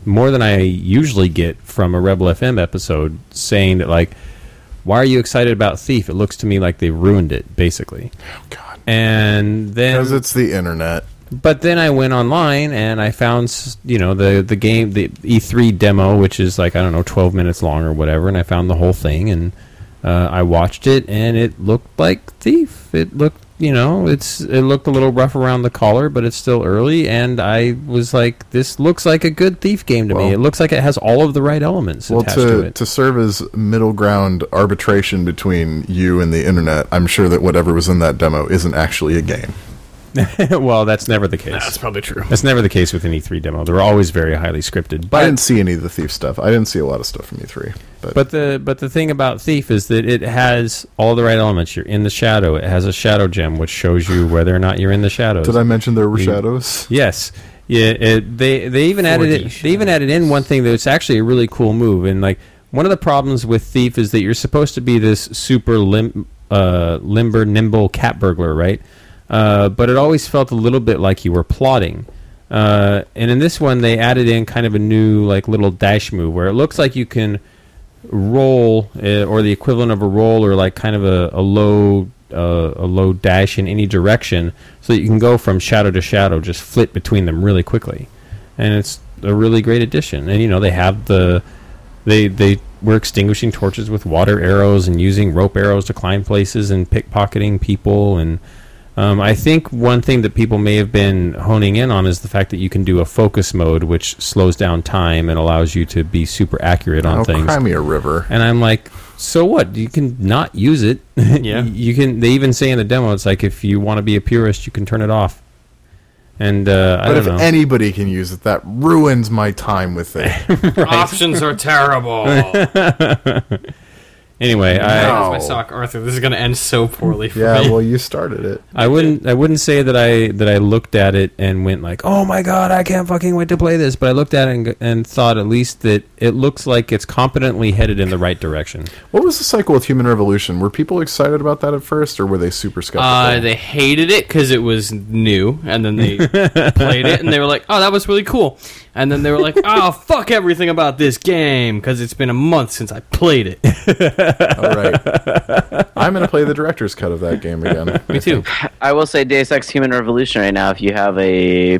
Speaker 4: more than I usually get from a Rebel FM episode, saying that like, why are you excited about Thief? It looks to me like they ruined it, basically.
Speaker 3: Oh God,
Speaker 4: And then
Speaker 3: because it's the internet.
Speaker 4: but then I went online and I found s- you know the the game the E3 demo, which is like I don't know 12 minutes long or whatever, and I found the whole thing and uh, I watched it and it looked like Thief. It looked you know it's it looked a little rough around the collar, but it's still early, and I was like, this looks like a good Thief game to me.
Speaker 3: Well-
Speaker 4: It looks like it has all of the right elements
Speaker 3: Well,
Speaker 4: attached to,
Speaker 3: to
Speaker 4: it.
Speaker 3: to serve as middle ground arbitration between you and the internet, I'm sure that whatever was in that demo isn't actually a game.
Speaker 4: well, that's never the case. That's,
Speaker 5: probably true.
Speaker 4: never the case with an E3 demo. They're always very highly scripted.
Speaker 3: I
Speaker 4: But
Speaker 3: didn't see any of the thief stuff. I didn't see a lot of stuff from E3, but,
Speaker 4: But the but the thing about Thief is that it has all the right elements. You're in the shadow. It has a shadow gem which shows you whether or not you're in the shadows.
Speaker 3: did I mention there were shadows?
Speaker 4: Yes. Yeah. It, they they even added it. They even added in one thing that's actually a really cool move. And like one of the problems with Thief is that you're supposed to be this super lim, uh, limber, nimble cat burglar, right? Uh, but it always felt a little bit like you were plotting. Uh, and in this one, they added in kind of a new like little dash move where it looks like you can roll uh, or the equivalent of a roll or like kind of a, a low uh, a low dash in any direction so that you can go from shadow to shadow just flit between them really quickly and it's a really great addition and you know they have the they they were extinguishing torches with water arrows and using rope arrows to climb places and pickpocketing people and um, I think one thing that people may have been honing in on is the fact that you can do a focus mode, which slows down time and allows you to be super accurate on
Speaker 3: Oh,
Speaker 4: things.
Speaker 3: cry me a river.
Speaker 4: And I'm like, so what? You can not use it.
Speaker 5: Yeah.
Speaker 4: you can. They even say in the demo, it's like if you want to be a purist, you can turn it off. And uh, I
Speaker 3: But
Speaker 4: don't
Speaker 3: if
Speaker 4: know.
Speaker 3: anybody can use it, that ruins my time with it.
Speaker 5: Options are terrible. That
Speaker 4: anyway, I,
Speaker 5: was my sock, Arthur. This is going to end so poorly for
Speaker 3: yeah,
Speaker 5: me.
Speaker 3: well, you started it.
Speaker 4: I wouldn't I wouldn't say that I that I looked at it and went like, "Oh my god, I can't fucking wait to play this." But I looked at it and, and thought at least that it looks like it's competently headed in the right direction.
Speaker 3: What was the cycle with Human Revolution? Were people excited about that at first, or were they super skeptical?
Speaker 5: Uh, they hated it because it was new, and then they played it, and they were like, "Oh, that was really cool," and then they were like, "Oh, fuck everything about this game because it's been a month since I played it."
Speaker 3: All right, I'm gonna play the director's cut of that game again.
Speaker 5: Me too.
Speaker 2: I will say Deus Ex Human Revolution right now, if you have a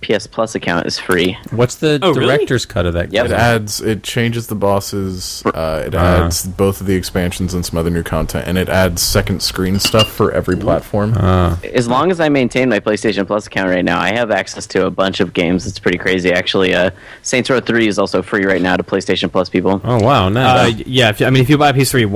Speaker 2: PS Plus account, is free.
Speaker 4: What's the
Speaker 5: Oh, really?
Speaker 4: director's cut of that?
Speaker 2: Yep.
Speaker 3: It adds, it changes the bosses. Uh, it adds both of the expansions and some other new content, and it adds second screen stuff for every platform.
Speaker 2: As long as I maintain my PlayStation Plus account right now, I have access to a bunch of games. It's pretty crazy, actually. Uh, Saints Row 3 is also free right now to PlayStation Plus people.
Speaker 4: Oh wow,
Speaker 5: Uh,
Speaker 4: nice.
Speaker 5: yeah, if you, I mean, if you buy a PS3,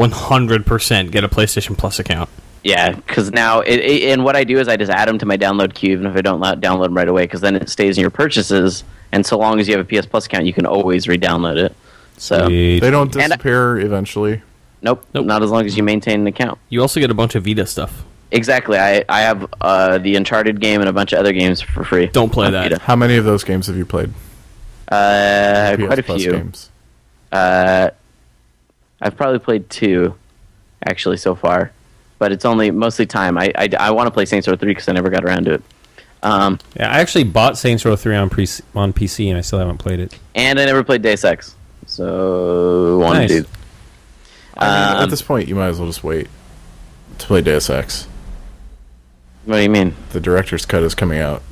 Speaker 5: 100% get a PlayStation Plus account.
Speaker 2: Yeah, because now, it, it, and what I do is I just add them to my download queue, even if I don't lo- download them right away, because then it stays in your purchases. And so long as you have a PS Plus account, you can always re download it. So,
Speaker 4: Sweet.
Speaker 3: They don't
Speaker 2: And-
Speaker 3: disappear eventually.
Speaker 2: nope,
Speaker 5: Nope.
Speaker 2: not as long as you maintain an account.
Speaker 5: You also get a bunch of Vita stuff.
Speaker 2: Exactly. I, I have uh, the Uncharted game and a bunch of other games for free.
Speaker 5: Don't play
Speaker 2: on
Speaker 5: that.
Speaker 2: Vita.
Speaker 3: How many of those games have you played?
Speaker 2: Uh,
Speaker 3: PS
Speaker 2: quite a
Speaker 3: Plus
Speaker 2: few.
Speaker 3: games.
Speaker 2: I've probably played two, actually, so far. But it's only mostly time. I, I, want to play Saints Row 3 because I never got around to it. Um,
Speaker 4: Yeah, I actually bought Saints Row 3 on pre- on PC and I still haven't played it.
Speaker 2: and I never played Deus Ex. So, one
Speaker 4: Nice.
Speaker 2: dude.
Speaker 3: I mean,
Speaker 2: Um,
Speaker 3: at this point, you might as well just wait to play Deus Ex.
Speaker 2: What do you mean?
Speaker 3: The director's cut is coming out.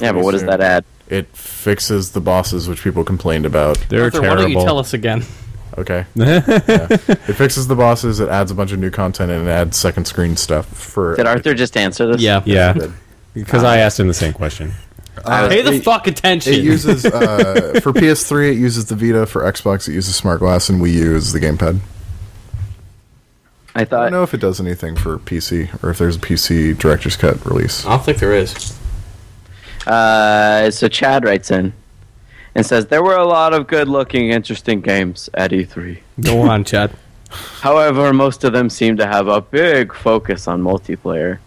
Speaker 2: Yeah, but what does
Speaker 3: Pretty
Speaker 2: that
Speaker 3: soon.
Speaker 2: add?
Speaker 3: It fixes the bosses, which people complained about.
Speaker 4: They're
Speaker 5: Arthur,
Speaker 4: terrible.
Speaker 5: why don't you tell us again?
Speaker 3: Okay. yeah. It fixes the bosses. It adds a bunch of new content and it adds second screen stuff for.
Speaker 2: Did Arthur just answer this?
Speaker 5: Yeah.
Speaker 4: yeah. Because I asked him the same question.
Speaker 5: Pay the
Speaker 3: uh, it-
Speaker 5: fuck attention.
Speaker 3: It uses uh, for PS3. It uses the Vita. For Xbox, it uses Smart Glass, and Wii U is the gamepad.
Speaker 2: I
Speaker 3: I
Speaker 2: thought.
Speaker 3: don't know if it does anything for PC or if there's a PC director's cut release.
Speaker 5: I don't think there is.
Speaker 2: Uh, so Chad writes in and says there were a lot of good-looking, interesting games at E E3.
Speaker 5: Go on, Chad.
Speaker 2: However, most of them seem to have a big focus on multiplayer.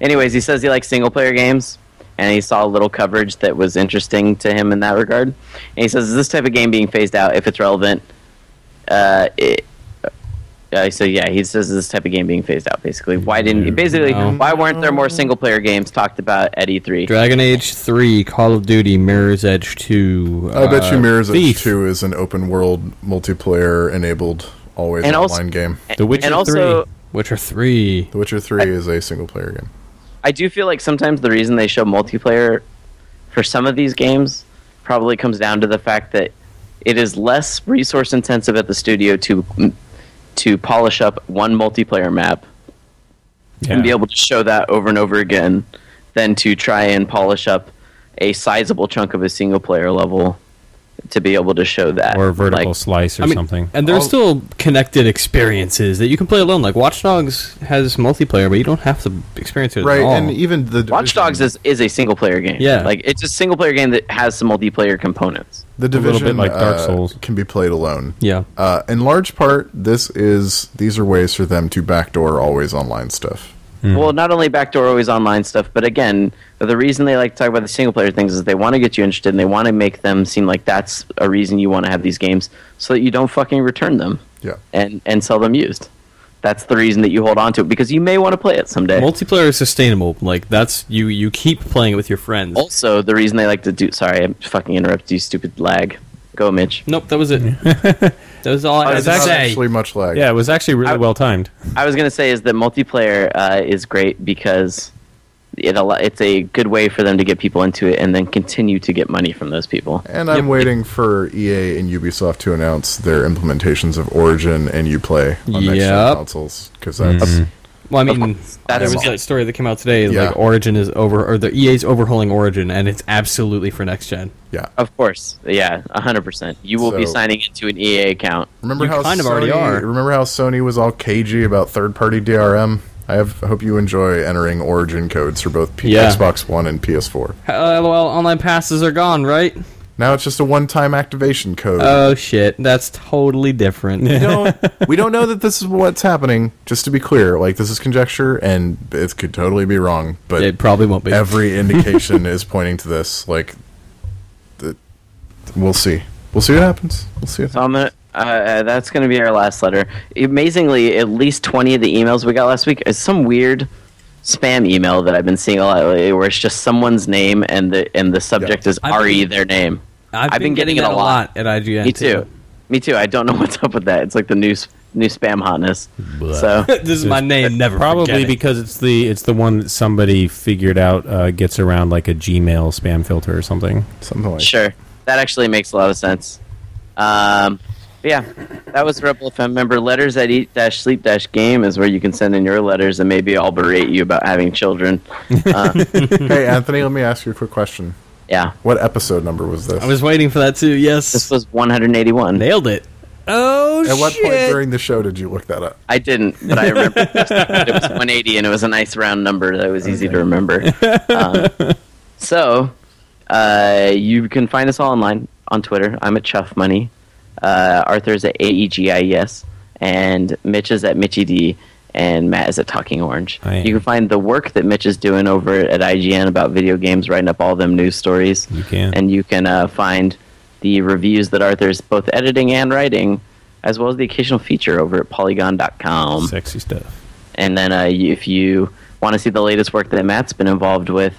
Speaker 2: Anyways, he says he likes single-player games, and he saw little coverage that was interesting to him in that regard. And he says, "Is this type of game being phased out if it's relevant?" Uh, it, uh, so yeah, he says "Is this type of game being phased out. Basically, why didn't basically
Speaker 5: No.
Speaker 2: why weren't there more single-player games talked about at E E3?
Speaker 5: Dragon Age 3, Call of Duty, Mirror's Edge 2.
Speaker 3: I bet you Mirror's Edge
Speaker 5: Uh, Thief.
Speaker 3: 2 is an open world multiplayer enabled always
Speaker 2: And also-
Speaker 3: online game.
Speaker 4: The Witcher
Speaker 2: and also,
Speaker 4: 3.
Speaker 5: Witcher 3.
Speaker 3: The Witcher 3 is a single player game.
Speaker 2: I do feel like sometimes the reason they show multiplayer for some of these games probably comes down to the fact that it is less resource intensive at the studio to to polish up one multiplayer map and be
Speaker 4: Yeah.
Speaker 2: able to show that over and over again than to try and polish up a sizable chunk of a single player level to be able to show that
Speaker 4: or a vertical
Speaker 2: Like,
Speaker 4: slice or
Speaker 5: I mean,
Speaker 4: something.
Speaker 5: And there's
Speaker 3: All-
Speaker 5: still connected experiences that you can play alone. Like Watch Dogs has multiplayer, but you don't have to experience it
Speaker 3: Right,
Speaker 5: at all.
Speaker 3: and even the
Speaker 2: Watch
Speaker 3: Division-
Speaker 2: Dogs is, is a single player game.
Speaker 5: Yeah.
Speaker 2: Like it's a single player game that has some multiplayer components.
Speaker 3: the
Speaker 4: little
Speaker 3: division
Speaker 4: bit like Dark
Speaker 3: uh,
Speaker 4: Souls.
Speaker 3: can be played alone.
Speaker 5: yeah.
Speaker 3: Uh, in large part, this is these are ways for them to backdoor always online stuff.
Speaker 2: Well, not only backdoor always online stuff, but again, the reason they like to talk about the single player things is they want to get you interested and they want to make them seem like that's a reason you want to have these games so that you don't fucking return them
Speaker 3: Yeah,
Speaker 2: and, and sell them used. That's the reason that you hold on to it because you may want to play it someday.
Speaker 5: Multiplayer is sustainable. Like that's you. You keep playing it with your friends.
Speaker 2: also, the reason they like to do. Sorry, I fucking interrupted you, stupid lag. Go, Mitch.
Speaker 5: Nope, that was it. that was all I had
Speaker 3: It's
Speaker 5: to
Speaker 3: not
Speaker 5: say.
Speaker 3: actually much lag.
Speaker 4: yeah, it was actually really
Speaker 2: I-
Speaker 4: well timed.
Speaker 2: I was gonna say is that multiplayer uh, is great because it al- it's a good way for them to get people into it and then continue to get money from those people.
Speaker 3: and I'm
Speaker 5: Yep.
Speaker 3: waiting for EA and Ubisoft to announce their implementations of Origin and UPlay on next gen
Speaker 5: Yep.
Speaker 3: consoles because that's
Speaker 5: Well, I mean,
Speaker 2: That
Speaker 5: there
Speaker 2: is
Speaker 5: was that story that came out today.
Speaker 3: Yeah.
Speaker 5: Like Origin is over, or the EA's overhauling Origin, and it's absolutely for next gen.
Speaker 3: yeah.
Speaker 2: Of course, yeah, hundred percent. You will be
Speaker 3: So-
Speaker 2: signing into an EA account.
Speaker 3: Remember
Speaker 5: You
Speaker 3: how
Speaker 5: kind
Speaker 3: Sony,
Speaker 5: of already are.
Speaker 3: Remember how Sony was all cagey about third party DRM? I have, hope you enjoy entering origin codes for both P-
Speaker 5: Yeah.
Speaker 3: Xbox One and PS4.
Speaker 5: Uh, LOL, online passes are gone, right?
Speaker 3: Now it's just a one-time activation code.
Speaker 5: Oh shit, that's totally different.
Speaker 3: we don't we don't know that this is what's happening. Just to be clear, like this is conjecture, and it could totally be wrong. But
Speaker 5: it probably won't be.
Speaker 3: every indication is pointing to this. Like, the, we'll see. We'll see what happens. We'll see. What
Speaker 2: So I'm gonna, uh, uh, that's going to be our last letter. Amazingly, at least 20 of the emails we got last week is some weird spam email that I've been seeing a lot lately, where it's just someone's name and the and the subject is
Speaker 5: I've
Speaker 2: re
Speaker 5: been-
Speaker 2: their name. I've been getting it
Speaker 5: that
Speaker 2: a lot.
Speaker 5: at IGN.
Speaker 2: Me too. Me too. I don't know what's up with that. It's like the new s- new spam hotness. So
Speaker 5: this is my name. Never
Speaker 4: Probably
Speaker 5: forget it.
Speaker 4: because it's the it's the one that somebody figured out uh, gets around like a Gmail spam filter or something.
Speaker 3: something like
Speaker 2: sure, that actually makes a lot of sense. Um, but yeah, that was Rebel FM. Remember, letters at eat dash sleep dash game is where you can send in your letters, and maybe I'll berate you about having children.
Speaker 3: Hey, Anthony, let me ask you a quick question.
Speaker 2: Yeah.
Speaker 3: What episode number was this?
Speaker 5: I was waiting for that too. Yes,
Speaker 2: This was 181.
Speaker 5: nailed it. Oh
Speaker 3: At what point during the show did you look that up?
Speaker 2: I didn't, but I remember it was 180, and it was a nice round number that was easy to remember. Um, so, uh, you can find us all online on Twitter. I'm at Chuff Money. Uh, Arthur's at AEGIES, E and Mitch is at Mitchy D, and Matt is at Talking Orange.
Speaker 4: I am.
Speaker 2: You can find the work that Mitch is doing over at IGN about video games, writing up all them news stories.
Speaker 4: You can.
Speaker 2: And you can uh, find the reviews that Arthur's both editing and writing, as well as the occasional feature over at
Speaker 5: um,
Speaker 2: polygon.com.
Speaker 4: Sexy stuff.
Speaker 2: And then uh, you- if you want to see the latest work that Matt's been involved with,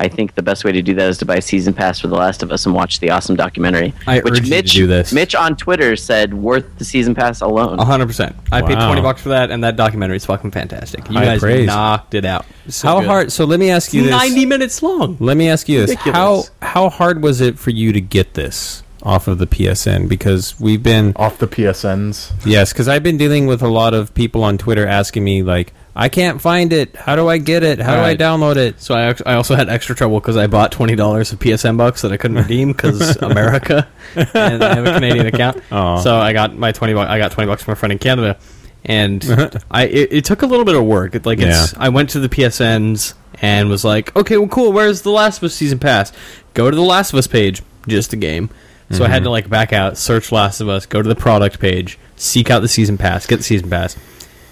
Speaker 2: I think the best way to do that is to buy a season pass for The Last of Us and watch the awesome documentary.
Speaker 5: I urge you to
Speaker 2: Mitch,
Speaker 5: do this. Oh,
Speaker 2: Mitch on Twitter said worth the season pass alone.
Speaker 5: hundred percent. I paid
Speaker 4: Wow.
Speaker 5: twenty bucks for that, and that documentary is fucking fantastic. You
Speaker 4: High
Speaker 5: guys
Speaker 4: praise.
Speaker 5: knocked it out. So
Speaker 4: How
Speaker 5: good.
Speaker 4: hard? So let me ask you
Speaker 5: It's
Speaker 4: this.
Speaker 5: Ninety minutes long.
Speaker 4: Let me ask you this:
Speaker 5: Ridiculous.
Speaker 4: how how hard was it for you to get this off of the PSN? Because we've been
Speaker 3: Off the PSNs.
Speaker 4: yes, because I've been dealing with a lot of people on Twitter asking me like, I can't find it. How do I get it? How do
Speaker 5: Right.
Speaker 4: I download it?
Speaker 5: So I, ac- I also had extra trouble because I bought twenty dollars of PSN bucks that I couldn't redeem because America, and I have a Canadian account.
Speaker 4: Aw.
Speaker 5: So I got my twenty. bu- I got twenty bucks from a friend in Canada, and I it, it took a little bit of work. It, like it's,
Speaker 4: Yeah.
Speaker 5: I went to the PSNs and was like, okay, well, cool. Where's the Last of Us season pass? Go to the Last of Us page, just the game. So I had to like back out, search Last of Us, go to the product page, seek out the season pass, get the season pass,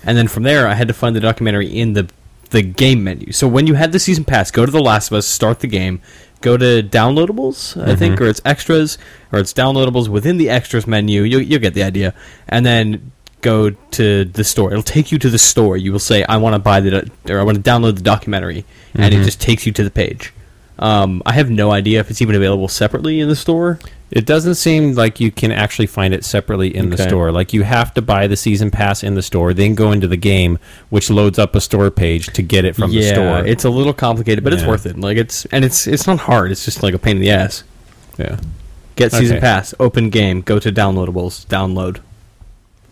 Speaker 5: and then from there I had to find the documentary in the the game menu. So when you had the season pass, go to the Last of Us, start the game, go to downloadables, I think, or it's extras, or it's downloadables within the extras menu. You you get the idea, and then go to the store. It'll take you to the store. You will say, "I want to buy the do- or I want to download the documentary," and
Speaker 4: Mm-hmm.
Speaker 5: it just takes you to the page. Um, I have no idea if it's even available separately in the store.
Speaker 4: It doesn't seem like you can actually find it separately in the
Speaker 5: Okay.
Speaker 4: store. Like you have to buy the season pass in the store, then go into the game, which loads up a store page to get it from the store.
Speaker 5: it's a little complicated, but it's
Speaker 4: Yeah.
Speaker 5: worth it. Like it's and it's it's not hard. It's just like a pain in the ass.
Speaker 4: yeah.
Speaker 5: Get season
Speaker 4: Okay.
Speaker 5: pass, open game, go to downloadables, download.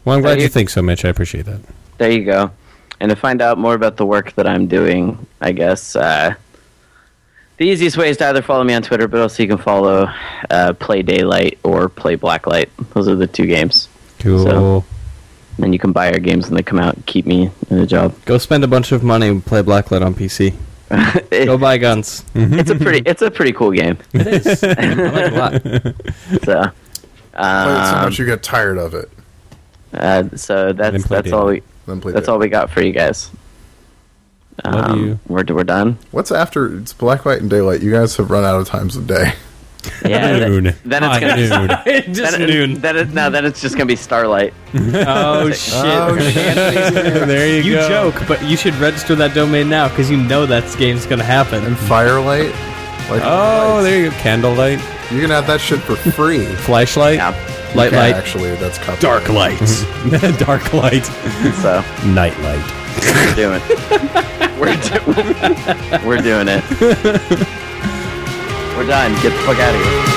Speaker 4: Well, I'm glad
Speaker 2: Thank
Speaker 4: you
Speaker 2: you.
Speaker 4: think so, Mitch. I appreciate that.
Speaker 2: There you go. And to find out more about the work that I'm doing, I guess uh, the easiest way is to either follow me on Twitter, but also you can follow uh, Play Daylight or Play Blacklight. Those are the two games.
Speaker 4: Cool.
Speaker 2: So- And you can buy our games when they come out. and Keep me in the job.
Speaker 5: Go spend a bunch of money and play Blacklight on PC.
Speaker 2: It-
Speaker 5: Go buy guns.
Speaker 2: it's a pretty, it's a pretty cool game.
Speaker 5: It is. I like it a lot.
Speaker 2: So,
Speaker 3: Play it so
Speaker 2: um,
Speaker 3: much you get tired of it.
Speaker 2: uh, so
Speaker 4: Then
Speaker 2: that's
Speaker 4: play
Speaker 2: that's all we
Speaker 3: Then play
Speaker 2: that's
Speaker 3: Dead.
Speaker 2: all we got for you guys.
Speaker 4: Love
Speaker 2: um,
Speaker 4: you.
Speaker 2: We're we're done.
Speaker 3: What's after it's black, white, and daylight? You guys have run out of times of day.
Speaker 2: Yeah. th-
Speaker 4: Noon.
Speaker 2: then it's
Speaker 4: High
Speaker 2: gonna
Speaker 4: noon.
Speaker 5: just
Speaker 2: Then, it- then it, no, then it's just gonna be Starlight.
Speaker 5: Oh shit!
Speaker 3: Oh, shit.
Speaker 5: there you, go. joke, but you should register that domain now because you know that game's gonna happen.
Speaker 3: And firelight? Like
Speaker 4: Oh, there you go. Candlelight,
Speaker 3: you're gonna have that shit for free.
Speaker 4: flashlight,
Speaker 2: Yeah.
Speaker 5: Light,
Speaker 3: Yeah,
Speaker 5: light,
Speaker 3: actually that's copyright.
Speaker 5: lights.
Speaker 4: dark light,
Speaker 2: So
Speaker 4: night light.
Speaker 2: we're doing it. We're, do- we're doing it. We're done. Get the fuck out of here.